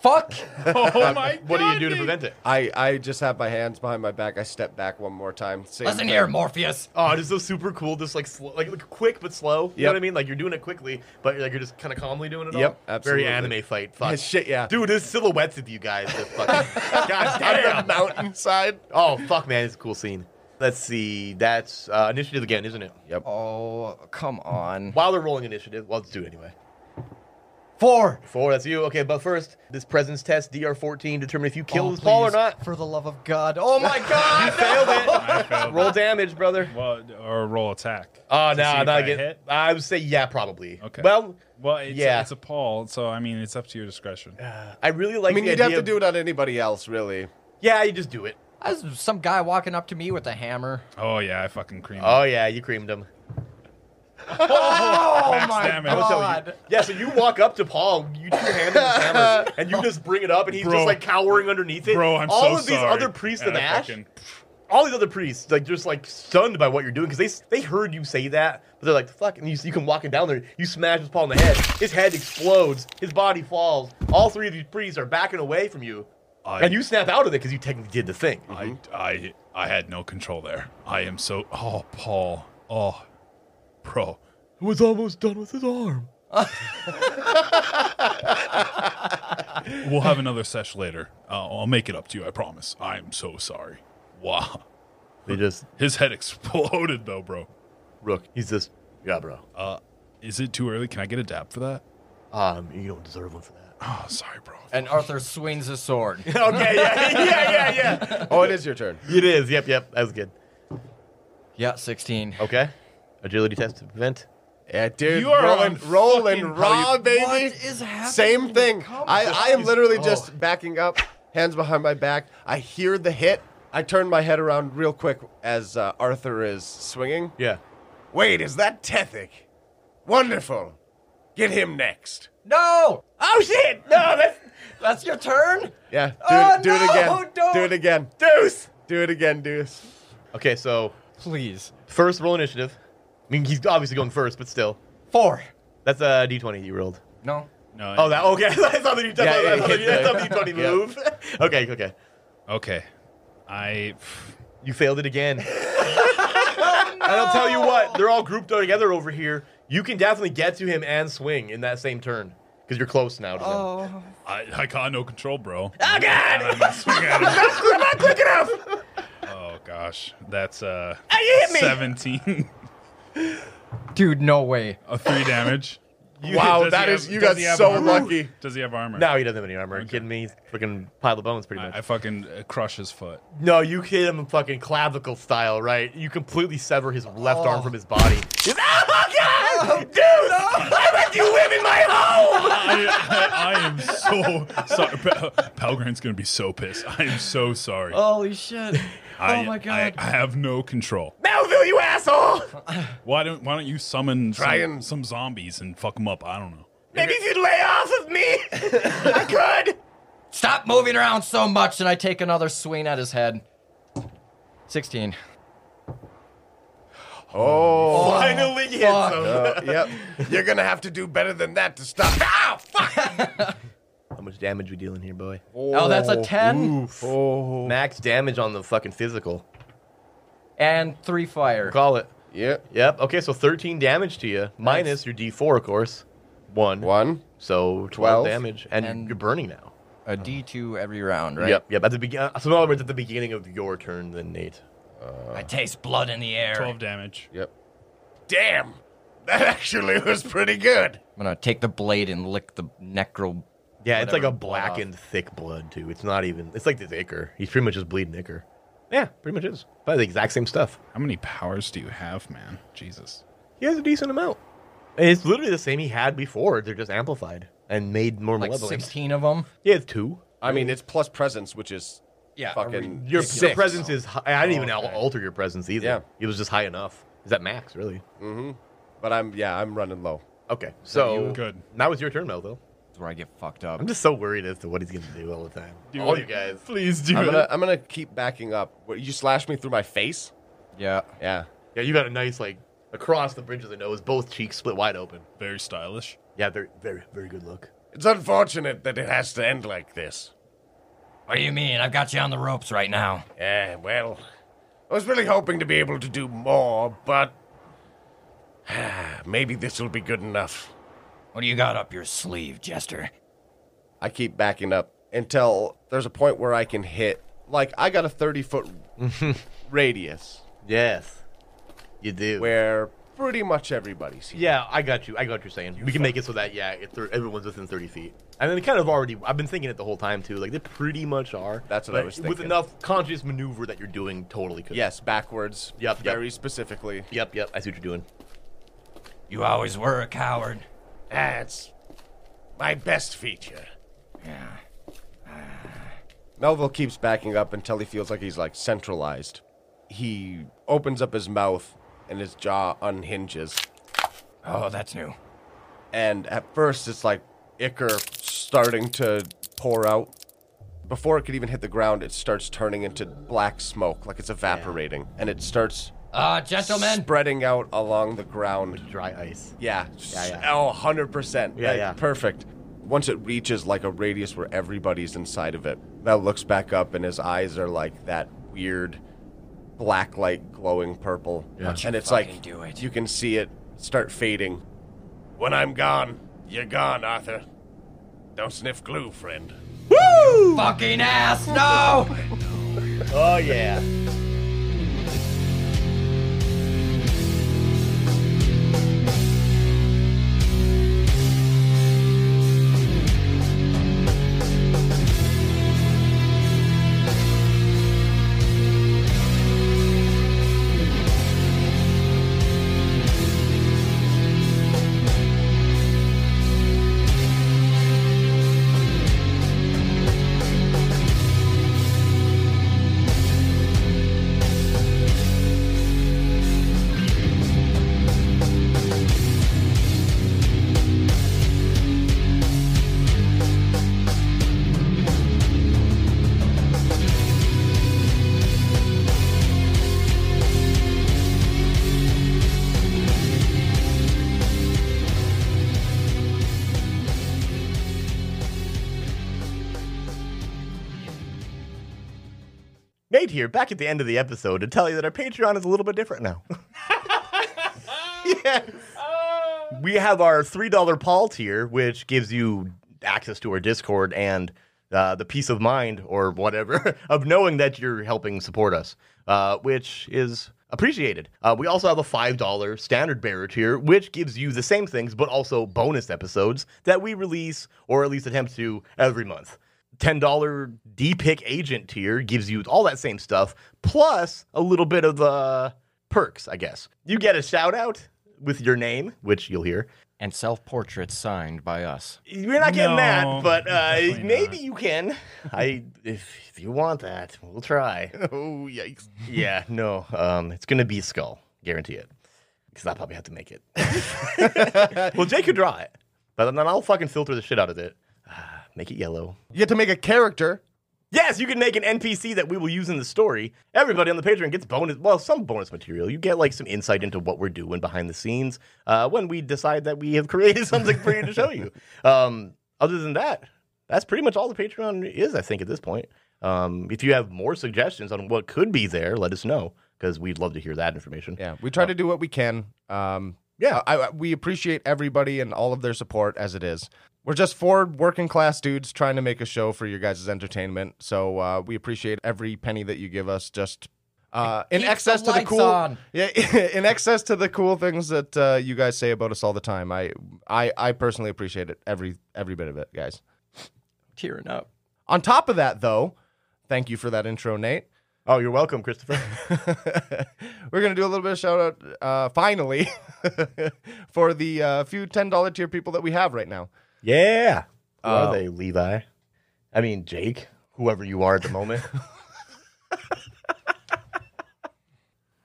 [SPEAKER 3] Fuck!
[SPEAKER 2] Oh my god.
[SPEAKER 1] What do you do to prevent it?
[SPEAKER 4] I, I just have my hands behind my back. I step back one more time. Same
[SPEAKER 3] Listen
[SPEAKER 4] thing.
[SPEAKER 3] here, Morpheus.
[SPEAKER 1] Oh, just so super cool. Just like slow, like, like quick but slow. You know
[SPEAKER 4] Yep.
[SPEAKER 1] what I mean? Like you're doing it quickly, but like you're just kind of calmly doing it.
[SPEAKER 4] Yep,
[SPEAKER 1] all?
[SPEAKER 4] absolutely.
[SPEAKER 1] Very anime fight. Fuck.
[SPEAKER 4] Shit, yeah.
[SPEAKER 1] Dude, there's silhouettes of you guys. That fucking, God damn.
[SPEAKER 4] mountainside.
[SPEAKER 1] Oh fuck, man, it's a cool scene. Let's see. That's uh, initiative again, isn't it?
[SPEAKER 4] Yep.
[SPEAKER 3] Oh, come on.
[SPEAKER 1] While they're rolling initiative, well, let's do it anyway.
[SPEAKER 3] Four!
[SPEAKER 1] Four, that's you. Okay, but first, this presence test, DR14, determine if you kill
[SPEAKER 3] Oh,
[SPEAKER 1] this Paul or
[SPEAKER 3] please,
[SPEAKER 1] not.
[SPEAKER 3] For the love of God. Oh my
[SPEAKER 1] You
[SPEAKER 3] God!
[SPEAKER 1] failed it.
[SPEAKER 2] I failed.
[SPEAKER 1] Roll damage, brother.
[SPEAKER 2] Well, or roll attack.
[SPEAKER 1] Oh
[SPEAKER 2] To
[SPEAKER 1] no,
[SPEAKER 2] see
[SPEAKER 1] I'm
[SPEAKER 2] if
[SPEAKER 1] not
[SPEAKER 2] I
[SPEAKER 1] getting.
[SPEAKER 2] hit?
[SPEAKER 1] I would say yeah, probably.
[SPEAKER 2] Okay.
[SPEAKER 1] Well,
[SPEAKER 2] Well, it's,
[SPEAKER 1] Yeah.
[SPEAKER 2] it's a Paul, so I mean, it's up to your discretion.
[SPEAKER 1] I really
[SPEAKER 4] I
[SPEAKER 1] like.
[SPEAKER 4] mean,
[SPEAKER 1] the
[SPEAKER 4] you'd
[SPEAKER 1] idea
[SPEAKER 4] have to
[SPEAKER 1] of-
[SPEAKER 4] do it on anybody else, really.
[SPEAKER 1] Yeah, you just do it.
[SPEAKER 3] That's some guy walking up to me with a hammer.
[SPEAKER 2] Oh yeah, I fucking cream.
[SPEAKER 1] Oh yeah, you creamed him.
[SPEAKER 2] Max
[SPEAKER 3] my
[SPEAKER 2] damage.
[SPEAKER 1] So you,
[SPEAKER 3] God.
[SPEAKER 1] yeah, so you walk up to Paul, you two hand him his hammer, and you just bring it up, and he's
[SPEAKER 2] Bro.
[SPEAKER 1] just like cowering underneath it.
[SPEAKER 2] Bro, I'm
[SPEAKER 1] all
[SPEAKER 2] so
[SPEAKER 1] of these
[SPEAKER 2] sorry.
[SPEAKER 1] other priests of
[SPEAKER 2] And I
[SPEAKER 1] Ash,
[SPEAKER 2] fucking-
[SPEAKER 1] all these other priests, like just like stunned by what you're doing because they they heard you say that, but they're like fuck, and you you come walking down there, you smash this Paul in the head, his head explodes, his body falls. All three of these priests are backing away from you,
[SPEAKER 2] I-
[SPEAKER 1] and you snap out of it because you technically did the thing.
[SPEAKER 2] I, I, I had no control there. I am so. Oh, Paul. Oh, bro.
[SPEAKER 5] He was almost done with his arm.
[SPEAKER 2] We'll have another sesh later. Uh, I'll make it up to you. I promise. I am so sorry. Wow.
[SPEAKER 1] They just
[SPEAKER 2] His head exploded though, bro.
[SPEAKER 1] Rook, he's just, yeah, bro.
[SPEAKER 2] Uh, is it too early? Can I get a dab for that?
[SPEAKER 1] Um, you don't deserve one for that.
[SPEAKER 2] Oh, sorry, bro.
[SPEAKER 3] And Arthur swings his sword.
[SPEAKER 1] okay, yeah, yeah, yeah, yeah.
[SPEAKER 4] Oh, it is your turn.
[SPEAKER 1] It is. Yep, yep. That was good.
[SPEAKER 3] yeah, 16.
[SPEAKER 1] Okay. agility test to prevent.
[SPEAKER 4] Yeah, dude,
[SPEAKER 2] You are
[SPEAKER 4] rolling,
[SPEAKER 2] on
[SPEAKER 4] rolling
[SPEAKER 2] fucking
[SPEAKER 4] raw,
[SPEAKER 2] probably-
[SPEAKER 4] baby.
[SPEAKER 3] What is happening
[SPEAKER 4] Same
[SPEAKER 3] to the
[SPEAKER 4] thing. I, I am
[SPEAKER 1] conversation?
[SPEAKER 4] literally
[SPEAKER 1] Oh.
[SPEAKER 4] just backing up, hands behind my back. I hear the hit. I turn my head around real quick as uh, Arthur is swinging.
[SPEAKER 1] Yeah.
[SPEAKER 6] Wait, is that Tethic? Wonderful. Get him next.
[SPEAKER 3] No! Oh shit! No, that's that's your turn.
[SPEAKER 4] Yeah, do,
[SPEAKER 3] Oh,
[SPEAKER 4] it, do it
[SPEAKER 3] no,
[SPEAKER 4] again.
[SPEAKER 3] don't.
[SPEAKER 4] Do it again. Deuce. Do it again, Deuce.
[SPEAKER 1] Okay, so
[SPEAKER 3] Please,
[SPEAKER 1] first roll initiative. I mean, he's obviously going first, but still,
[SPEAKER 3] four.
[SPEAKER 1] that's a d20 you rolled.
[SPEAKER 3] No.
[SPEAKER 2] No.
[SPEAKER 1] Oh, that okay. that's not the d20.
[SPEAKER 4] Yeah, yeah,
[SPEAKER 1] that's not the-
[SPEAKER 4] yeah.
[SPEAKER 1] that's not the d20 move. okay, okay.
[SPEAKER 2] okay. I
[SPEAKER 1] You failed it again. And I'll tell you what, they're all grouped together over here. You can definitely get to him and swing in that same turn because you're close now to them.
[SPEAKER 3] Oh.
[SPEAKER 2] I, I got no control, bro.
[SPEAKER 3] Oh god!
[SPEAKER 2] I'm not swinging at him.
[SPEAKER 3] not quick enough.
[SPEAKER 2] Oh gosh, that's uh
[SPEAKER 3] you hit me.
[SPEAKER 2] seventeen,
[SPEAKER 3] Dude, no way.
[SPEAKER 2] a three damage.
[SPEAKER 4] wow,
[SPEAKER 2] does he
[SPEAKER 4] that
[SPEAKER 2] have-
[SPEAKER 4] is you
[SPEAKER 2] does
[SPEAKER 4] got
[SPEAKER 2] he have
[SPEAKER 4] so
[SPEAKER 2] armor?
[SPEAKER 4] lucky.
[SPEAKER 2] Does he have armor?
[SPEAKER 1] Now he doesn't have any armor. Are you kidding me? He's freaking pile of bones, pretty much.
[SPEAKER 2] I, I fucking uh, crush his foot.
[SPEAKER 1] no, you hit him fucking clavicle style, right? You completely sever his left arm from his body. He's- oh, God! Dude! I let you live in my home!
[SPEAKER 2] I, I am so sorry. Pal- Palgrin's gonna be so pissed. I am so sorry.
[SPEAKER 4] Oh
[SPEAKER 3] Holy shit.
[SPEAKER 2] I,
[SPEAKER 3] oh my
[SPEAKER 2] I,
[SPEAKER 3] god.
[SPEAKER 2] I have no control.
[SPEAKER 1] Melville, you asshole!
[SPEAKER 2] Why don't Why don't you summon
[SPEAKER 6] Try
[SPEAKER 2] some,
[SPEAKER 6] and-
[SPEAKER 2] some zombies and fuck them up? I don't know.
[SPEAKER 1] Maybe if you'd lay off of me, I could!
[SPEAKER 3] Stop moving around so much, and I take another swing at his head. 16.
[SPEAKER 4] Oh,
[SPEAKER 1] Finally hits
[SPEAKER 3] fuck.
[SPEAKER 1] him.
[SPEAKER 4] uh, yep.
[SPEAKER 6] Oh. You're gonna have to do better than that to stop. Ow! Fuck!
[SPEAKER 1] How much damage we dealing here, boy?
[SPEAKER 3] Oh, that's a 10
[SPEAKER 4] Oh,
[SPEAKER 1] Max damage on the fucking physical.
[SPEAKER 3] and 3 fire.
[SPEAKER 1] Call it.
[SPEAKER 4] yeah.
[SPEAKER 1] Yep. Okay, so 13 damage to you, minus your d4, of course. One.
[SPEAKER 4] One.
[SPEAKER 1] So 12,
[SPEAKER 4] Twelve.
[SPEAKER 1] damage. And,
[SPEAKER 3] And-
[SPEAKER 1] you're burning now.
[SPEAKER 3] A D2 every round, right?
[SPEAKER 1] Yep, yep. At the begin- so, in other words, at the beginning of your turn, then, Nate.
[SPEAKER 3] I taste blood in the air.
[SPEAKER 2] Twelve damage.
[SPEAKER 4] Yep.
[SPEAKER 6] Damn! That actually was pretty good.
[SPEAKER 3] I'm gonna take the blade and lick the necro.
[SPEAKER 1] Yeah, it's like
[SPEAKER 3] Whatever,
[SPEAKER 1] a
[SPEAKER 3] blood off.
[SPEAKER 1] blackened, thick blood, too. It's not even, it's like this ichor. He's pretty much just bleeding ichor. Yeah, pretty much is. By the exact same stuff.
[SPEAKER 2] How many powers do you have, man? Jesus.
[SPEAKER 1] He has a decent amount. And It's literally the same he had before. They're just amplified and made more
[SPEAKER 3] Like
[SPEAKER 1] malevolent.
[SPEAKER 3] 16 of them.
[SPEAKER 1] Yeah, it's two.
[SPEAKER 4] I mean, it's plus presence, which is
[SPEAKER 3] Yeah,
[SPEAKER 4] fucking
[SPEAKER 1] Your,
[SPEAKER 4] six.
[SPEAKER 1] your presence is. High. I didn't even
[SPEAKER 3] Oh, okay.
[SPEAKER 1] alter your presence either.
[SPEAKER 4] Yeah.
[SPEAKER 1] It was just high enough. Is that max really?
[SPEAKER 4] But I'm yeah, I'm running low.
[SPEAKER 1] Okay, so
[SPEAKER 2] you- Good.
[SPEAKER 1] Now it's your turn, Melville.
[SPEAKER 3] That's where I get fucked up.
[SPEAKER 1] I'm just so worried as to what he's gonna do all the time. all you guys.
[SPEAKER 2] Please do
[SPEAKER 4] I'm gonna I'm gonna keep backing up. What, You slashed me through my face.
[SPEAKER 3] Yeah.
[SPEAKER 4] Yeah.
[SPEAKER 1] Yeah, you got a nice like across the bridge of the nose, both cheeks split wide open.
[SPEAKER 2] Very stylish.
[SPEAKER 1] Yeah, very, very, very good look.
[SPEAKER 6] It's unfortunate that it has to end like this.
[SPEAKER 3] What do you mean? I've got you on the ropes right now.
[SPEAKER 6] Yeah, Eh, well, I was really hoping to be able to do more, but maybe this will be good enough.
[SPEAKER 3] What do you got up your sleeve, Jester?
[SPEAKER 4] I keep backing up until there's a point where I can hit. Like I got a 30 foot radius
[SPEAKER 1] Yes, you do.
[SPEAKER 4] where pretty much everybody's here.
[SPEAKER 1] Yeah, I got you. I got what you're saying. we can make it so that yeah, if they're- everyone's within 30 feet. And then they kind of already. I've been thinking it the whole time too. Like they pretty much are.
[SPEAKER 4] That's what I
[SPEAKER 1] but
[SPEAKER 4] was
[SPEAKER 1] With
[SPEAKER 4] thinking.
[SPEAKER 1] enough conscious maneuver that you're doing, totally could.
[SPEAKER 4] Yes, backwards.
[SPEAKER 1] Yep, yep.
[SPEAKER 4] Very specifically.
[SPEAKER 1] Yep. Yep. I see what you're doing.
[SPEAKER 3] You always were a coward.
[SPEAKER 6] That's my best feature.
[SPEAKER 3] Yeah.
[SPEAKER 4] Melville keeps backing up until he feels like he's like centralized. He opens up his mouth and his jaw unhinges.
[SPEAKER 3] Oh, that's new.
[SPEAKER 4] and at first it's like ichor starting to pour out before it could even hit the ground it starts turning into black smoke like it's evaporating and it starts
[SPEAKER 3] Uh, gentlemen.
[SPEAKER 4] spreading out along the ground
[SPEAKER 1] Dry ice.
[SPEAKER 4] yeah,
[SPEAKER 1] yeah.
[SPEAKER 4] oh 100%
[SPEAKER 1] Yeah,
[SPEAKER 4] Like,
[SPEAKER 1] yeah.
[SPEAKER 4] perfect once it reaches like a radius where everybody's inside of it mel looks back up and his eyes are like that weird black light glowing purple
[SPEAKER 1] Yeah.
[SPEAKER 4] and it's
[SPEAKER 3] fucking
[SPEAKER 4] like
[SPEAKER 3] do it.
[SPEAKER 4] you can see it start fading
[SPEAKER 6] When I'm gone, you're gone, Arthur. Don't sniff glue, friend.
[SPEAKER 3] fucking ass. No.
[SPEAKER 1] Oh yeah. right here back at the end of the episode to tell you that our Patreon is a little bit different now. yes. We have our $3 Paul tier, which gives you access to our Discord and uh, the peace of mind or whatever of knowing that you're helping support us, uh, which is appreciated. Uh, we also have a $5 standard bearer tier, which gives you the same things, but also bonus episodes that we release or at least attempt to every month. $10 D pick agent tier gives you all that same stuff, plus a little bit of the perks, I guess. You get a shout out with your name, which you'll hear.
[SPEAKER 3] And self portraits signed by us.
[SPEAKER 1] You're not getting
[SPEAKER 2] No,
[SPEAKER 1] that, but uh,
[SPEAKER 2] definitely
[SPEAKER 1] maybe
[SPEAKER 2] not.
[SPEAKER 1] you can. I if, if you want that, we'll try.
[SPEAKER 4] Oh, yikes.
[SPEAKER 1] yeah, no, um, it's gonna be a skull, guarantee it. Because I probably have to make it. well, Jake could draw it, but then I'll fucking filter the shit out of it. Ah, Make it yellow.
[SPEAKER 4] You get to make a character.
[SPEAKER 1] Yes, you can make an NPC that we will use in the story. Everybody on the Patreon gets bonus, well, some bonus material. You get like some insight into what we're doing behind the scenes uh, when we decide that we have created something for you to show you. Um, other than that, that's pretty much all the Patreon is, I think, at this point. Um, if you have more suggestions on what could be there, let us know because we'd love to hear that information.
[SPEAKER 4] Yeah, we try to do what we can. Um,
[SPEAKER 1] Yeah.
[SPEAKER 4] I, I- we appreciate everybody and all of their support as it is. We're just four working class dudes trying to make a show for your guys' entertainment. So uh, we appreciate every penny that you give us. Just uh, in
[SPEAKER 3] Keep
[SPEAKER 4] excess
[SPEAKER 3] the
[SPEAKER 4] to the
[SPEAKER 3] lights
[SPEAKER 4] cool,
[SPEAKER 3] on.
[SPEAKER 4] yeah, in excess to the cool things that uh, you guys say about us all the time. I, I, I personally appreciate it every every bit of it, guys.
[SPEAKER 3] Tearing up.
[SPEAKER 4] On top of that, though, thank you for that intro, Nate.
[SPEAKER 1] Oh, you're welcome, Christopher.
[SPEAKER 4] We're gonna do a little bit of shout out, uh, finally, for the uh, few ten dollar tier people that we have right now.
[SPEAKER 1] yeah. Who are they, Levi? I mean, Jake, whoever you are at the moment.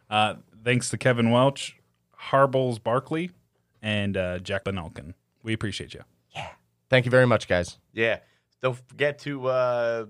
[SPEAKER 2] Uh, thanks to Kevin Welch, Harbles Barkley, and uh, Jack Benalkin. We appreciate you.
[SPEAKER 4] Thank you very much, guys.
[SPEAKER 1] Yeah. Don't forget to uh,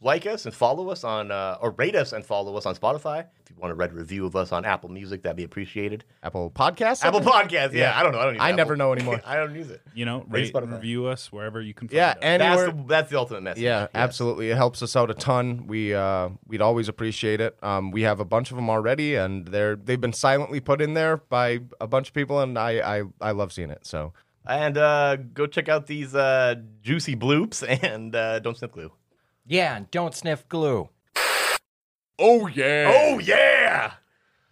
[SPEAKER 1] like us and follow us on, uh, or rate us and follow us on Spotify. If you want a red review of us on Apple Music, that'd be appreciated.
[SPEAKER 4] Apple Podcasts.
[SPEAKER 1] Apple Podcast. Yeah, I don't know. I don't. Use
[SPEAKER 4] I
[SPEAKER 1] Apple.
[SPEAKER 4] never know anymore.
[SPEAKER 1] I don't use it.
[SPEAKER 2] You know,
[SPEAKER 1] Rate
[SPEAKER 2] rate, and
[SPEAKER 1] Spotify.
[SPEAKER 2] review us wherever you can. Find
[SPEAKER 4] Yeah,
[SPEAKER 2] us.
[SPEAKER 1] That's
[SPEAKER 4] anywhere.
[SPEAKER 1] the, that's the ultimate message.
[SPEAKER 4] yeah,
[SPEAKER 1] Yes.
[SPEAKER 4] absolutely. It helps us out a ton. We uh, we'd always appreciate it. Um, we have a bunch of them already, and they're they've been silently put in there by a bunch of people, and I I, I love seeing it. So
[SPEAKER 1] And uh, go check out these uh, juicy bloops and uh, don't sniff glue.
[SPEAKER 3] Yeah, and don't sniff glue.
[SPEAKER 6] Oh, yeah.
[SPEAKER 1] Oh yeah.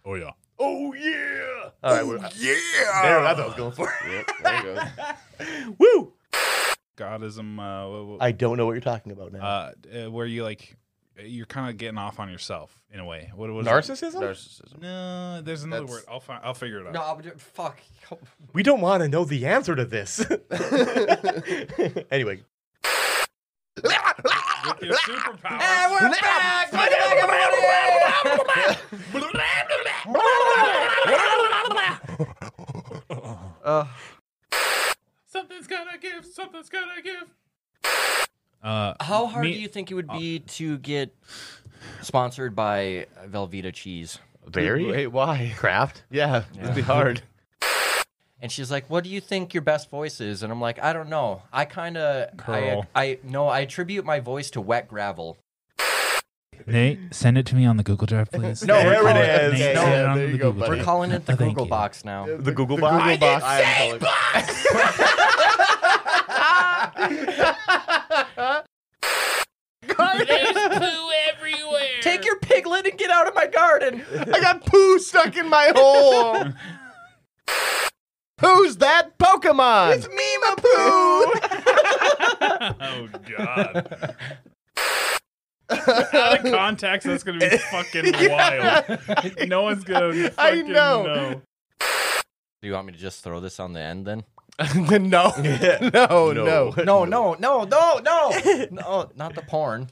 [SPEAKER 2] Oh yeah.
[SPEAKER 1] Oh yeah. All
[SPEAKER 5] Oh,
[SPEAKER 1] right, we're, there,
[SPEAKER 6] yeah.
[SPEAKER 1] that's what I was going for.
[SPEAKER 4] there you go.
[SPEAKER 1] Woo.
[SPEAKER 2] Godism. Uh, wha- wha-
[SPEAKER 1] I don't know what you're talking about now.
[SPEAKER 2] uh, uh, where you like, you're kind of getting off on yourself in a way. What was
[SPEAKER 1] Narcissism?
[SPEAKER 4] Narcissism.
[SPEAKER 2] No, there's another
[SPEAKER 4] That's-
[SPEAKER 2] word. I'll find. I'll figure it out.
[SPEAKER 3] No, I'm ju- fuck.
[SPEAKER 1] We don't want to know the answer to this. anyway,
[SPEAKER 2] With your superpowers.
[SPEAKER 3] And we're back! We're back, everybody!
[SPEAKER 2] Something's gonna give. Something's gonna give. Uh,
[SPEAKER 3] How hard
[SPEAKER 2] Me-
[SPEAKER 3] do you think it would be to get sponsored by Velveeta cheese?
[SPEAKER 1] Barry.
[SPEAKER 4] Wait, why?
[SPEAKER 1] Craft.
[SPEAKER 4] Yeah, it'd be hard.
[SPEAKER 3] And she's like, "What do you think your best voice is?" And I'm like, "I don't know. I kind of, I,
[SPEAKER 2] Curl.
[SPEAKER 3] I, no, I attribute my voice to wet gravel."
[SPEAKER 2] Nate, send it to me on the Google Drive, please.
[SPEAKER 3] No, There we're it calling-
[SPEAKER 1] is. Nate,
[SPEAKER 2] No,
[SPEAKER 1] send
[SPEAKER 4] it on there the you go, Google buddy.
[SPEAKER 3] We're calling it the Google box now.
[SPEAKER 1] The Google box.
[SPEAKER 4] Google box. I am calling-
[SPEAKER 3] Take your piglet and get out of my garden.
[SPEAKER 4] I got poo stuck in my hole. Who's that Pokemon? It's Mima Poo.
[SPEAKER 2] Oh god. Out of context, that's gonna be fucking wild. No one's gonna. Fucking
[SPEAKER 4] I know.
[SPEAKER 3] Do you want me to just throw this on the end then?
[SPEAKER 4] no. no, no,
[SPEAKER 1] No.
[SPEAKER 3] No, no, no, no, no, no, not the porn.